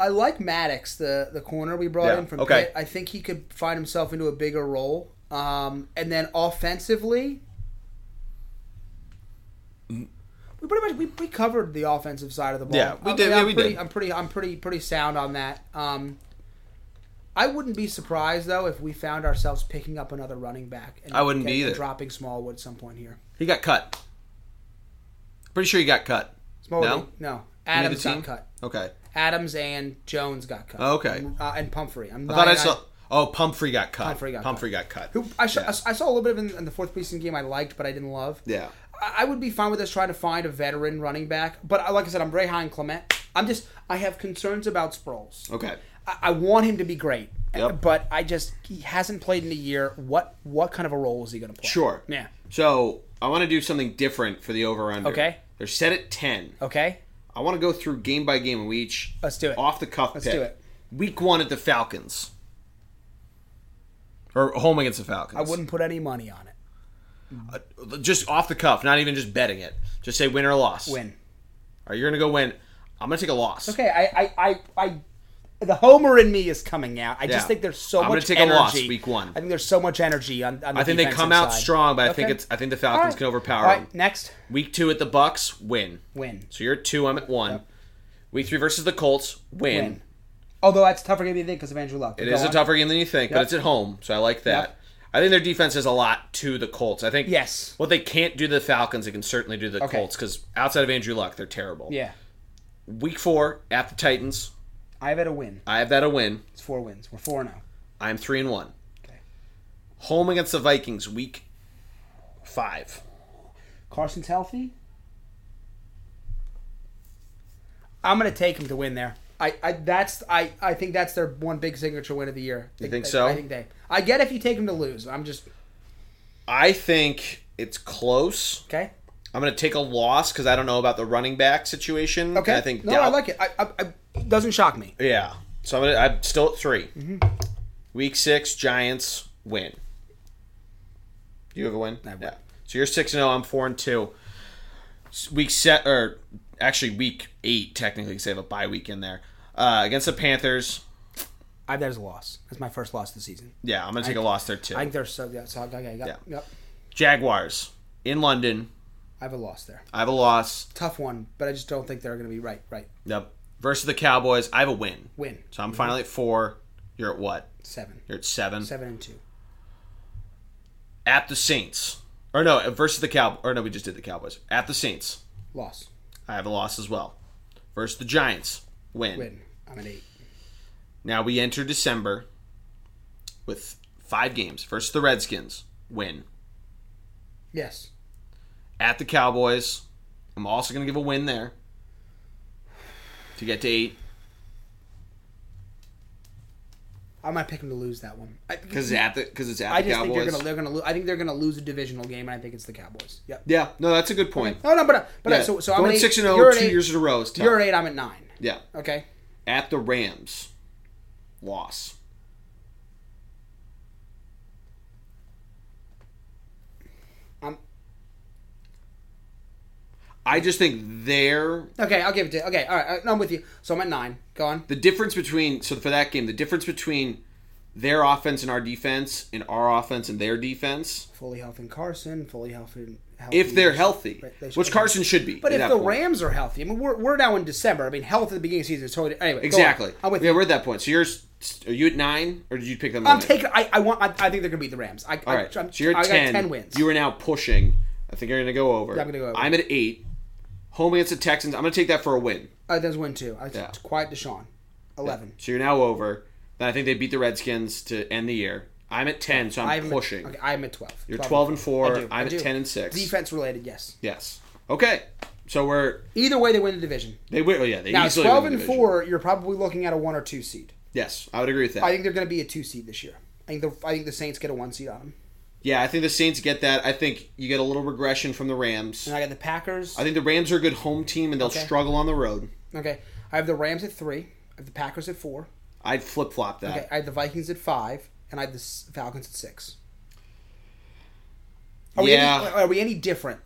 I like Maddox, the the corner we brought
Yeah,
in from
okay.
Pitt. I think he could find himself into a bigger role. Um, and then offensively, we pretty much we, we covered the offensive side of the ball.
Yeah, we
I
did-
mean,
yeah,
I'm
we
pretty,
did.
I'm pretty I'm pretty pretty sound on that. Um, I wouldn't be surprised though if we found ourselves picking up another running back. And
I wouldn't be
and
either.
Dropping Smallwood at some point here.
He got cut. Pretty sure he got cut.
Smallwood,
No?
no.
Any of the
Adams
team?
got cut.
Okay.
Adams and Jones got cut.
Oh, okay.
Uh, and Pumphrey. I'm
I thought I saw. Oh, Pumphrey got cut.
Pumphrey got
got cut.
Who I, saw
Yeah.
I saw a little bit of in, in the fourth preseason game I liked, but I didn't love.
Yeah.
I, I would be fine with us trying to find a veteran running back, but I, like I said, I'm very high on Clement. I'm just I have concerns about Sproles.
Okay.
I, I want him to be great,
Yep.
but I just he hasn't played in a year. What what kind of a role is he going to play?
Sure.
Yeah.
So I want to do something different for the over under.
Okay.
They're set at ten.
Okay.
I want to go through game by game and we each
Let's do it.
off the cuff.
Let's
pick.
do it.
Week one at the Falcons. Or home against the Falcons.
I wouldn't put any money on it.
just off the cuff, not even just betting it. Just say win or loss.
Win.
Are you gonna go win? I'm gonna take a loss.
Okay. I I I. I the homer in me is coming out. I
Yeah.
just think there's so
I'm gonna
much
take a
energy.
loss week one.
I think there's so much energy on. on the
I think they
defensive
come out
side.
strong, but I think
Okay.
it's I think the Falcons
All right.
can overpower
All right,
them.
next
Week two at the Bucks, win.
win.
So you're at two, I'm at one. Week three versus the Colts, win.
Win. Although that's tougher game than you think because of Andrew Luck.
It is a tougher game than you think, but
Yep.
it's at home, so I like that. I think their defense is a lot to the Colts. I think
Yes.
what they can't do to the Falcons, they can certainly do to the
Okay.
Colts because outside of Andrew Luck, they're terrible.
Yeah,
Week four at the Titans,
I've had a win.
I have that a win.
It's four wins. We're four now.
I'm three and one.
Okay.
Home against the Vikings, week five.
Carson's healthy. I'm gonna take him to win there. I, I that's I, I think that's their one big signature win of the year. You
think
I,
so?
I think they. I get if you take him to lose. I'm just
I think it's close.
okay.
I'm going to take a loss because I don't know about the running back situation.
Okay.
I think
no,
Dal-
I like it. I, I, I it doesn't shock me.
Yeah. So I'm, gonna, I'm still at 3
Mm-hmm.
Week six, Giants win. You have a win.
I have a
yeah.
win.
So you're six and zero. I'm four and two. S- Week set or actually week eight technically because they have a bye week in there uh, against the Panthers.
I have that as a loss. That's my first loss of the season.
Yeah, I'm gonna take a loss there too.
I think they're so yeah. So okay, yep,
Yeah.
yep.
Jaguars in London.
I have a loss there.
I have a loss.
Tough one, but I just don't think they're gonna be right. Right.
Yep. Versus the Cowboys, I have a win.
Win.
So I'm finally at four. You're at what?
Seven.
You're at seven.
Seven and two.
At the Saints. Or no, versus the Cow. Or no, we just did the Cowboys. At the Saints.
Loss.
I have a loss as well. Versus the Giants, win.
Win. I'm an eight.
Now we enter December with five games. Versus the Redskins, win.
Yes.
At the Cowboys, I'm also going to give a win there to get to eight
I might pick them to lose that one. I,
because at the because it's at
I
the
just
Cowboys.
think they're gonna they're gonna lose. I think they're gonna lose a divisional game, and I think it's the Cowboys. Yep.
yeah, no, that's a good point.
No, no, but uh, but
Yeah.
so so I'm
going
an eight.
six and zero
You're an
two
eight.
years in a row is tough.
You're an eight. I'm at nine.
yeah,
Okay.
at the Rams, loss.
I'm
I just think they're
okay. I'll give it to. Okay. All right. all right, No, I'm with you. So I'm at nine. Go on.
the difference between so for that game the difference between their offense and our defense, and our offense and their defense,
Fully healthy and Carson, fully healthy. healthy
if they're healthy,
Mm. Right, they should
which
be.
Carson should be.
But
at
if
that
the
point.
Rams are healthy, I mean, we're, we're now in December. I mean, health at the beginning of the season is totally. Anyway, go on.
exactly,
I'm with
yeah,
you.
we're at that point. So you're, s- are you at nine, or did you pick them? at
I'm
nine?
taking. I, I want. I, I think they're gonna beat the Rams. I,
All
I,
right,
I'm,
so you're
I
at
got
10.
ten wins.
You are now pushing. I think you're going to go over.
I'm gonna go over.
I'm at eight. Home against the Texans. I'm going to take that for a win.
I does win two. I
Yeah.
quiet Deshaun. Eleven.
So you're now over. Then I think they beat the Redskins to end the year. I'm at 10, so I'm
I'm
pushing.
At, okay, I'm at twelve.
You're 12 and 4.
I do, I
I'm
do.
at 10 and 6.
Defense related, yes.
Yes. Okay. So we're.
Either way, they win the division.
They will. Yeah, they
Now,
easily
twelve
win
and
the division.
four, you're probably looking at a one or two seed.
Yes, I would agree with that.
I think they're going to be a two seed this year. I think the I think the Saints get a one seed on them,
yeah, I think the Saints get that. I think you get a little regression from the Rams.
and I got the Packers.
I think the Rams are a good home team, and they'll
Okay.
struggle on the road.
okay, I have the Rams at three. I have the Packers at four.
I'd flip flop that.
Okay, I have the Vikings at five, and I have the S- Falcons at six. Are We
Yeah.
any, are we any different?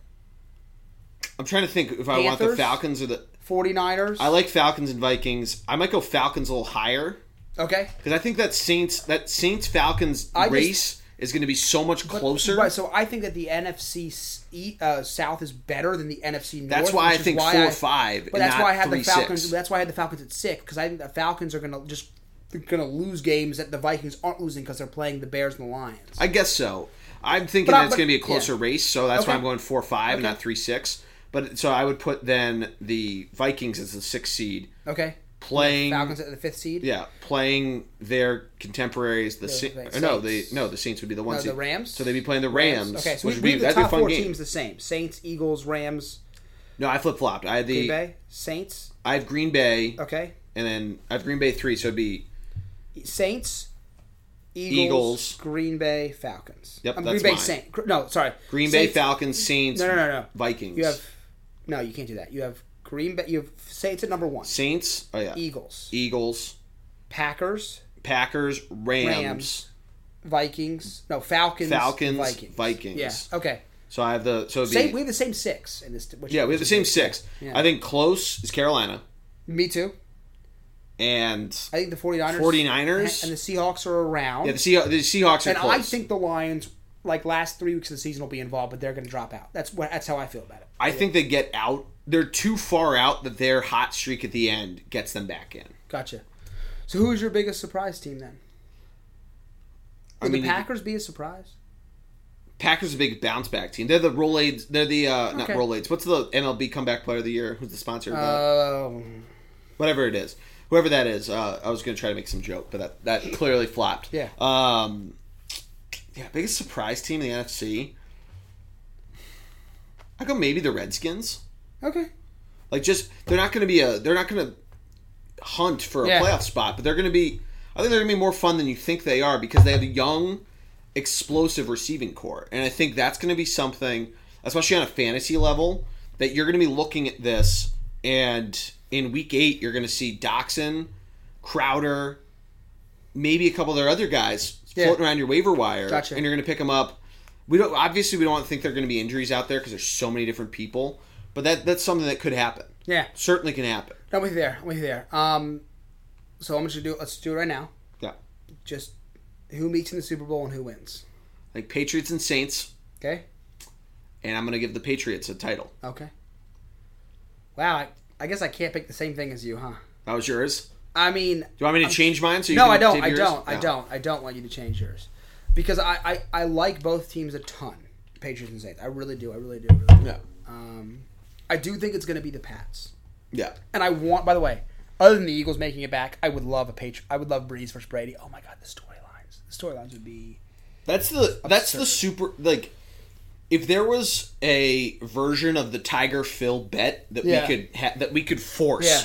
I'm trying to think if I want the
Panthers?
Falcons or the.
49ers?
I like Falcons and Vikings. I might go Falcons a little higher
okay.
because I think that Saints that Saints Falcons
I just-
race is going to be so much closer.
Right, so I think that the NFC s- e- uh, South is better than the NFC North.
That's why I
which is
think four
I-
or five.
But that's why I had
three,
the Falcons.
Six.
That's why I had the Falcons at six because I think the Falcons are going to just they're going to lose games that the Vikings aren't losing because they're playing the Bears and the Lions.
I guess so. I'm thinking
But I-
that it's
but-
going to be a closer
yeah.
race, so that's why
Okay.
I'm going four five, not three six. But so I would put then the Vikings as the sixth seed
okay,
playing.
Falcons at the fifth seed.
Yeah, playing their contemporaries, the Sa-
the
or no, the
Saints.
no, the Saints would be the one
No,
seed.
the Rams?
So they'd be playing the Rams.
Okay, so
which
we,
would
we
be-
have the
that'd be a
top
fun
four
game.
teams the same: Saints, Eagles, Rams,
No, I flip flopped. I had
Green
the
Bay, Saints.
I have Green Bay,
Okay,
and then I have Green Bay three, so it'd be
Saints, Eagles,
Eagles.
Green Bay, Falcons.
Yep,
Um,
that's
Green Bay
mine.
Saints. Gr- No, sorry,
Green Bay
Saints,
Falcons, Saints,
No, no, no, no.
Vikings,
You have no, you can't do that. You have Green Bay. You have Saints at number one.
Saints, oh yeah,
Eagles,
Eagles,
Packers,
Packers, Rams.
Rams. Vikings. No, Falcons.
Falcons,
Vikings.
Vikings.
Yeah. Okay.
So I have the so it'd be,
Same. We have the same six in this. Which,
yeah, we have the same six.
Yeah.
I think close is Carolina
Me too.
and
I think the 49ers.
49ers.
and the Seahawks are around.
yeah, the, Seah- the Seahawks are
and
close.
I think the Lions, like last three weeks of the season, will be involved, but they're going to drop out. That's what. That's how I feel about it.
I think they get out. They're too far out that their hot streak at the end gets them back in.
Gotcha. So who is your biggest surprise team then?
I
Would
mean,
the Packers be a surprise?
Packers are a big bounce back team. They're the Rolades. They're the uh, not
Okay.
Rolades. What's the MLB comeback player of the year? Who's the sponsor? Of that?
Um,
Whatever it is, whoever that is. Uh, I was going to try to make some joke, but that that clearly flopped.
Yeah.
Um. Yeah, biggest surprise team in the NFC. I go maybe the Redskins.
okay.
Like just they're not going to be a they're not going to hunt for a
Yeah.
playoff spot, but they're going to be I think they're going to be more fun than you think they are because they have a young explosive receiving core. And I think that's going to be something especially on a fantasy level that you're going to be looking at this and in week 8 you're going to see Doxson, Crowder, maybe a couple of their other guys
Yeah.
floating around your waiver wire
Gotcha.
and you're going to pick them up. We don't obviously we don't think there're going to be injuries out there because there's so many different people, but that that's something that could happen.
Yeah.
Certainly can happen.
No, I'm with you there. I'm with you there. Um, so I'm going to do. Let's do it right now.
Yeah.
Just who meets in the Super Bowl and who wins.
Like Patriots and Saints,
Okay.
and I'm going to give the Patriots a title.
Okay. Wow. I, I guess I can't pick the same thing as you, huh?
That was yours.
I mean,
Do you want me to change mine? So you
no,
can
I don't.
give
I
yours?
don't. I
No.
don't. I don't want you to change yours because I, I, I like both teams a ton. Patriots and Saints. I really do. I really do. Really do.
Yeah.
Um, I do think it's going to be the Pats.
Yeah.
And I want. By the way, other than the Eagles making it back, I would love a Patri- I would love Breeze versus Brady. Oh my God, the storylines. The storylines would be.
That's the that's the super like if there was a version of the Tiger Phil bet that
Yeah.
we could ha- that we could force,
Yeah.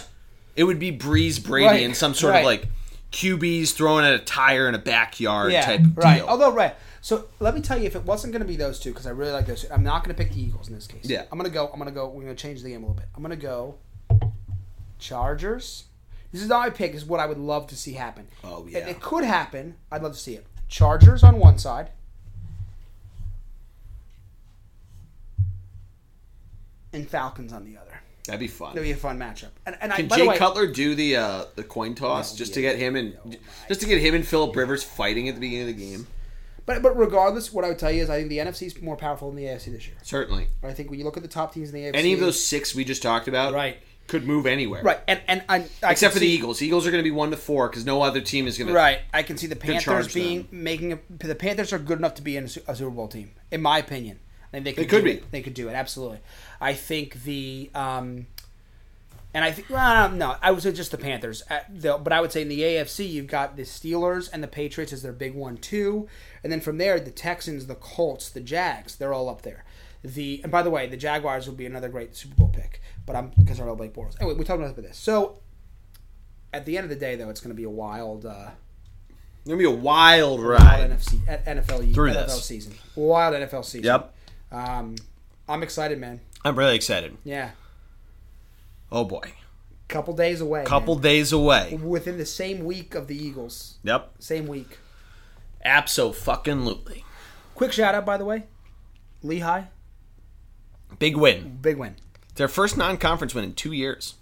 it would be Breeze Brady
Right,
and some sort
right.
of like QBs throwing at a tire in a backyard type of
right.
deal.
Although, right. So let me tell you, if it wasn't going to be those two, because I really like those two, I'm not going to pick the Eagles in this case.
Yeah.
I'm going to go. I'm going to go. We're going to change the game a little bit. I'm going to go. Chargers. This is not my pick. Is what I would love to see happen.
Oh,
And
yeah.
it could happen. I'd love to see it. Chargers on one side. And Falcons on the other.
That'd be fun.
It'll be a fun matchup. And, and I,
Can
by the
Jay
way,
Cutler do the uh, the coin toss just to get him and just to get him and Philip Rivers fighting at the beginning of the game?
but but regardless, what I would tell you is I think the NFC is more powerful than the AFC this year.
Certainly.
I think when you look at the top teams in the AFC,
Any of those six we just talked about,
Right.
could move anywhere,
right? And and I, I
Except
can
for the
see-
Eagles. Eagles are going to be one to four because no other team is going to.
Right, I can see the
charge
Panthers being making a, the Panthers are good enough to be in a, Su- a Super Bowl team, in my opinion. I think they,
could
do
be.
It. They could do it absolutely. I think the um, and I think well, um, no, I would say just the Panthers. Uh, the, but I would say in the AFC, you've got the Steelers and the Patriots as their big one too, and then from there, the Texans, the Colts, the Jags, they're all up there. The and by the way, the Jaguars will be another great Super Bowl pick, but I'm because I love Blake Bortles. Anyway, we talked about this. So at the end of the day, though, it's going to be a wild. Uh,
It's going to be a wild
wild
ride.
NFC, at NFL,
Through
NFL
this.
season. Wild NFL season.
Yep.
Um, I'm excited, man.
I'm really excited.
Yeah.
Oh boy,
Couple days away.
couple days away.
man. Within the same week of the Eagles.
Yep.
Same week.
Abso fucking lootly.
Quick shout out, by the way. Lehigh.
Big win.
Big win.
Their first non-conference win in two years.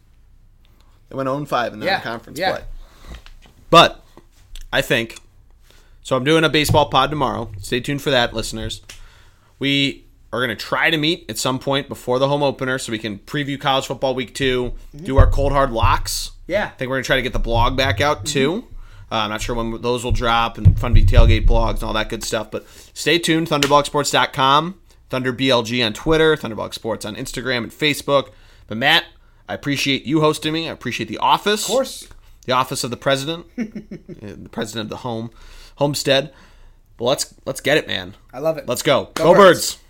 They went 0-5 in the
Yeah,
non-conference
yeah.
play. But I think so. I'm doing a baseball pod tomorrow. Stay tuned for that, listeners. We are going to try to meet at some point before the home opener, so we can preview college football week 2 do our cold hard locks.
Yeah.
I think we're gonna try to get the blog back
Mm-hmm.
out too. Uh, I'm not sure when those will drop and Fun V Tailgate blogs and all that good stuff. But stay tuned. ThunderblogSports.com, ThunderBLG on Twitter, Thunderbog Sports on Instagram and Facebook. But Matt, I appreciate you hosting me. I appreciate the office, of
course.
the office of the president, uh, the president of the home homestead. But let's let's get it, man.
I love it.
Let's go,
Go
go,
Birds.
birds.